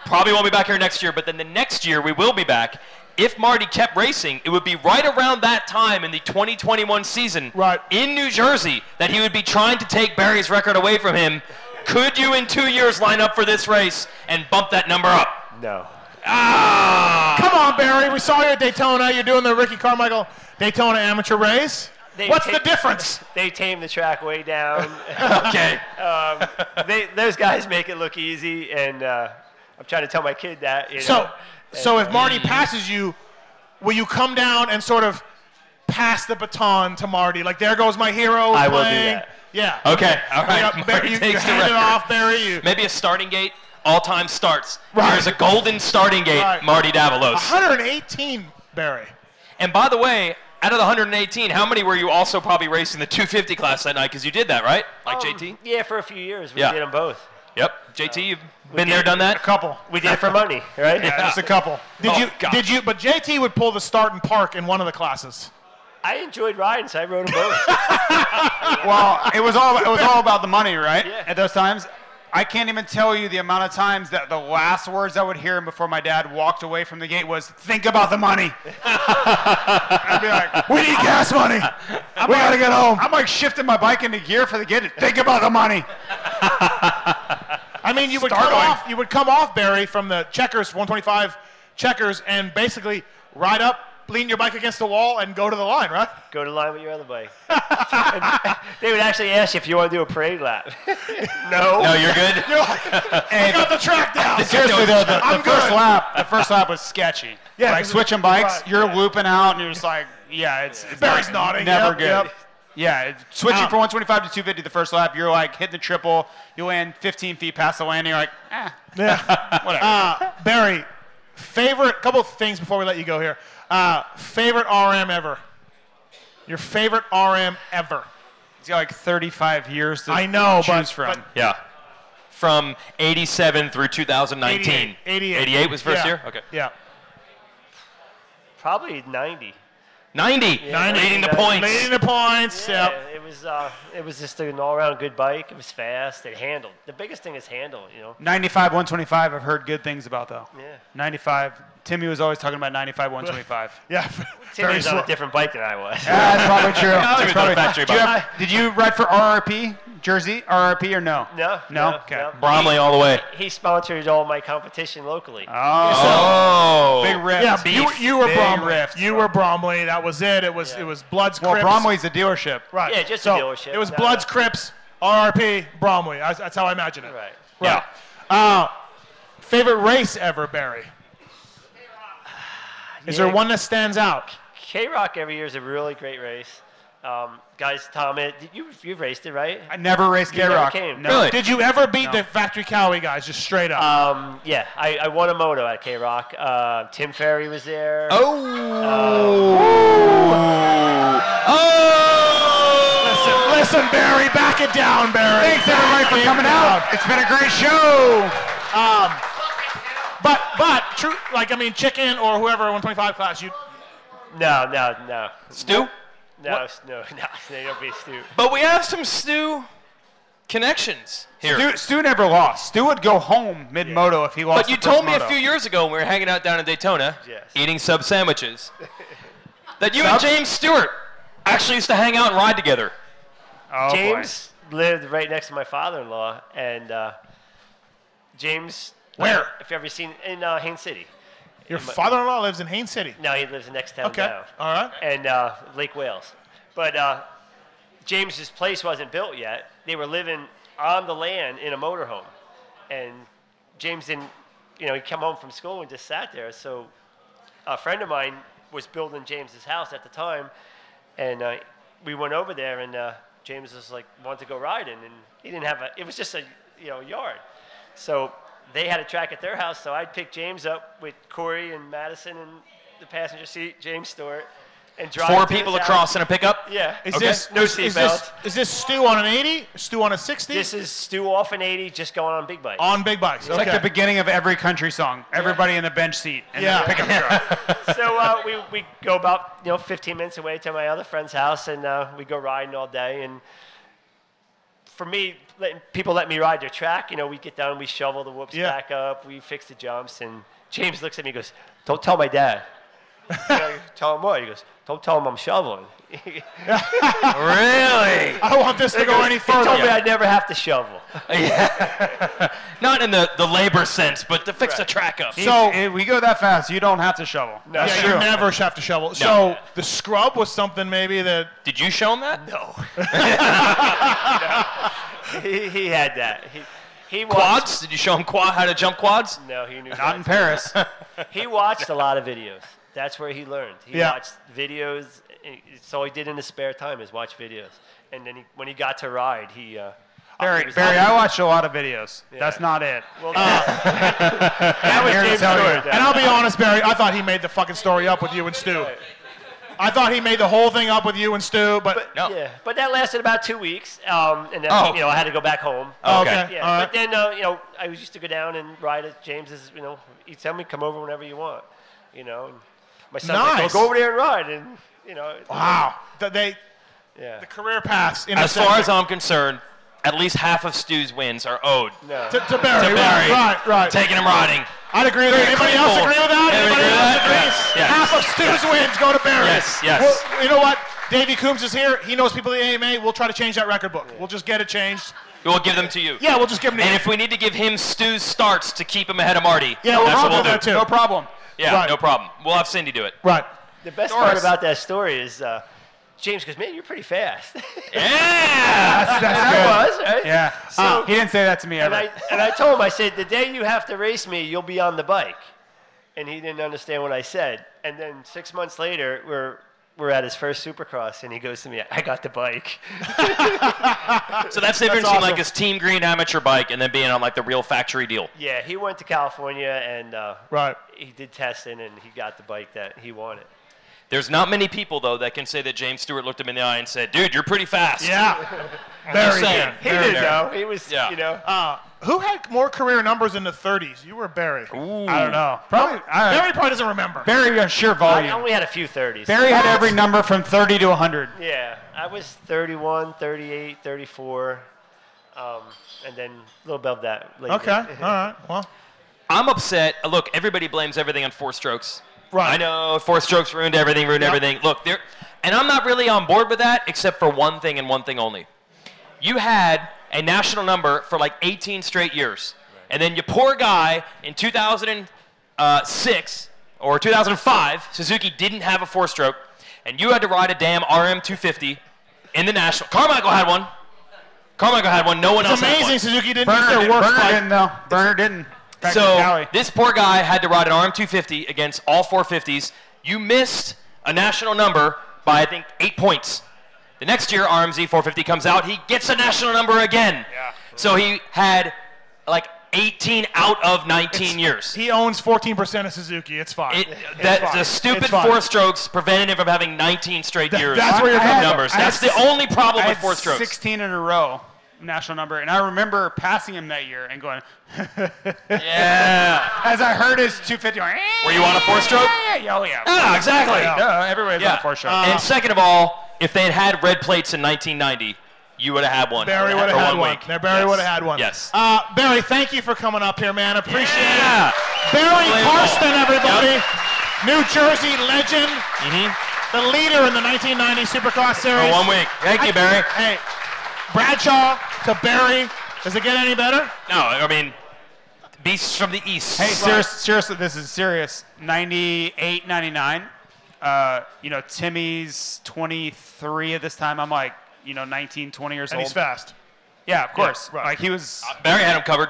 S8: probably won't be back here next year, but then the next year we will be back. If Marty kept racing, it would be right around that time in the 2021 season in New Jersey that he would be trying to take Barry's record away from him. Could you in two years line up for this race and bump that number up?
S11: No.
S4: Come on, Barry. We saw you at Daytona. You're doing the Ricky Carmichael Daytona amateur race.
S11: They
S4: What's
S11: ta-
S4: the difference?
S11: They tame the track way down.
S8: Okay.
S11: um, they, those guys make it look easy, and uh, I'm trying to tell my kid that. You know?
S4: So, so
S11: And,
S4: if Marty
S11: uh,
S4: passes you, will you come down and sort of pass the baton to Marty? Like, there goes my hero.
S8: I will do
S4: playing.
S8: that.
S4: Yeah.
S8: Okay. All right.
S4: You, got Barry,
S8: Marty
S4: you, you
S8: takes the
S4: hand it
S8: record.
S4: off, Barry. You,
S8: Maybe a starting gate. all time starts. There's a golden starting gate,
S4: Right.
S8: Marty Davalos.
S4: 118, Barry.
S8: And by the way, out of the 118, how many were you also probably racing the 250 class that night? Because you did that, right?
S4: Oh.
S8: Like
S11: Um,
S8: JT?
S11: Yeah, for a few years we
S8: Yeah.
S11: did them both.
S8: Yep. JT, you've
S11: we
S8: been
S11: did
S8: there, done that?
S11: a couple. We did it for money, right?
S4: Yeah, just a couple. Did
S8: Oh,
S4: you?
S8: God.
S4: Did you? But JT would pull the start and park in one of the classes.
S11: I enjoyed riding, so I rode them both.
S6: well, it was all it was all about the money, right? At those times, I can't even tell you the amount of times that the last words I would hear before my dad walked away from the gate was "Think about the money." I'd be like, "We need gas money. we gotta get home." I'm like shifting my bike into gear for the gate. Think about the money.
S4: I mean, you would come off. You would come off Barry from the checkers, 125 checkers, and basically ride up, lean your bike against the wall, and go to the line, right?
S11: Go to the line with your other bike. they would actually ask you if you want to do a parade lap. no.
S8: No, you're good.
S4: You're like, I got the track down.
S6: Seriously though, the, the
S4: I'm
S6: first
S4: good.
S6: lap, the first lap was sketchy.
S4: Yeah,
S6: like
S4: 'cause
S6: switching
S4: it's-
S6: bikes,
S4: right,
S6: you're looping out, and you're just like, yeah, it's, it's
S4: Barry's
S6: not-
S4: nodding,
S6: never
S4: yep,
S6: good.
S4: yep.
S6: Yeah, it- switching from 125 to 250 the first lap, you're like hitting the triple, you land 15 feet past the landing, you're like, ah, whatever.
S4: Uh, Barry, favorite couple of things before we let you go here. Uh, favorite RM ever. Your favorite RM ever.
S6: He's got like 35 years to
S4: I know, but-
S6: choose from.
S4: but-
S8: Yeah. From 87 through 2019.
S4: 88.
S8: 88 was first
S11: Yeah.
S8: year? Okay.
S4: Yeah.
S11: Probably 90.
S8: 90.
S11: Yeah, 90.
S8: Leading the points.
S4: Leading the points.
S11: Yeah,
S4: Yep.
S11: it was uh, it was just an all-around good bike. It was fast. It handled. The biggest thing is handle. You know.
S6: 95, 125, I've heard good things about though.
S11: Yeah.
S6: 95. Timmy was always talking about 95, 125.
S4: yeah.
S11: Timmy was on a different bike than I was.
S6: That's probably true. That's
S11: Timmy was on
S6: probably-
S11: a factory
S6: Do you
S11: bike.
S6: have- did you ride for RRP Jersey RRP or no?
S11: No.
S6: No. okay.
S8: Bromley all the way.
S11: He sponsored all my competition locally.
S6: Oh. Big rift.
S4: Yeah, you, you were
S6: Big
S4: Bromley.
S6: rift.
S4: You were Bromley. That was it. It was it was Bloods.
S6: Well,
S4: Crips.
S6: Bromley's a dealership.
S4: Right.
S11: Yeah, just a
S4: so
S11: dealership.
S4: It was
S11: No,
S4: Bloods,
S11: no.
S4: Crips, RRP, Bromley. I, that's how I imagine it. Right.
S8: Yeah.
S4: Uh, favorite race ever, Barry? Is there
S11: Yeah.
S4: one that stands out?
S11: K Rock every year is a really great race. Um, guys, Tom, it, did you you've raced it, right?
S6: I never raced
S11: You never
S6: K-Rock.
S11: came.
S6: No. Really?
S4: Did you ever beat
S11: No.
S4: the Factory Cowie guys just straight up?
S11: Um, yeah, I, I won a moto at K Rock. Uh, Tim Ferry was there.
S4: oh. Listen, listen, Barry, back it down, Barry.
S6: Thanks, everybody, for
S4: Back it
S6: coming
S4: down.
S6: out. It's been a great show.
S4: Um, but but true, like I mean, chicken or whoever 125 class, you
S11: No, no, no.
S8: Stu?
S11: No, s- no, no, no, don't be Stu.
S8: But we have some Stu connections here.
S6: Stu, Stu never lost. Stu would go home mid moto if he lost.
S8: But you
S6: the first
S8: told me
S6: moto.
S8: a few years ago when we were hanging out down in Daytona, eating sub sandwiches, that you and
S11: Sub?
S8: James Stewart actually used to hang out and ride together.
S4: Oh,
S8: boy.
S11: James lived right next to my father-in-law, and uh, James. uh,
S4: Where?
S11: If you ever seen in uh, Haines City.
S4: your
S11: In my-
S4: father-in-law lives in Haines City.
S11: No, he lives in the next town
S4: Okay,
S11: down.
S4: All right.
S11: And uh, Lake Wales. But uh, James's place wasn't built yet. They were living on the land in a motorhome, and James didn't. You know, he'd come home from school and just sat there. So a friend of mine was building James's house at the time, and uh, we went over there, and uh, James was like, wanted to go riding, and he didn't have a. It was just a you know yard, so they had a track at their house. So I'd pick James up with Corey and Madison in the passenger seat, James Stewart, and drive
S8: Four
S11: to his
S8: people
S11: house.
S8: across in a pickup?
S11: Yeah,
S4: Is this
S11: no
S4: is, is this
S11: seatbelt?
S4: is this Stu on an 80? Stu on a 60?
S11: This is Stu off an 80, just going on big bike.
S4: on big bikes.
S6: It's like
S4: okay.
S6: the beginning of every country song. Everybody in the bench seat. And
S4: Yeah.
S6: yeah. Pick up truck.
S11: so uh, we, we go about you know 15 minutes away to my other friend's house and uh, we go riding all day and for me letting people let me ride their track you know we get down we shovel the whoops
S2: Yeah.
S11: back up we fix the jumps and james looks at me and goes don't tell my dad You know, tell him what he goes don't tell him i'm shoveling really
S4: I don't want this to go any
S11: he
S4: further.
S11: told me i'd never have to shovel
S8: Not in the, the labor sense, but to fix the track up.
S6: So if we go that fast, you don't have to shovel.
S4: yeah, you never have to shovel. So the scrub was something maybe that.
S8: Did you show him that?
S11: No. he, he had that he, he watched,
S8: Quads? Did you show him quad, how to jump quads?
S11: No, he knew.
S8: Not in Paris.
S11: he watched a lot of videos. That's where he learned. He
S8: Yeah.
S11: watched videos. It's all he did in his spare time is watch videos. And then he, when he got to ride, he. Uh,
S6: Barry, Barry, I watched a lot of videos. That's not it.
S4: That
S6: was James Stewart.
S4: And I'll be honest, Barry, I thought he made the fucking story up with you and Stu. I thought he made the whole thing up with you and Stu, but, no.
S11: Yeah, but that lasted about two weeks, um, and then
S4: Oh.
S11: you know I had to go back home.
S4: Oh, okay.
S11: Yeah,
S4: All right.
S11: but then uh, you know I used to go down and ride at James's. You know, he'd tell me come over whenever you want. You know, and my son would
S4: Nice.
S11: go, go over there and ride, and you know.
S4: Wow. Th- They,
S11: yeah.
S4: The career paths.
S8: As far as
S4: intersect.
S8: I'm concerned, at least half of Stu's wins are owed
S11: No.
S4: To, to Barry,
S8: to
S4: right,
S8: Barry.
S4: right, right.
S8: Taking him riding.
S4: I'd agree with that. Anybody
S8: clean
S4: else
S8: bowl.
S4: agree with that?
S8: Yeah, we
S4: Anybody
S8: agree
S4: else
S8: with
S4: agree?
S8: that? Yes,
S4: Half of Stu's
S8: yes.
S4: wins go to Barry.
S8: Yes, yes.
S4: Well, you know what? Davey Coombs is here. He knows people at the AMA. We'll try to change that record book. We'll just get it changed.
S8: We'll give them to you.
S4: Yeah, we'll just give them to
S8: And
S4: you.
S8: if we need to give him Stu's starts to keep him ahead of Marty,
S4: Yeah, we'll
S8: that's what
S4: do
S8: we'll do.
S4: that too. No problem.
S8: Yeah,
S11: Right.
S8: no problem. We'll have Cindy do it.
S4: Right.
S11: The best part
S8: Doris.
S11: about that story is uh, James goes, "Man, you're pretty fast."
S6: That's, that's
S11: that
S6: good.
S11: was right.
S6: Yeah. Uh,
S11: So-
S6: he didn't say that to me
S11: and
S6: ever.
S11: I and I told him, I said, the day you have to race me, you'll be on the bike. And he didn't understand what I said. And then six months later, we're we're at his first Supercross, and he goes to me, I got the bike.
S8: Ah, So that's the
S11: That's
S8: difference between like
S11: awesome.
S8: his Team Green amateur bike and then being on like the real factory deal.
S11: Yeah, he went to California, and uh,
S4: right,
S11: he did testing, and he got the bike that he wanted.
S8: There's not many people though that can say that James Stewart looked him in the eye and said, "Dude, you're pretty fast."
S4: Yeah.
S8: Just
S4: Barry
S8: saying.
S4: did.
S11: He
S4: Barry
S11: did
S4: did.
S11: though. He was,
S8: Yeah.
S11: you know.
S4: Uh, who had more career numbers in the 30s? You were Barry.
S6: I don't know. Probably. I
S4: Barry probably doesn't remember.
S6: Barry on sheer volume.
S11: I only had a few 30s.
S6: Barry had every number from 30 to 100.
S11: Yeah, I was 31, 38, 34, um, and then a little above that. Later.
S4: right. Well,
S8: I'm upset. Look, everybody blames everything on four strokes.
S4: Right.
S8: I know four strokes ruined everything, ruined
S4: Yep.
S8: everything. Look, there, and I'm not really on board with that, except for one thing and one thing only. You had a national number for like 18 straight years, and then your poor guy in 2006 uh, or 2005, Suzuki didn't have a four stroke, and you had to ride a damn RM250 in the national. Carmichael had one. Carmichael had one. No one
S4: it's
S8: else. had
S4: amazing
S8: one.
S4: Suzuki didn't
S8: Burner
S4: use their
S8: did-
S4: worst
S8: Burner
S4: bike.
S8: didn't,
S6: though. Burner didn't.
S8: So this poor guy had to ride an RM250 against all 450s. You missed a national number by I think eight points. The next year RMZ 450 comes out, he gets a national number again. Yeah. So he had like 18 out of 19 years.
S4: He owns 14% of Suzuki. It's fine.
S8: It,
S4: It's
S8: that
S4: fine.
S8: the
S4: It's
S8: stupid
S4: fine.
S8: four strokes prevented him from having 19 straight years.
S6: that's where you're
S8: of
S6: coming from.
S8: numbers.
S6: I
S8: That's
S6: had
S8: the only problem
S6: I
S8: with
S6: had
S8: four strokes.
S6: 16 in a row, national number, and I remember passing him that year and going,
S8: Uh, yeah.
S6: As I heard his 250.
S8: Were you on a four stroke?
S6: "Eh, Yeah, yeah, oh yeah.
S8: Ah, exactly.
S6: Duh, everybody's on
S8: Yeah.
S6: a four Uh. stroke.
S8: and second of all, if they had had red plates in 1990, you would have had one.
S4: Barry would have
S8: for
S4: had one.
S8: week.
S4: Now, Barry
S8: Yes.
S4: would have had one.
S8: Yes.
S4: Uh, Barry, thank you for coming up here, man. Appreciate
S8: Yeah.
S4: it. Barry
S8: Unbelievable.
S4: Carson, everybody. New Jersey legend. The leader in the 1990 Supercross Series.
S8: Mm-hmm. Oh, one week. Thank you, Barry.
S4: Hey, Bradshaw to Barry. Does it get any better?
S8: No, I mean, beasts from the east.
S6: Hey, serious, seriously, this is serious. 98, 99. Uh, you know, Timmy's 23 at this time. I'm like, you know, 19, 20 years
S4: And
S6: old.
S4: he's fast.
S6: Yeah, of course. Like, he was.
S8: Uh, Barry had him covered.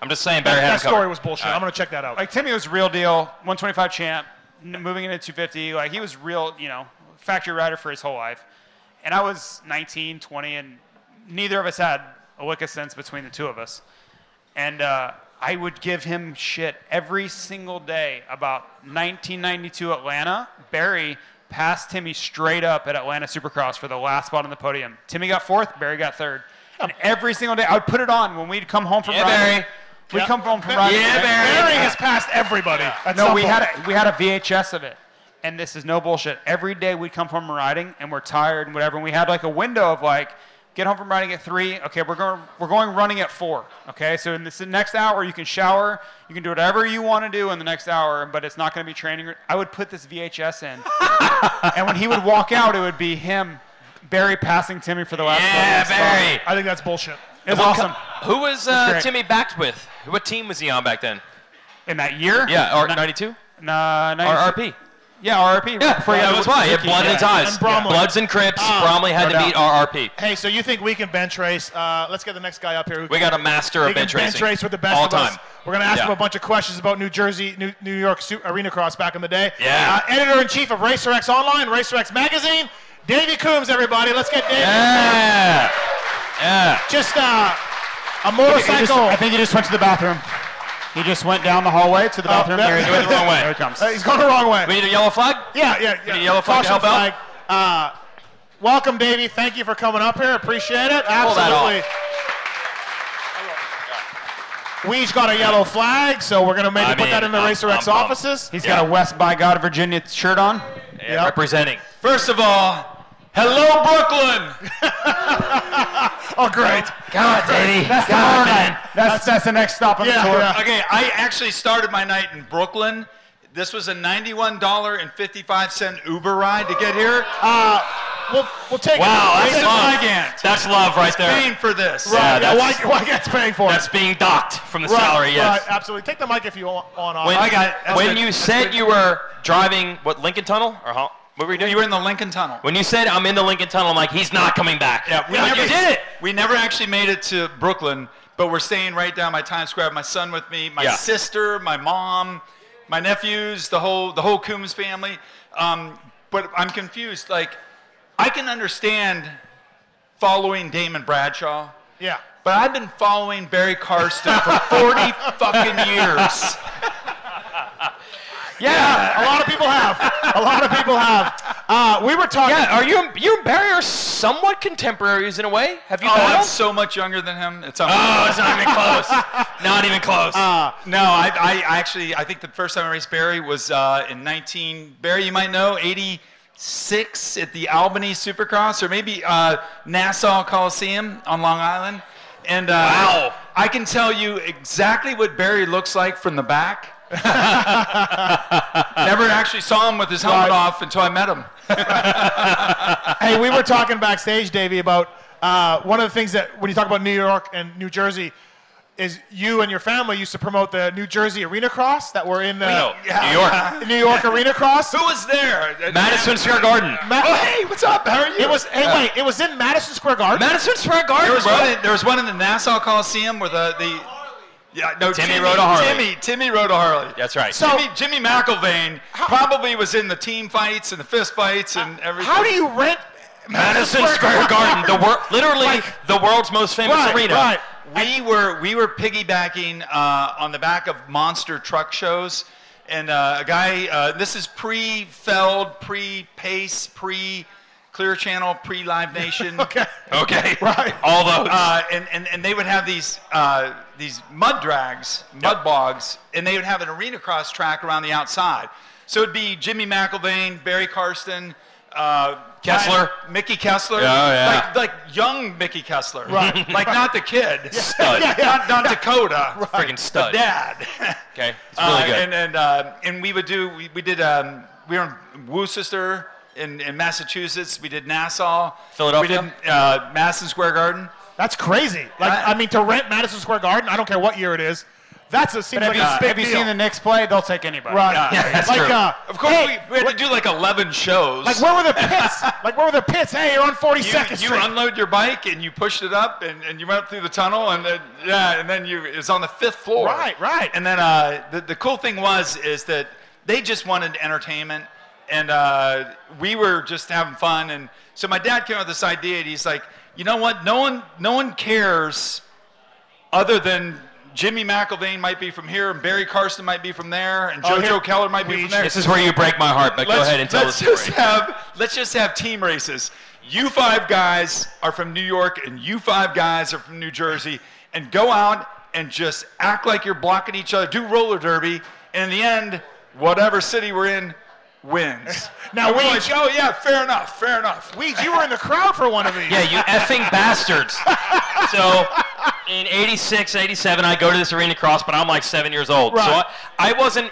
S8: I'm just saying, Barry
S6: That-
S8: had
S6: that
S8: him covered.
S6: story was bullshit.
S4: I'm gonna check that out.
S6: Like, Timmy was real deal, 125 champ, n- moving into 250. Like, he was real, you know, factory rider for his whole life. And I was 19, 20, and neither of us had a lick of sense between the two of us. And uh, I would give him shit every single day about 1992 Atlanta. Barry passed Timmy straight up at Atlanta Supercross for the last spot on the podium. Timmy got fourth, Barry got third. And every single day, I would put it on when we'd come home from
S8: Yeah,
S6: riding.
S8: Barry.
S6: We'd
S8: Yeah.
S6: come home from
S8: Yeah,
S6: riding.
S8: Barry. Barry has
S4: passed everybody. at
S6: No,
S4: some
S6: we
S4: point.
S6: had, a, we had a VHS of it. And this is no bullshit. Every day we'd come from riding and we're tired and whatever. And we had like a window of like, get home from riding at three. Okay, we're going we're going running at four. Okay, so in this next hour you can shower, you can do whatever you want to do in the next hour, but it's not going to be training. I would put this VHS in, and when he would walk out, it would be him, Barry passing Timmy for the last. Yeah,
S8: Barry.
S4: I think that's bullshit.
S6: It's
S8: What co-
S6: awesome.
S8: Who was
S6: It's
S8: uh,
S6: great.
S8: Timmy backed with? What team was he on back then?
S6: In that year?
S8: Yeah, or
S6: Ni-
S8: 92?
S6: Nah,
S8: RRP.
S6: Yeah, RRP.
S8: Yeah,
S6: Before he
S8: that
S6: got
S8: was
S6: with
S8: why. He had
S6: Suzuki,
S8: blood
S6: yeah.
S8: and ties.
S4: And Bromley.
S8: Bloods and Crips.
S4: Ah.
S8: Bromley had
S4: No
S8: to beat
S4: doubt.
S8: RRP.
S4: Hey, so you think we can bench race? Uh, let's get the next guy up here. who
S8: We
S4: can-
S8: got a master of
S4: he can
S8: bench
S4: bench
S8: racing.
S4: race with the best
S8: All
S4: of us.
S8: time.
S4: We're gonna ask
S8: Yeah.
S4: him a bunch of questions about New Jersey, New, New York Su- Arena Cross back in the day.
S8: Yeah.
S4: Uh, Editor in chief of Racer X Online, Racer X Magazine, Davey Coombs. Everybody, let's get Davey.
S8: Yeah. Yeah.
S4: Just uh, a
S6: He just-
S4: motorcycle.
S6: I think he just went to the bathroom. He just went down the hallway to the bathroom.
S4: Oh, that-
S6: there, he
S4: he went the wrong way.
S6: There he comes.
S4: Uh, he's going the wrong way.
S6: We
S8: need a yellow flag?
S4: Yeah, yeah, yeah.
S8: We need a yellow flag to
S4: Caution
S8: help out?
S4: flag. Uh, welcome, Davey. Thank you for coming up here. Appreciate it.
S8: Pull that off.
S4: Absolutely. We each got a yellow flag, so we're going to maybe
S6: I
S4: put
S6: mean,
S4: that in the
S6: I'm-
S4: Racer X
S6: I'm pumped.
S4: offices.
S6: He's got a West by God Virginia shirt on.
S8: Yeah, representing.
S17: First of all, hello Brooklyn.
S4: oh great.
S17: God,
S6: Davey. That's tomorrow night. That's that's the next stop on the tour.
S17: Okay, I actually started my night in Brooklyn. This was a ninety-one dollar and fifty-five cent Uber ride to get here.
S4: Uh, we'll we'll take
S17: wow,
S4: it.
S17: that's
S4: Race
S17: love.
S4: and Wygant.
S8: That's love right
S17: He's
S8: there.
S17: Paying for this.
S4: Right, yeah, Wyg- Wygant's paying for it.
S8: That's being docked from the
S4: Right,
S8: salary, yes.
S4: Right, absolutely. Take the mic if you want on uh, off.
S8: When, when you said you were driving, what, Lincoln Tunnel? Or how, what were you doing?
S17: You were in the Lincoln Tunnel.
S8: When you said, I'm in the Lincoln Tunnel, I'm like, he's not coming back.
S17: Yeah, we
S8: But
S17: never
S8: you did it.
S17: We never actually made it to Brooklyn, but we're staying right down by Times Square. I have my son with me, my
S8: Yeah.
S17: sister, my mom, my nephews, the whole the whole Coombs family. Um, but I'm confused. Like, I can understand following Damon Bradshaw,
S4: Yeah.
S17: but I've been following Barry Karsten for 40 fucking years.
S4: Yeah, a lot of people have. A lot of people have. Uh, we were talking.
S8: Yeah, are you you and Barry are somewhat contemporaries in a way? Have you
S17: oh, I'm
S8: battled?
S17: so much younger than him. It's
S8: Oh, it's not even close. Not even close.
S17: Uh, no, I, I actually, I think the first time I raced Barry was uh, in 19, Barry, you might know, 86 at the Albany Supercross or maybe uh, Nassau Coliseum on Long Island. And uh, wow. I can tell you exactly what Barry looks like from the back. Never actually saw him with his
S4: Right.
S17: helmet off until I met him.
S4: hey, we were talking backstage, Davey, about uh, one of the things that when you talk about New York and New Jersey, is you and your family used to promote the New Jersey Arena Cross that were in the
S17: know.
S4: Yeah.
S17: New York.
S4: New York Arena Cross.
S17: Who was there?
S8: Madison Square Garden.
S4: Ma-
S17: oh, hey, what's up? How are you?
S4: It was. Hey,
S17: Yeah.
S4: wait. It was in Madison Square Garden.
S8: Madison Square Garden.
S17: There was
S8: bro.
S17: one. In, there was one in the Nassau Coliseum where the the. Yeah, no,
S8: Timmy
S17: Timmy,
S8: rode a Harley.
S17: Timmy, Timmy rode a Harley.
S8: That's right.
S17: So, Jimmy, Jimmy McIlvain probably was in the team fights and the fist fights and everything.
S4: How do you rent?
S8: Madison Square Garden, the wor- literally the world's most famous arena.
S17: We were we were piggybacking uh, on the back of monster truck shows, and uh, a guy. Uh, this is pre-Feld, pre-Pace, pre. Clear Channel, pre Live Nation. okay.
S8: Okay. Right. All those.
S17: Uh, and, and, and they would have these uh, these mud drags, mud bogs, and they would have an arena cross track around the outside. So it'd be Jimmy McIlvain, Barry Karsten, uh,
S8: Kessler.
S17: Ryan- Mickey Kessler.
S8: Yeah, oh, yeah.
S17: Like, like young Mickey Kessler.
S8: Right.
S17: like not the kid.
S8: Stud.
S17: Not, not Dakota.
S8: Freaking stud.
S17: The dad.
S8: Okay. It's really
S17: Uh,
S8: good.
S17: And and uh, and we would do we, we did um, we were in Worcester in, in Massachusetts. We did Nassau,
S8: Philadelphia?
S17: We did uh, Madison Square Garden.
S4: That's crazy. Like, I mean, to rent Madison Square Garden, I don't care what year it is. That's a seems
S6: But
S4: like
S6: have you,
S4: a big
S6: have you
S4: deal.
S6: seen the Knicks play? They'll take anybody.
S4: Right. Yeah,
S17: that's
S4: Like,
S17: true.
S4: uh,
S17: of course, we, we had to do like 11 shows.
S4: Like where were the pits? like where were the pits? Hey, you're on 42nd
S17: you,
S4: Street.
S17: you unload your bike and you pushed it up and, and you went up through the tunnel and then, yeah and then you it's on the fifth floor
S4: Right,
S17: right and then uh, the, the cool thing was is that they just wanted entertainment and uh, we were just having fun and so my dad came up with this idea and he's like you know what no one no one cares other than Jimmy McIlvain might be from here, and Barry Carson might be from there, and
S8: Oh,
S17: JoJo
S8: here-
S17: Keller might be from there.
S8: This is where you break my heart, but go
S17: Let's-
S8: ahead and tell the
S17: let's
S8: story.
S17: Just have, let's just have team races. You five guys are from New York, and you five guys are from New Jersey, and go out and just act like you're blocking each other. Do roller derby, and in the end, whatever city we're in wins.
S4: Now,
S17: And we're
S4: Weege-
S17: like, oh yeah, fair enough, fair enough.
S4: Weege, you were in the crowd for one of these.
S8: Yeah, you effing bastards. So in 86, 87, I go to this arena cross, but I'm like seven years old. So
S4: Right.
S8: I, I wasn't,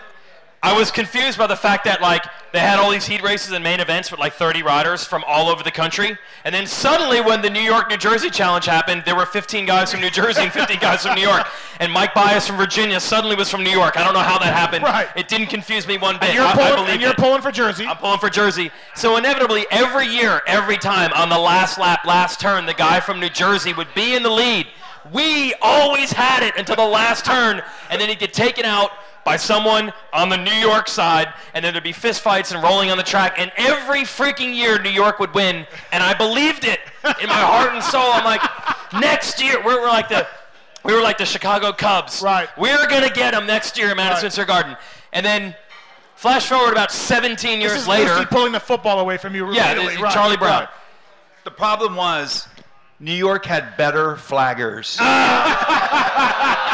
S8: I was confused by the fact that like they had all these heat races and main events with like 30 riders from all over the country. And then suddenly when the New York New Jersey challenge happened, there were 15 guys from New Jersey and 15 guys from New York. And Mike Bias from Virginia suddenly was from New York. I don't know how that happened.
S4: Right.
S8: It didn't confuse me one bit.
S4: and you're
S8: I, I
S4: pulling,
S8: believed
S4: and you're
S8: it.
S4: pulling for Jersey.
S8: I'm pulling for Jersey. So inevitably, every year, every time on the last lap, last turn, the guy from New Jersey would be in the lead. We always had it until the last turn, and then he'd get taken out by someone on the New York side, and then there'd be fistfights and rolling on the track. And every freaking year, New York would win, and I believed it in my heart and soul. I'm like, next year. We're, we're like the we were like the Chicago Cubs. Right. We're gonna get them next year at Madison Square Garden. And then flash forward about 17 years
S4: This is
S8: later.
S4: Lucy pulling the football away from you.
S8: Yeah,
S4: repeatedly.
S8: it's
S4: Right,
S8: Charlie Brown.
S4: right.
S17: The problem was New York had better flaggers.
S4: Ah!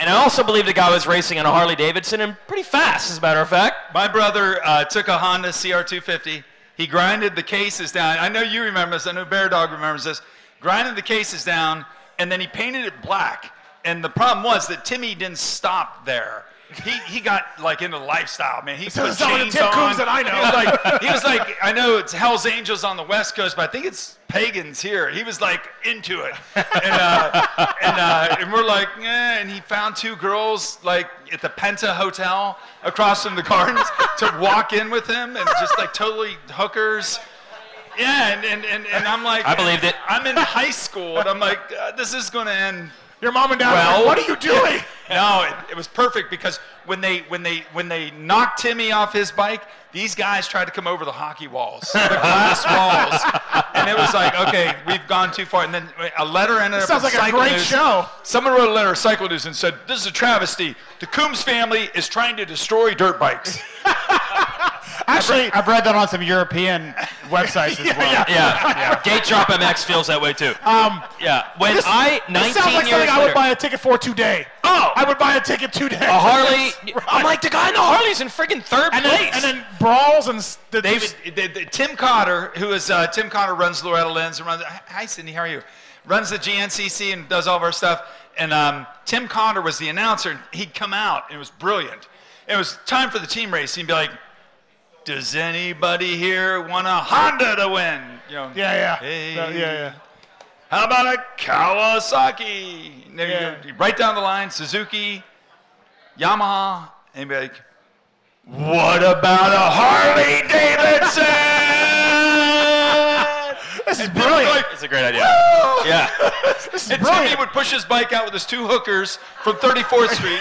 S8: And I also believe the guy was racing on a Harley Davidson and pretty fast, as a matter of fact.
S17: My brother uh, took a Honda CR250. He grinded the cases down. I know you remember this. I know Bear Dog remembers this. Grinded the cases down, and then he painted it black. And the problem was that Timmy didn't stop there. He, he got like into lifestyle, man. He
S4: So
S17: put
S4: some of the
S17: chains
S4: Tim
S17: on.
S4: Coombs that I know.
S17: He was like, he was like, I know it's Hell's Angels on the West Coast, but I think it's pagans here. He was like into it, and uh, and, uh, and we're like, yeah. And he found two girls like at the Penta Hotel across from the Gardens to walk in with him, and just like totally hookers. Yeah, and and, and, and I'm like,
S8: I believed it.
S17: I'm in high school, and I'm like, uh, this is gonna end.
S4: Your mom and dad.
S17: Well,
S4: Well, what are you doing?
S17: no, it, it was perfect because when they when they when they knocked Timmy off his bike, these guys tried to come over the hockey walls, the glass walls, and it was like, okay, we've gone too far. And then a letter ended
S4: This
S17: up.
S4: sounds
S17: in
S4: like a
S17: Cycle
S4: great
S17: News.
S4: show.
S17: Someone wrote a letter to Cycle News and said, "This is a travesty. The Coombs family is trying to destroy dirt bikes."
S6: Actually, I've read that on some European websites as well.
S8: Yeah. Gate Drop MX feels that way too.
S4: Um,
S8: yeah. When
S4: this,
S8: I 19
S4: this sounds like
S8: years
S4: something
S8: later,
S4: I would buy a ticket for today. Oh, I would buy a ticket today.
S8: a Harley. I'm like the guy in the Harley's in friggin' third
S4: And
S8: place.
S4: then, and then brawls and s- the,
S17: They would- they- they- Tim Cotter, who is uh, Tim Cotter, runs Loretta Lynn's and runs. Hi, Sydney, how are you? Runs the GNCC and does all of our stuff. And um, Tim Cotter was the announcer. He'd come out and it was brilliant. It was time for the team race. He'd be like, "Does anybody here want a Honda to win?" You know,
S4: Yeah, yeah.
S17: "Hey,
S4: Yeah, yeah.
S17: How about a Kawasaki? And then you
S4: Yeah.
S17: go right down the line, Suzuki, Yamaha. And he'd be like, "What about a Harley Davidson?"
S4: this is brilliant.
S8: it's a great idea.
S17: Woo!
S8: Yeah.
S17: This and Timmy would push his bike out with his two hookers from 34th Street.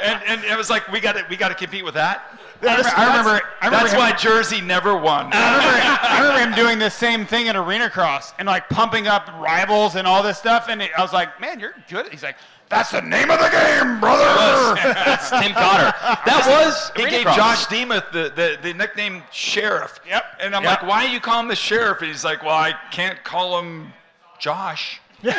S17: and, and it was like, we got to we got to compete with that.
S6: Yeah, this- I remember- I remember
S17: that's
S6: him-
S17: why Jersey never won.
S6: I remember him doing the same thing at Arena Cross and like pumping up rivals and all this stuff. And it, I was like, man, you're good. He's like, that's the name of the game, brother.
S8: That's Tim Cotter. That was
S17: He
S8: Arena
S17: gave
S8: Cross.
S17: Josh Demuth the, the, the nickname Sheriff. Yep. And I'm
S8: Yep.
S17: like, why do you call him the Sheriff? And he's like, well, I can't call him Josh. Uh,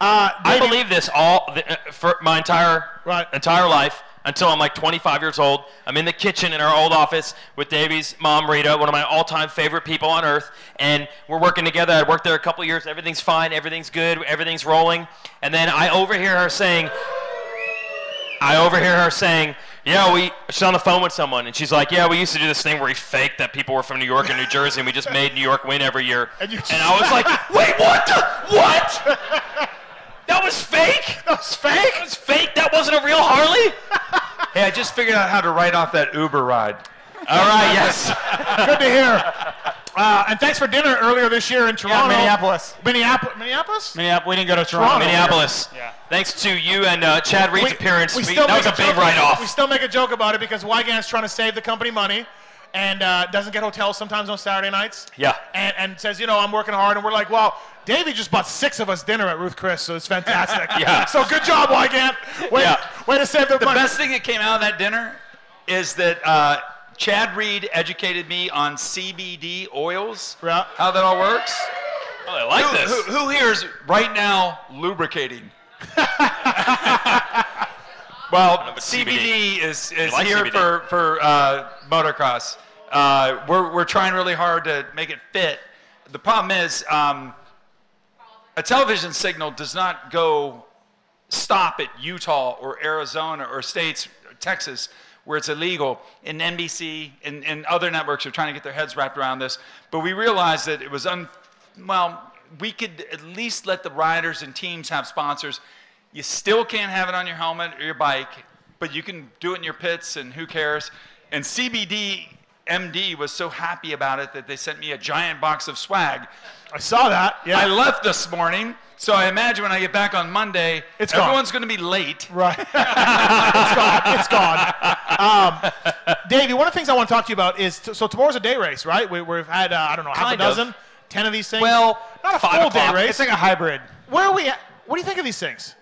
S8: I believe this all th- uh, for my entire entire life until I'm like 25 years old. I'm in the kitchen in our old office with Davy's mom, Rita, one of my all-time favorite people on earth, and we're working together. I worked there a couple years. Everything's fine. Everything's good. Everything's rolling. And then I overhear her saying, I overhear her saying, yeah, we, she's on the phone with someone, and she's like, yeah, we used to do this thing where we faked that people were from New York and New Jersey, and we just made New York win every year. And, I was like, wait, what the, what? That was fake?
S4: That was fake? That
S8: was fake? That wasn't a real Harley?
S17: Hey, I just figured out how to write off that Uber ride.
S8: All right, yes.
S4: Good to hear. Uh, and thanks for dinner earlier this year in Toronto.
S6: Minneapolis.
S4: Minneapolis. Minneapolis?
S6: Minneapolis. We didn't go to Toronto.
S4: Toronto.
S8: Minneapolis.
S6: Yeah.
S8: Thanks to you and uh, Chad Reed's appearance, we-
S4: still
S8: that was a
S4: make
S8: big
S4: joke-
S8: write-off.
S4: We still make a joke about it because Wygant's trying to save the company money and uh, doesn't get hotels sometimes on Saturday nights.
S8: Yeah.
S4: And, and says, you know, I'm working hard. And we're like, well, Davey just bought six of us dinner at Ruth Chris, so it's fantastic.
S17: Yeah.
S4: So good job, Wygant. Way, way to save the,
S17: the
S4: money.
S17: best thing that came out of that dinner is that uh, Chad Reed educated me on CBD oils, how that all works.
S8: Oh, I like
S17: who,
S8: this.
S17: Who, who here is right now lubricating? well, CBD, is,
S8: I
S17: is
S8: like
S17: here
S8: CBD.
S17: for, for uh, motocross. Uh, we're, we're trying really hard to make it fit. The problem is um, a television signal does not go stop at Utah or Arizona or states, Texas, where it's illegal. And NBC and, and other networks are trying to get their heads wrapped around this. But we realized that it was, un- well, we could at least let the riders and teams have sponsors. You still can't have it on your helmet or your bike, but you can do it in your pits and who cares. And CBD MD was so happy about it that they sent me a giant box of swag.
S4: I saw that. Yeah.
S17: I left this morning, so I imagine when I get back on Monday,
S4: It's gone.
S17: everyone's going to be late.
S4: Right. it's gone. It's gone. Um, Davey, one of the things I want to talk to you about is t- so tomorrow's a day race, right? We, we've had uh, I don't know half
S6: Kind
S4: a
S6: of.
S4: dozen, ten of these things.
S6: Well,
S4: not a
S6: five
S4: full
S6: o'clock.
S4: day race.
S6: It's like a hybrid.
S4: Where are we? At? What do you think of these things?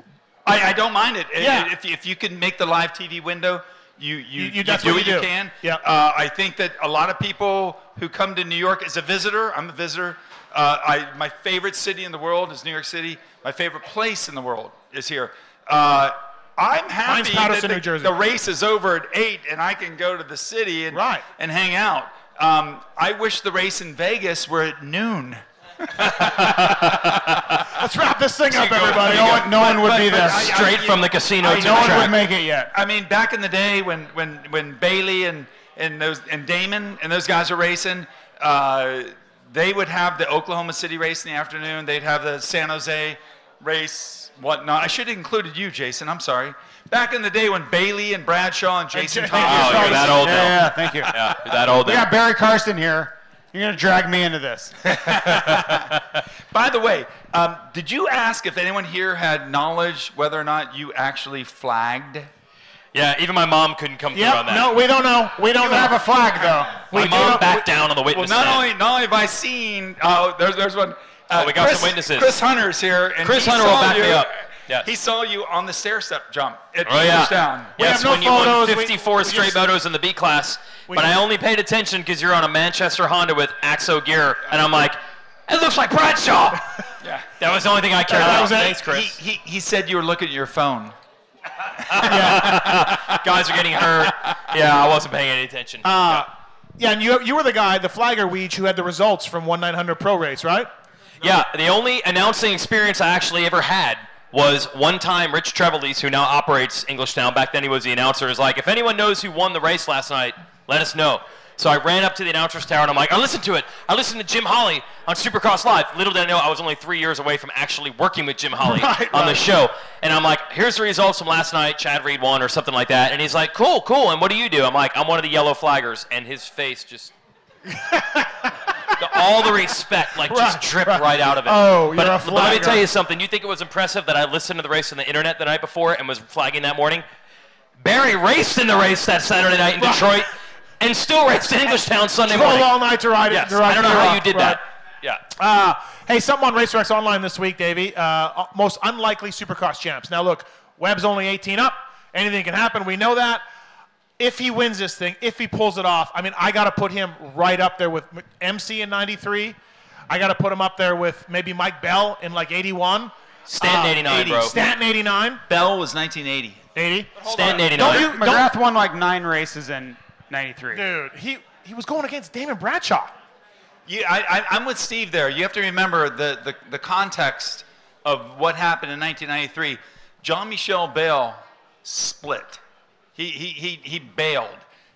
S17: I, I don't mind it.
S4: Yeah.
S17: If, if you can make the live TV window, you you,
S4: you- that's
S17: do
S4: what
S17: what
S4: you
S17: you
S4: do.
S17: can.
S4: Yeah.
S17: Uh, I think that a lot of people who come to New York as a visitor, I'm a visitor. Uh, I my favorite city in the world is New York City. My favorite place in the world is here. Uh, I'm happy
S4: Mine's Paterson,
S17: that the,
S4: New Jersey.
S17: the race is over at eight, and I can go to the city and and hang out. Um, I wish the race in Vegas were at noon.
S4: Let's wrap this thing up,
S17: everybody.
S6: No one, no one would be there.
S17: Straight from the casino
S6: I-
S17: to
S6: no
S17: the
S6: one
S17: track.
S6: would make it yet.
S17: I mean, back in the day when when when Bailey and and those and Damon and those guys are racing, uh, they would have the Oklahoma City race in the afternoon. They'd have the San Jose race, whatnot. I should have included you, Jason. I'm sorry. Back in the day when Bailey and Bradshaw and Jason Thomas.
S6: you're that old
S17: yeah,
S6: now.
S17: Yeah,
S6: thank you.
S17: yeah, that old.
S6: We got Barry Carson here. You're gonna drag me into this.
S17: By the way, um, did you ask if anyone here had knowledge whether or not you actually flagged?
S8: Yeah, even my mom couldn't come
S17: Yep,
S8: through on that.
S17: no, we don't know. We don't
S8: You
S17: know.
S8: have a
S6: flag, though.
S8: My
S17: We
S8: mom
S17: don't-
S8: backed down on the
S17: Well,
S8: witness
S17: not
S8: stand.
S17: only not only have I seen. Oh, there's there's one.
S8: Oh, we got
S17: Chris,
S8: some witnesses.
S17: Chris Hunter's here, and
S8: Chris
S17: he
S8: Hunter will
S17: saw
S8: back
S17: you-
S8: me up. Yes.
S17: He saw you on the stair step jump at
S8: Oh yeah.
S17: Down.
S8: Yes, when you won 54 straight motos in the B class, but I only paid attention because you're on a Manchester Honda with Axo gear, and I'm like, it looks like Bradshaw.
S17: Yeah.
S8: That was the only thing I cared
S17: That
S8: about.
S17: was it.
S8: Thanks, Chris.
S17: He, he, he said you were looking at your phone.
S8: Guys are getting hurt. Yeah, I wasn't paying any attention.
S4: Uh, yeah. and you you were the guy, the flagger Weech, who had the results from one nine hundred pro race, right?
S8: Yeah, the only announcing experience I actually ever had was one time Rich Trevelise, who now operates English Town, back then he was the announcer, is like, if anyone knows who won the race last night, let us know. So I ran up to the announcer's tower and I'm like, I listened to it. I listened to Jim Holly on Supercross Live. Little did I know I was only three years away from actually working with Jim Holly
S18: Right,
S8: on the
S18: right.
S8: show. And I'm like, here's the results from last night. Chad Reed won or something like that. And he's like, cool, cool. And what do you do? I'm like, I'm one of the yellow flaggers. And his face just. the, all the respect, like, just dripped right. out of it.
S4: Oh, you're
S8: but,
S4: a
S8: but let me
S4: flagger.
S8: tell you something. You think it was impressive that I listened to the race on the internet the night before and was flagging that morning? Barry raced in the race that Saturday night in Detroit and still raced in Englishtown Sunday
S4: Drove
S8: morning.
S4: all night to ride it-
S8: Yes.
S4: to ride
S8: I don't know
S4: it
S8: how
S4: up,
S8: you did
S4: right.
S8: that. Yeah.
S4: Uh, hey, something on RacerX Online this week, Davey. Uh, most unlikely Supercross champs. Now, look, Webb's only 18 up. Anything can happen. We know that. If he wins this thing, if he pulls it off, I mean, I got to put him right up there with M- MC in 93. I got to put him up there with maybe Mike Bell in like 81.
S17: Ah,
S8: Stanton 89, bro.
S4: Stanton 89.
S17: Bell was 1980.
S4: 80.
S8: Stanton 89.
S6: Don't you, McGrath won like nine races in '93.
S4: Dude, he he was going against Damon Bradshaw.
S17: You, I, I, I'm with Steve there. You have to remember the, the, the context of what happened in 1993. John Michel Bale split. He, he, he, he bailed.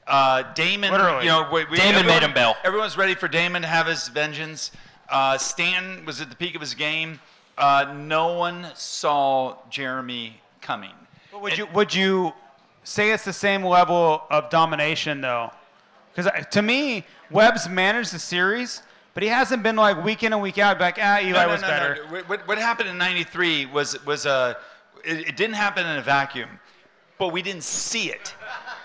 S17: Uh, Damon,
S8: Literally.
S17: you know, we, we-
S8: Damon made him bail.
S17: Everyone's ready for Damon to have his vengeance. Uh, Stan was at the peak of his game. Uh, no one saw Jeremy coming.
S6: But would you would you say it's the same level of domination though? Because to me, Webb's managed the series, but he hasn't been like week in and week out. Like ah, Eli
S17: No, no,
S6: was
S17: no, no.
S6: better.
S17: What- What, what happened in '93 was was a it, it didn't happen in a vacuum, but we didn't see it.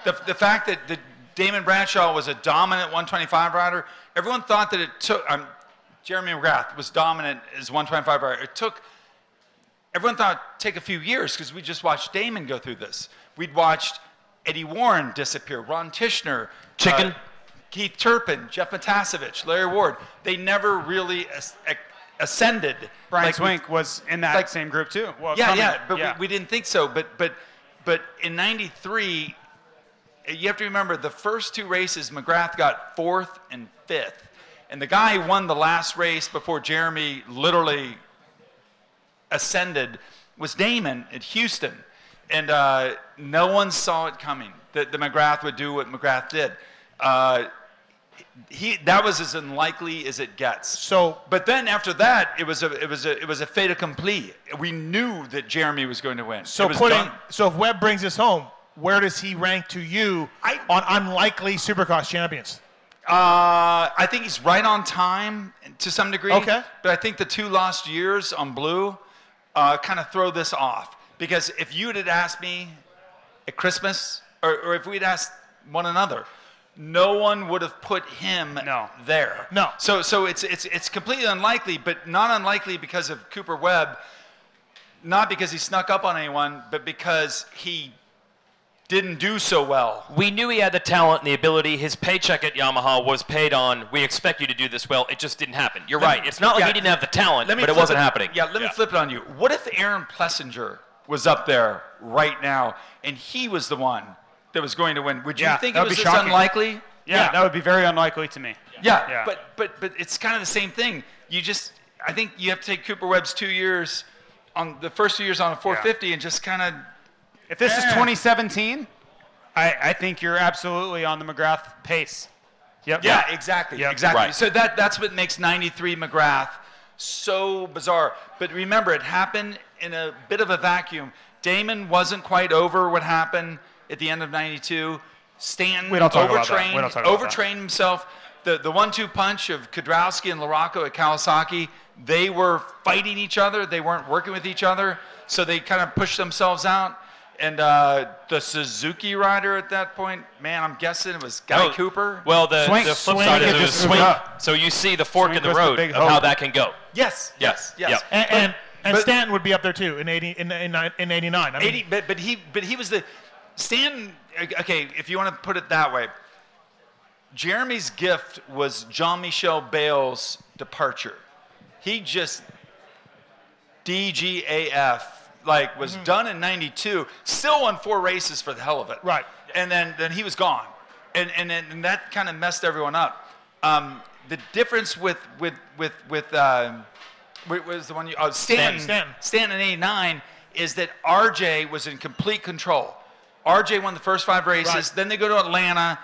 S17: The, the fact that the Damon Bradshaw was a dominant 125 rider, everyone thought that it took. Um, Jeremy McGrath was dominant as 125 rider. It took. Everyone thought it'd take a few years because we just watched Damon go through this. We'd watched Eddie Warren disappear, Ron Tishner,
S8: Chicken.
S17: uh, Keith Turpin, Jeff Matasevich, Larry Ward. They never really as- ac- ascended.
S6: Brian
S17: Like we-
S6: Swink was in that
S17: like-
S6: same group too. Well,
S17: yeah,
S6: coming-
S17: yeah, but We, we didn't think so. But but but in '93, you have to remember the first two races McGrath got fourth and fifth, and the guy who won the last race before Jeremy literally ascended was Damon at Houston, and uh, no one saw it coming that the McGrath would do what McGrath did. Uh, he that was as unlikely as it gets.
S4: So,
S17: but then after that, it was a it was a it was a fait accompli. We knew that Jeremy was going to win.
S4: So
S17: It was
S4: putting
S17: done.
S4: so if Webb brings this home, where does he rank to you on unlikely Supercross champions?
S17: Uh, I think he's right on time to some degree.
S4: Okay.
S17: But I think the two lost years on blue uh, kind of throw this off because if you had asked me at Christmas, or, or if we'd asked one another, no one would have put him there. No. So so it's it's it's completely unlikely, but not unlikely because of Cooper Webb, not because he snuck up on anyone, but because he didn't do so well.
S8: We knew he had the talent and the ability. His paycheck at Yamaha was paid on, we expect you to do this well. It just didn't happen. You're
S17: Let me-
S8: right. It's not like
S17: yeah.
S8: he didn't have the talent,
S17: Let me
S8: but it
S17: flip
S8: wasn't happening.
S17: Yeah, let me flip it on you. What if Aaron Plessinger was up there right now and he was the one that was going to win? Would you
S6: Yeah,
S17: think
S6: that
S17: it
S6: would
S17: was
S6: be
S17: this
S6: shocking.
S17: unlikely?
S6: Yeah, that would be very unlikely to me.
S17: Yeah,
S6: Yeah.
S17: but but but it's kind of the same thing. You just I think you have to take Cooper Webb's two years on the first two years on a 450 and just kind of.
S6: If this is
S17: Eh.
S6: 2017, I, I think you're absolutely on the McGrath pace. Yep.
S17: Yeah, exactly. Exactly. So that that's what makes 93 McGrath so bizarre. But remember, it happened in a bit of a vacuum. Damon wasn't quite over what happened at the end of 92. Stanton
S6: We don't talk about that.
S17: overtrained,
S6: We don't talk about that.
S17: overtrained himself. The, the one-two punch of Kudrowski and Larocco at Kawasaki, they were fighting each other. They weren't working with each other, so they kind of pushed themselves out. And uh, the Suzuki rider at that point, man, I'm guessing it was Guy
S8: Oh,
S17: Cooper.
S8: Well, the,
S17: Swink.
S8: the flip
S17: Swink.
S8: side is
S17: It
S8: it was
S17: just
S8: swing.
S17: moved up.
S8: So you see the fork
S17: Swink
S8: in the
S17: was the
S8: road
S17: big
S8: of how
S17: hope.
S8: that can go.
S17: Yes.
S8: Yes.
S17: Yes.
S8: Yep.
S4: And and, and Stanton would be up there too in eighty in in, uh, in eighty nine. I mean,
S17: 80, but, but he but he was the Stan. Okay, if you want to put it that way, Jeremy's gift was John Michel Bale's departure. He just DGAF like was
S4: Mm-hmm.
S17: done in '92. Still won four races for the hell of it. Right. And then then he was gone, and and and, and that kind of messed everyone up. Um, the difference with with with with. um what was the one you? Oh, Stan. Stan.
S4: Stanton.
S17: Stan in '89 is that RJ was in complete control. RJ won the first five races.
S4: Right.
S17: Then they go to Atlanta.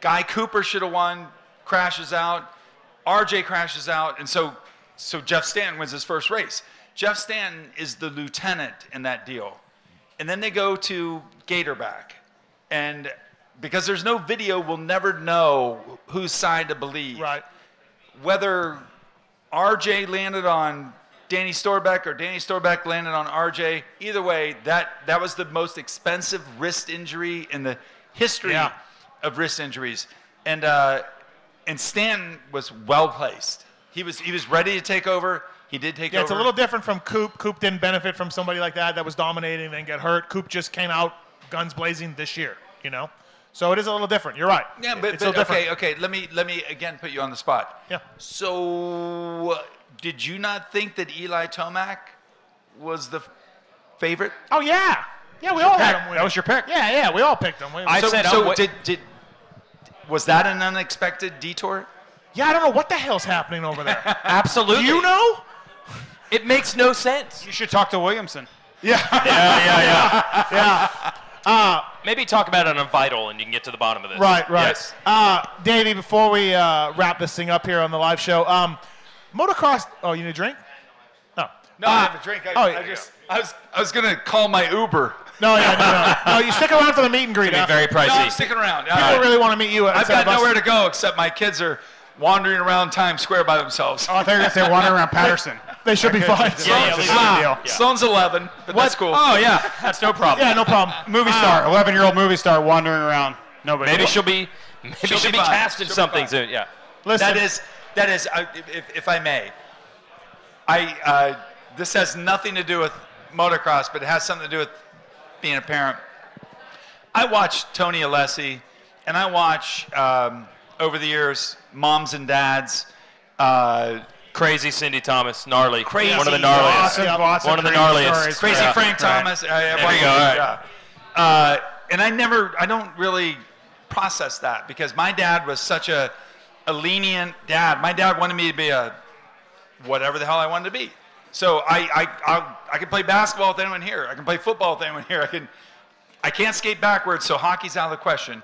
S17: Guy Cooper should have won. Crashes out. RJ crashes out, and so so Jeff Stanton wins his first race. Jeff Stanton is the lieutenant in that deal, and then they go to Gatorback, and because there's no video, we'll never know whose side to believe. Right. Whether RJ landed on Danny Storbeck or Danny Storbeck landed on RJ. Either way, that that was the most expensive wrist injury in the history of wrist injuries, and uh, and Stan was well placed. He was he was ready to take over. He did take
S4: yeah,
S17: over.
S4: it's a little different from Coop. Coop didn't benefit from somebody like that that was dominating and then get hurt. Coop just came out guns blazing this year, you know. So it is a little different. You're right.
S17: Yeah, but,
S4: it's a
S17: but
S4: little
S17: okay,
S4: different.
S17: okay. Let me let me again put you on the spot.
S4: Yeah.
S17: So, uh, did you not think that Eli Tomac was the f- favorite?
S4: Oh yeah, yeah. We all had him. Win.
S17: That was your pick.
S4: Yeah, yeah. We all picked him. We- "Oh,
S17: so, so did did was that an unexpected detour?
S4: Yeah, I don't know what the hell's happening over there.
S8: Absolutely.
S4: Do you know?
S8: It makes no sense.
S6: You should talk to Williamson.
S4: Yeah.
S8: yeah, yeah, yeah.
S4: yeah. Uh,
S8: Maybe talk about it on Vital and you can get to the bottom of this.
S4: Right, right.
S8: Yes.
S4: Uh, Davey, before we uh, wrap this thing up here on the live show, um, motocross. Oh, you need a drink? No.
S17: No, I have a drink. I,
S4: oh,
S17: I just I was I was gonna call my Uber.
S4: No, yeah, no, no. No, you stick around for the meet and greet.
S17: It's
S4: after.
S17: gonna be very pricey. No, I'm sticking around.
S4: People
S17: All right.
S4: really want to meet you.
S17: I've
S4: outside of
S17: got
S4: us.
S17: nowhere to go except my kids are wandering around Times Square by themselves. Oh,
S6: I thought you were gonna say wandering around Patterson.
S4: They should be fine.
S17: Ah, Sloan's 11, but that's cool.
S6: Oh, yeah.
S8: That's no problem.
S4: Yeah, no problem.
S6: Movie
S17: Uh, Ah,
S6: star, 11 year old movie star wandering around. Nobody.
S8: Maybe she'll be maybe she'll, be
S17: fine.
S8: cast in
S17: She'll be
S8: something
S17: fine.
S8: soon. Yeah.
S17: That is that is I if, if I may. I uh, this has nothing to do with motocross, but it has something to do with being a parent. I watch Tony Alessi, and I watch um, over the years moms and dads. Uh,
S8: Crazy Cindy Thomas, gnarly.
S17: Crazy.
S8: One of the gnarliest.
S17: Awesome, awesome
S8: One of the
S17: crazy
S8: gnarliest.
S17: stories. Crazy
S8: Yeah.
S17: Frank
S8: Right.
S17: Thomas. I- I
S8: There
S17: watched
S8: you go.
S17: it,
S8: All right.
S17: yeah. Uh, and I never, I don't really process that because my dad was such a, a lenient dad. My dad wanted me to be a whatever the hell I wanted to be. So I, I, I, I can play basketball with anyone here. I can play football with anyone here. I can, I can't skate backwards, so hockey's out of the question.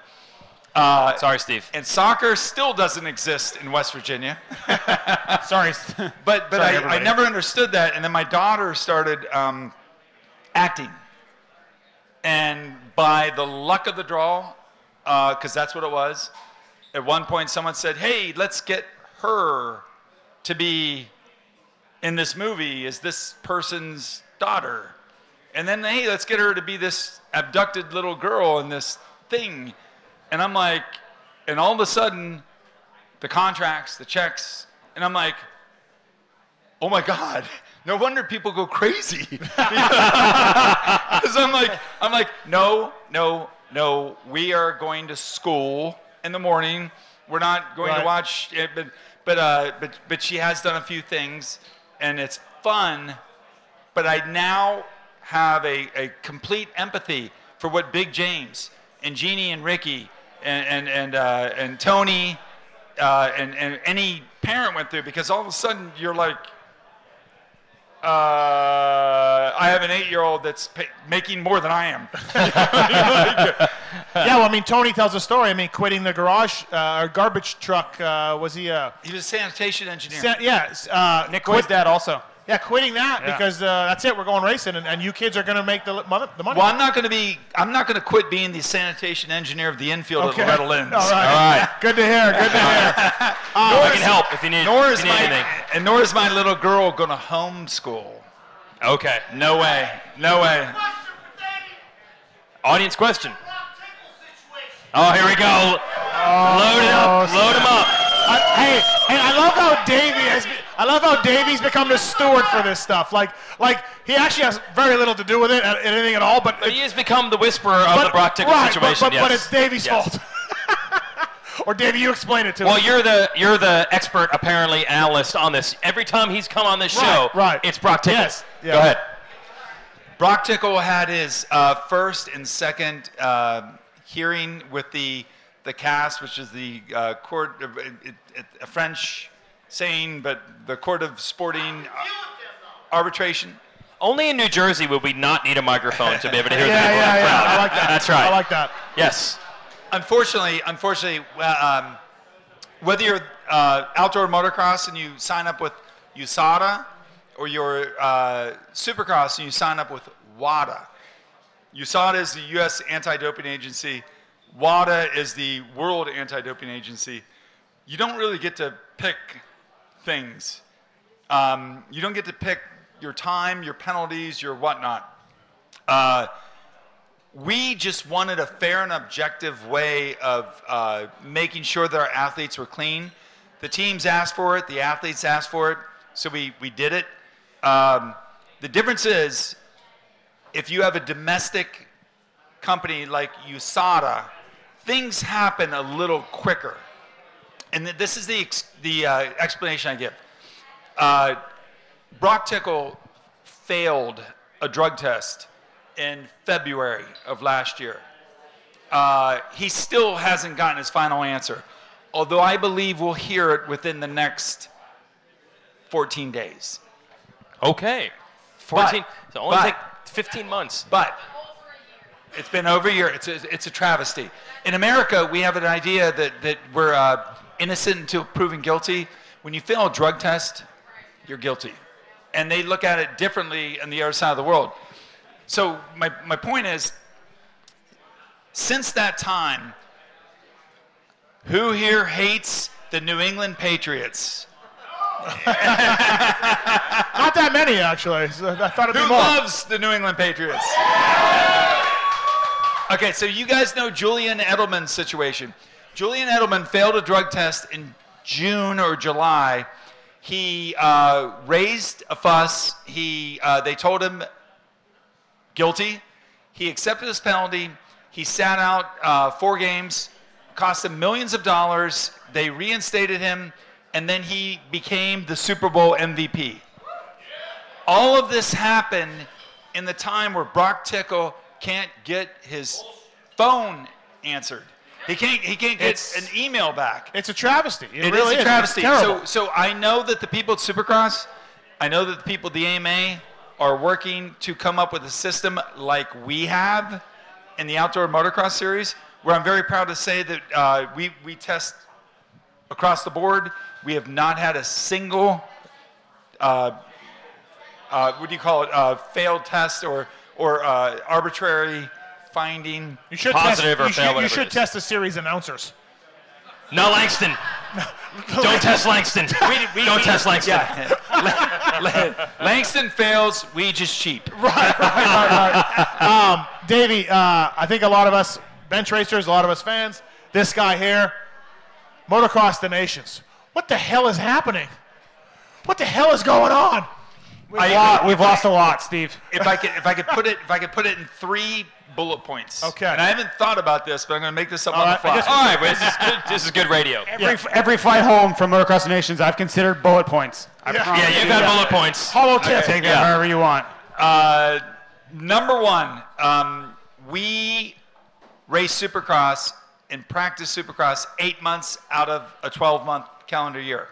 S17: Uh,
S8: Sorry, Steve.
S17: And soccer still doesn't exist in West Virginia.
S6: Sorry.
S17: But but
S6: Sorry,
S17: I, I
S6: everybody.
S17: never understood that, and then my daughter started um, acting, and by the luck of the draw, because that's what it was. At one point, someone said, "Hey, let's get her to be in this movie as this person's daughter," and then hey, let's get her to be this abducted little girl in this thing, and I'm like, and all of a sudden, the contracts, the checks, and I'm like, oh my god, no wonder people go crazy. Because I'm like, I'm like, no, no, no, we are going to school in the morning. We're not going to
S19: Right.
S17: watch it, but but uh, but but she has done a few things, and it's fun. But I now have a, a complete empathy for what Big James and Jeannie and Ricky and and and uh, and Tony uh, and and any parent went through because all of a sudden you're like, uh, I have an eight-year-old that's pa making more than I am.
S4: yeah, well, I mean, Tony tells a story. I mean, quitting the garage uh, or garbage truck. Uh, was he? Uh,
S17: he was a sanitation engineer.
S4: Sa- yeah, s- uh,
S6: Nick
S4: quit
S6: was dad also.
S4: Yeah, quitting that
S17: Yeah.
S4: because uh, that's it. We're going racing, and, and you kids are going to make the, l- mon- the money.
S17: Well, I'm not going to be. I'm not going to quit being the sanitation engineer of the infield
S4: Okay.
S17: at Loretta Lynn's.
S4: All right. Uh, All right. Good to hear. Good to hear.
S17: nor
S4: I
S17: is-
S4: can help if you need-
S17: Nor
S4: if
S17: is
S4: you need
S17: my,
S4: anything.
S17: and nor is my little girl going to homeschool.
S8: Okay.
S17: No way. No way.
S8: Audience question. Oh, here we go.
S4: Load
S8: it up. Load him up.
S4: Oh, hey, hey, I love how Davey has. be- I love how Davey's become the steward for this stuff. Like, like he actually has very little to do with it, uh, anything at all. But,
S8: But he has become the whisperer of the Brock Tickle
S4: right, but-
S8: situation.
S4: But, but
S8: yes.
S4: it's Davey's
S8: Yes.
S4: fault. or Davey, you explain it to
S8: Well,
S4: him.
S8: you're the you're the expert apparently analyst on this. Every time he's come on this show, right? It's Brock Tickle.
S4: Yes. Yeah.
S8: Go ahead.
S17: Brock Tickle had his uh, first and second uh, hearing with the the cast, which is the uh, court, of, it, it, a French saying, but the court of sporting uh, arbitration.
S8: Only in New Jersey would we not need a microphone to be able to hear
S17: Yeah,
S8: the people
S17: yeah,
S8: in the
S17: yeah.
S8: crowd.
S17: I like that.
S8: That's right.
S17: I like
S4: that.
S8: Yes.
S17: Unfortunately, unfortunately, well, um, whether you're uh, outdoor motocross and you sign up with USADA, or you're uh, supercross and you sign up with WADA. USADA is the U.S. Anti-Doping Agency. WADA is the World Anti-Doping Agency. You don't really get to pick things. Um, you don't get to pick your time, your penalties, your whatnot. Uh, we just wanted a fair and objective way of uh, making sure that our athletes were clean. The teams asked for it, the athletes asked for it, so we, we did it. Um, the difference is if you have a domestic company like USADA, things happen a little quicker. And th- this is the, ex- the uh, explanation I give. Uh, Brock Tickle failed a drug test in February of last year. Uh, he still hasn't gotten his final answer, although I believe we'll hear it within the next 14 days.
S8: Okay. Fourteen.
S17: But-
S8: so only
S17: but-
S8: take fifteen months.
S17: But it's been over a year. It's a, it's a travesty. In America, we have an idea that, that we're uh, innocent until proven guilty. When you fail a drug test, you're guilty. And they look at it differently on the other side of the world. So, my, my point is since that time, who here hates the New England Patriots?
S4: Not that many, actually. So I thought it'd be
S17: Who
S4: more.
S17: loves the New England Patriots? Okay, so you guys know Julian Edelman's situation. Julian Edelman failed a drug test in June or July. He uh, raised a fuss. He uh, they told him guilty. He accepted his penalty. He sat out uh, four games, cost him millions of dollars. They reinstated him, and then he became the Super Bowl MVP. All of this happened in the time where Brock Tickle can't get his phone answered. He can't. He can't get
S4: It's-
S17: an email back.
S4: It's a travesty. It,
S17: It is
S4: really
S17: a travesty.
S4: It's terrible.
S17: So, so I know that the people at Supercross, I know that the people at the AMA are working to come up with a system like we have in the outdoor motocross series, where I'm very proud to say that uh, we we test across the board. We have not had a single. Uh, uh, what do you call it? Uh, failed test or or uh, arbitrary finding.
S4: you should test, you should, you should test the series announcers.
S8: No, Langston. Don't test Langston.
S17: we-
S8: Don't
S17: we-
S8: test Langston.
S17: yeah. Langston fails, we just cheap.
S4: Right, right, right. Um, Davey, uh, I think a lot of us bench racers, a lot of us fans, this guy here, Motocross the Nations. What the hell is happening? What the hell is going on?
S17: We've
S6: Uh,
S17: lost- we've lost
S4: a lot, Steve.
S17: If I could, if I could put it, if I could put it in three bullet points. Okay. And I haven't thought about this, but I'm going to make this up on
S8: right, I
S17: the fly.
S8: guess we- All right, well, this is good- this is good radio.
S6: Every, every flight home from Motocross the Nations, I've considered bullet points. I
S17: Yeah.
S6: promise
S17: Yeah, you've
S6: you
S17: had
S6: that.
S17: bullet points.
S6: Hollow
S17: Okay.
S6: tip. Take that
S17: Yeah.
S6: however you want.
S17: Uh, number one, um, we race Supercross and practice Supercross eight months out of a 12 month calendar year.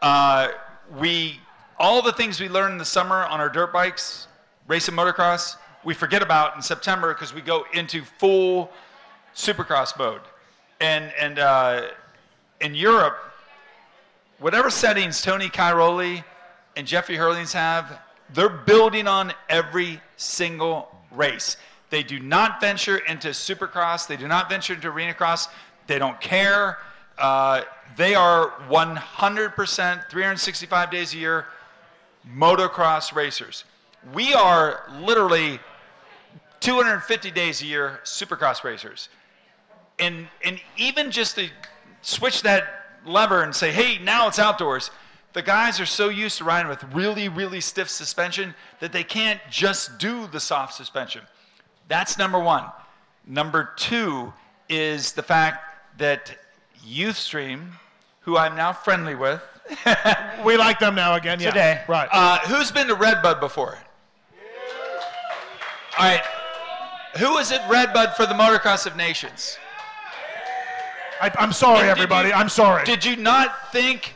S17: Uh, we all the things we learn in the summer on our dirt bikes, racing motocross, we forget about in September because we go into full Supercross mode. And and uh, in Europe, whatever settings Tony Cairoli and Jeffrey Hurlings have, they're building on every single race. They do not venture into supercross, they do not venture into arena cross, they don't care. Uh, they are 100%, 365 days a year, motocross racers. We are literally 250 days a year supercross racers and and even just to switch that lever and say, hey, now it's outdoors. The guys are so used to riding with really, really stiff suspension that they can't just do the soft suspension. That's number one. Number two is the fact that YouthStream, who I'm now friendly with,
S4: we like them now again. Yeah.
S17: Today.
S4: Right.
S17: Uh, who's been to Redbud before? All right. Who was at Redbud for the Motocross of Nations?
S4: I, I'm sorry,
S17: And did
S4: everybody.
S17: you-
S4: I'm sorry.
S17: Did you not think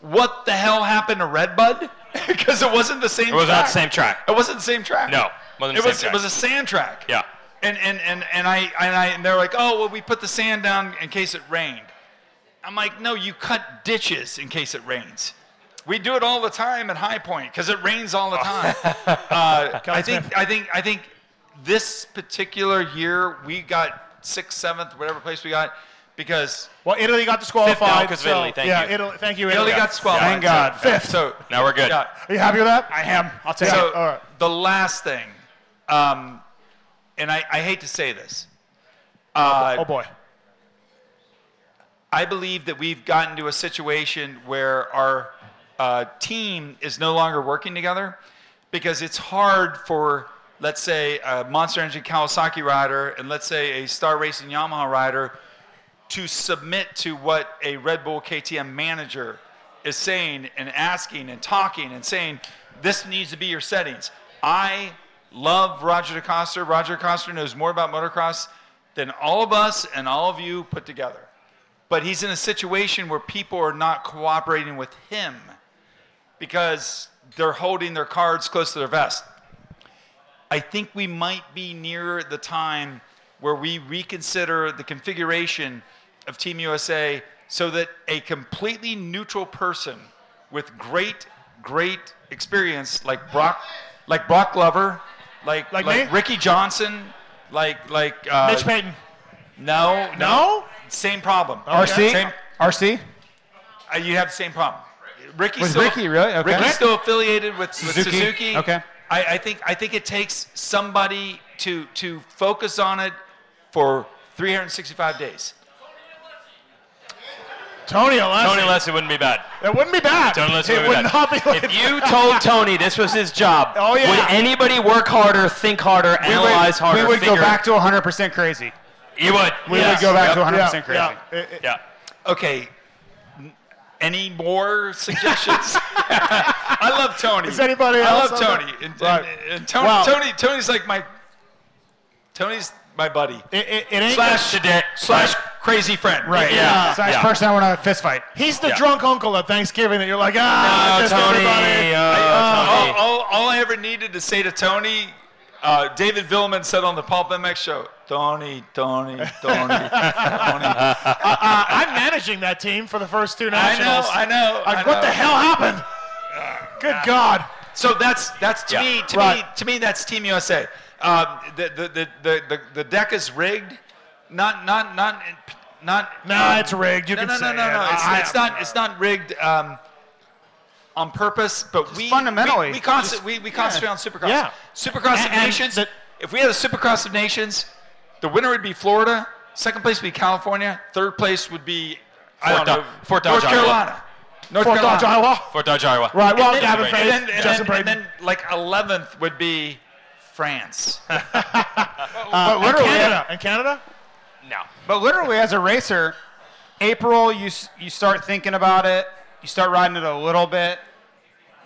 S17: what the hell happened to Redbud? Because it wasn't the same.
S8: It was
S17: track.
S8: not the same track.
S17: It wasn't the same track.
S8: No,
S17: it
S8: wasn't the same
S17: was.
S8: track.
S17: It was a sand track.
S8: Yeah.
S17: And and and and I and I and they're like, oh well, we put the sand down in case it rained. I'm like, no, you cut ditches in case it rains. We do it all the time at High Point because it rains all the
S8: Oh.
S17: time. uh, I think I think I think this particular year we got sixth, seventh, whatever place we got because
S4: well, Italy got disqualified. so- yeah,
S17: Italy.
S4: Italy. Thank you, Italy.
S17: Italy got disqualified.
S4: Thank God.
S17: So-
S4: Fifth.
S17: So
S8: now we're good.
S17: Yeah.
S4: Are you happy with that? I am. I'll take
S17: so
S6: Uh,
S4: it. All right.
S17: the last thing, um, and I, I hate to say this. Uh,
S4: oh boy.
S17: I believe that we've gotten to a situation where our uh, team is no longer working together because it's hard for, let's say, a Monster Engine Kawasaki rider and let's say a Star Racing Yamaha rider to submit to what a Red Bull KTM manager is saying and asking and talking and saying, this needs to be your settings. I love Roger DeCoster. Roger DeCoster knows more about motocross than all of us and all of you put together. But he's in a situation where people are not cooperating with him because they're holding their cards close to their vest. I think we might be near the time where we reconsider the configuration of Team USA so that a completely neutral person with great, great experience like Brock, like Brock Glover, like,
S4: Like
S17: like,
S4: me?
S17: Ricky Johnson, like like uh,
S4: Mitch Payton.
S17: No, no,
S4: No?
S17: same problem.
S20: RC?
S17: Same-
S20: RC?
S17: uh, you have the same problem. Ricky's
S20: With
S17: still,
S20: Ricky, really? Okay.
S17: Ricky's still affiliated with, with
S20: Suzuki?
S17: Suzuki.
S20: Okay.
S17: I, I think I think it takes somebody to to focus on it for 365 days.
S4: Tony Alessi.
S8: Tony Alessi wouldn't be bad.
S4: That wouldn't be bad.
S8: Tony Alessi
S4: It
S8: wouldn't be
S4: would
S8: bad.
S4: not be like
S8: if you told Tony this was his job,
S4: Oh, yeah.
S8: would anybody work harder, think harder,
S6: We would,
S8: analyze harder?
S6: we would go
S8: figure-
S6: back to 100% crazy.
S8: You would.
S6: We
S8: Yes.
S6: would go back
S8: Yep.
S6: to 100%
S8: Yep.
S6: crazy.
S8: Yep. Yeah.
S17: Okay. N- Any more suggestions? I love Tony.
S4: Is anybody else
S17: I love
S4: on
S17: Tony.
S4: that?
S17: And, and-
S4: Right.
S17: and Tony,
S4: Wow.
S17: Tony. Tony's like my. Tony's my buddy.
S4: It, it, it ain't
S17: slash
S8: today-
S17: slash crazy friend.
S4: Right. Yeah.
S6: It's the nice person I want to fist fight.
S4: He's the
S6: Yeah.
S4: drunk uncle at Thanksgiving that you're like, ah, I
S17: Oh,
S4: missed everybody.
S17: I- uh, all, all, all I ever needed to say to Tony, uh, David Villeman said on the Pulp MX show, Tony, Tony, Tony, Tony.
S4: Uh, uh, I'm managing that team for the first two nationals.
S17: I know, I
S4: Like, what
S17: know.
S4: the hell happened? Good God.
S17: So that's that's to
S4: Yeah.
S17: me to me
S4: Right.
S17: to me that's Team USA. Um, the, the, the, the, the, the deck is rigged. Not not not not.
S4: Nah,
S17: um,
S4: it's rigged. You
S17: no,
S4: can
S17: no,
S4: say
S17: no, no, no.
S4: it.
S17: It's,
S4: I-
S17: it's not it's not rigged um, on purpose. But we
S6: fundamentally,
S17: we we, conce-
S6: just-
S17: we, we
S6: yeah.
S17: concentrate on Supercross.
S6: Yeah.
S17: Supercross of Nations. if we had a Supercross of Nations, the winner would be Florida. Second place would be California. Third place would be I don't
S8: Fort
S17: know.
S8: Dodge- Fort Dodge,
S17: North
S8: Iowa.
S17: Carolina. North
S4: Fort Dodge,
S17: Carolina.
S4: Iowa.
S8: Fort Dodge, Iowa.
S4: Right, well,
S17: And then-
S4: Gavin Faith,
S17: and then, and,
S4: Justin
S17: then,
S4: Braden.
S17: and then, like 11th would be France.
S4: Uh,
S6: But literally-
S4: and Canada. And Canada?
S6: No. But literally, as a racer, April you s- you start thinking about it. You start riding it a little bit.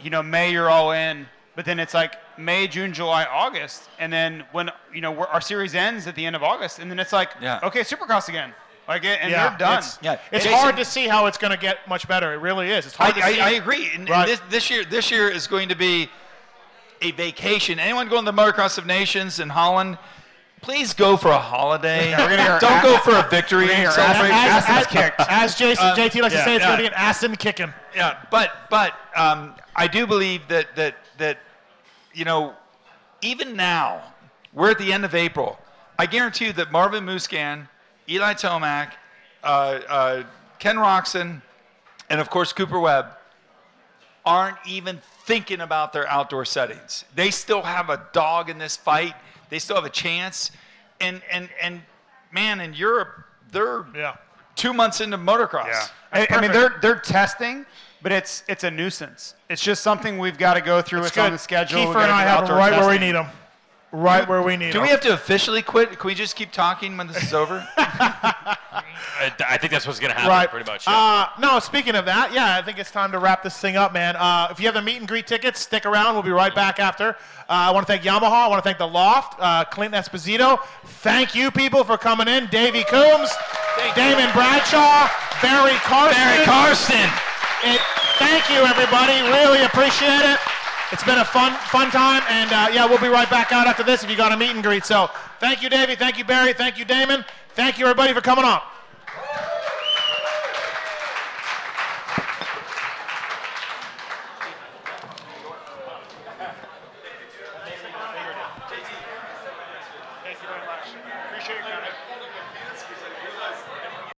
S6: You know, May you're all in, but then it's like May, June, July, August, and then when you know we're, our series ends at the end of August, and then it's like
S17: Yeah.
S6: okay, Supercross again. Like it, and
S4: Yeah,
S6: they're done.
S4: It's, it's hard to see how it's going to get much better. It really is. It's
S17: I,
S4: hard to see.
S17: I, I agree. And, and
S4: Right.
S17: this, this year, this year is going to be a vacation. Anyone going to the Motocross of Nations in Holland? Please go for a holiday.
S4: Yeah, we're gonna get our
S17: Don't
S4: ass-
S17: go for a victory.
S4: we're gonna get our
S17: Celebrate-
S4: ass- Asses ass- kicked. Uh, as Jason-
S17: Um,
S4: JT likes to say, it's gonna be an
S17: Aston kicking. Yeah, but but um, I do believe that that that you know even now we're at the end of April. I guarantee you that Marvin Muscan, Eli Tomac, uh, uh, Ken Roxon, and of course Cooper Webb aren't even thinking about their outdoor settings. They still have a dog in this fight. They still have a chance. And and and man, in Europe, they're two months into motocross.
S6: I, I mean, they're they're testing, but it's it's a nuisance. It's just something we've got to go through. It's, on the schedule.
S4: Kiefer and I have them right where we need them. Right where we need
S17: Do
S4: them.
S17: we have to officially quit? Can we just keep talking when this is over?
S8: I, I think that's what's going to happen,
S4: right.
S8: pretty much.
S4: Uh, no, speaking of that, yeah, I think it's time to wrap this thing up, man. Uh, if you have the meet and greet tickets, stick around. We'll be right back after. Uh, I want to thank Yamaha. I want to thank The Loft, uh, Clint Esposito. Thank you, people, for coming in. Davey Coombs, Damon Bradshaw, Barry Carson.
S8: Barry Carson.
S4: It, thank you, everybody. Really appreciate it. It's been a fun, fun time, and uh, yeah, we'll be right back out after this if you got a meet and greet. So, thank you, Davey. Thank you, Barry. Thank you, Damon. Thank you, everybody, for coming on.
S1: Thank you very much. Appreciate your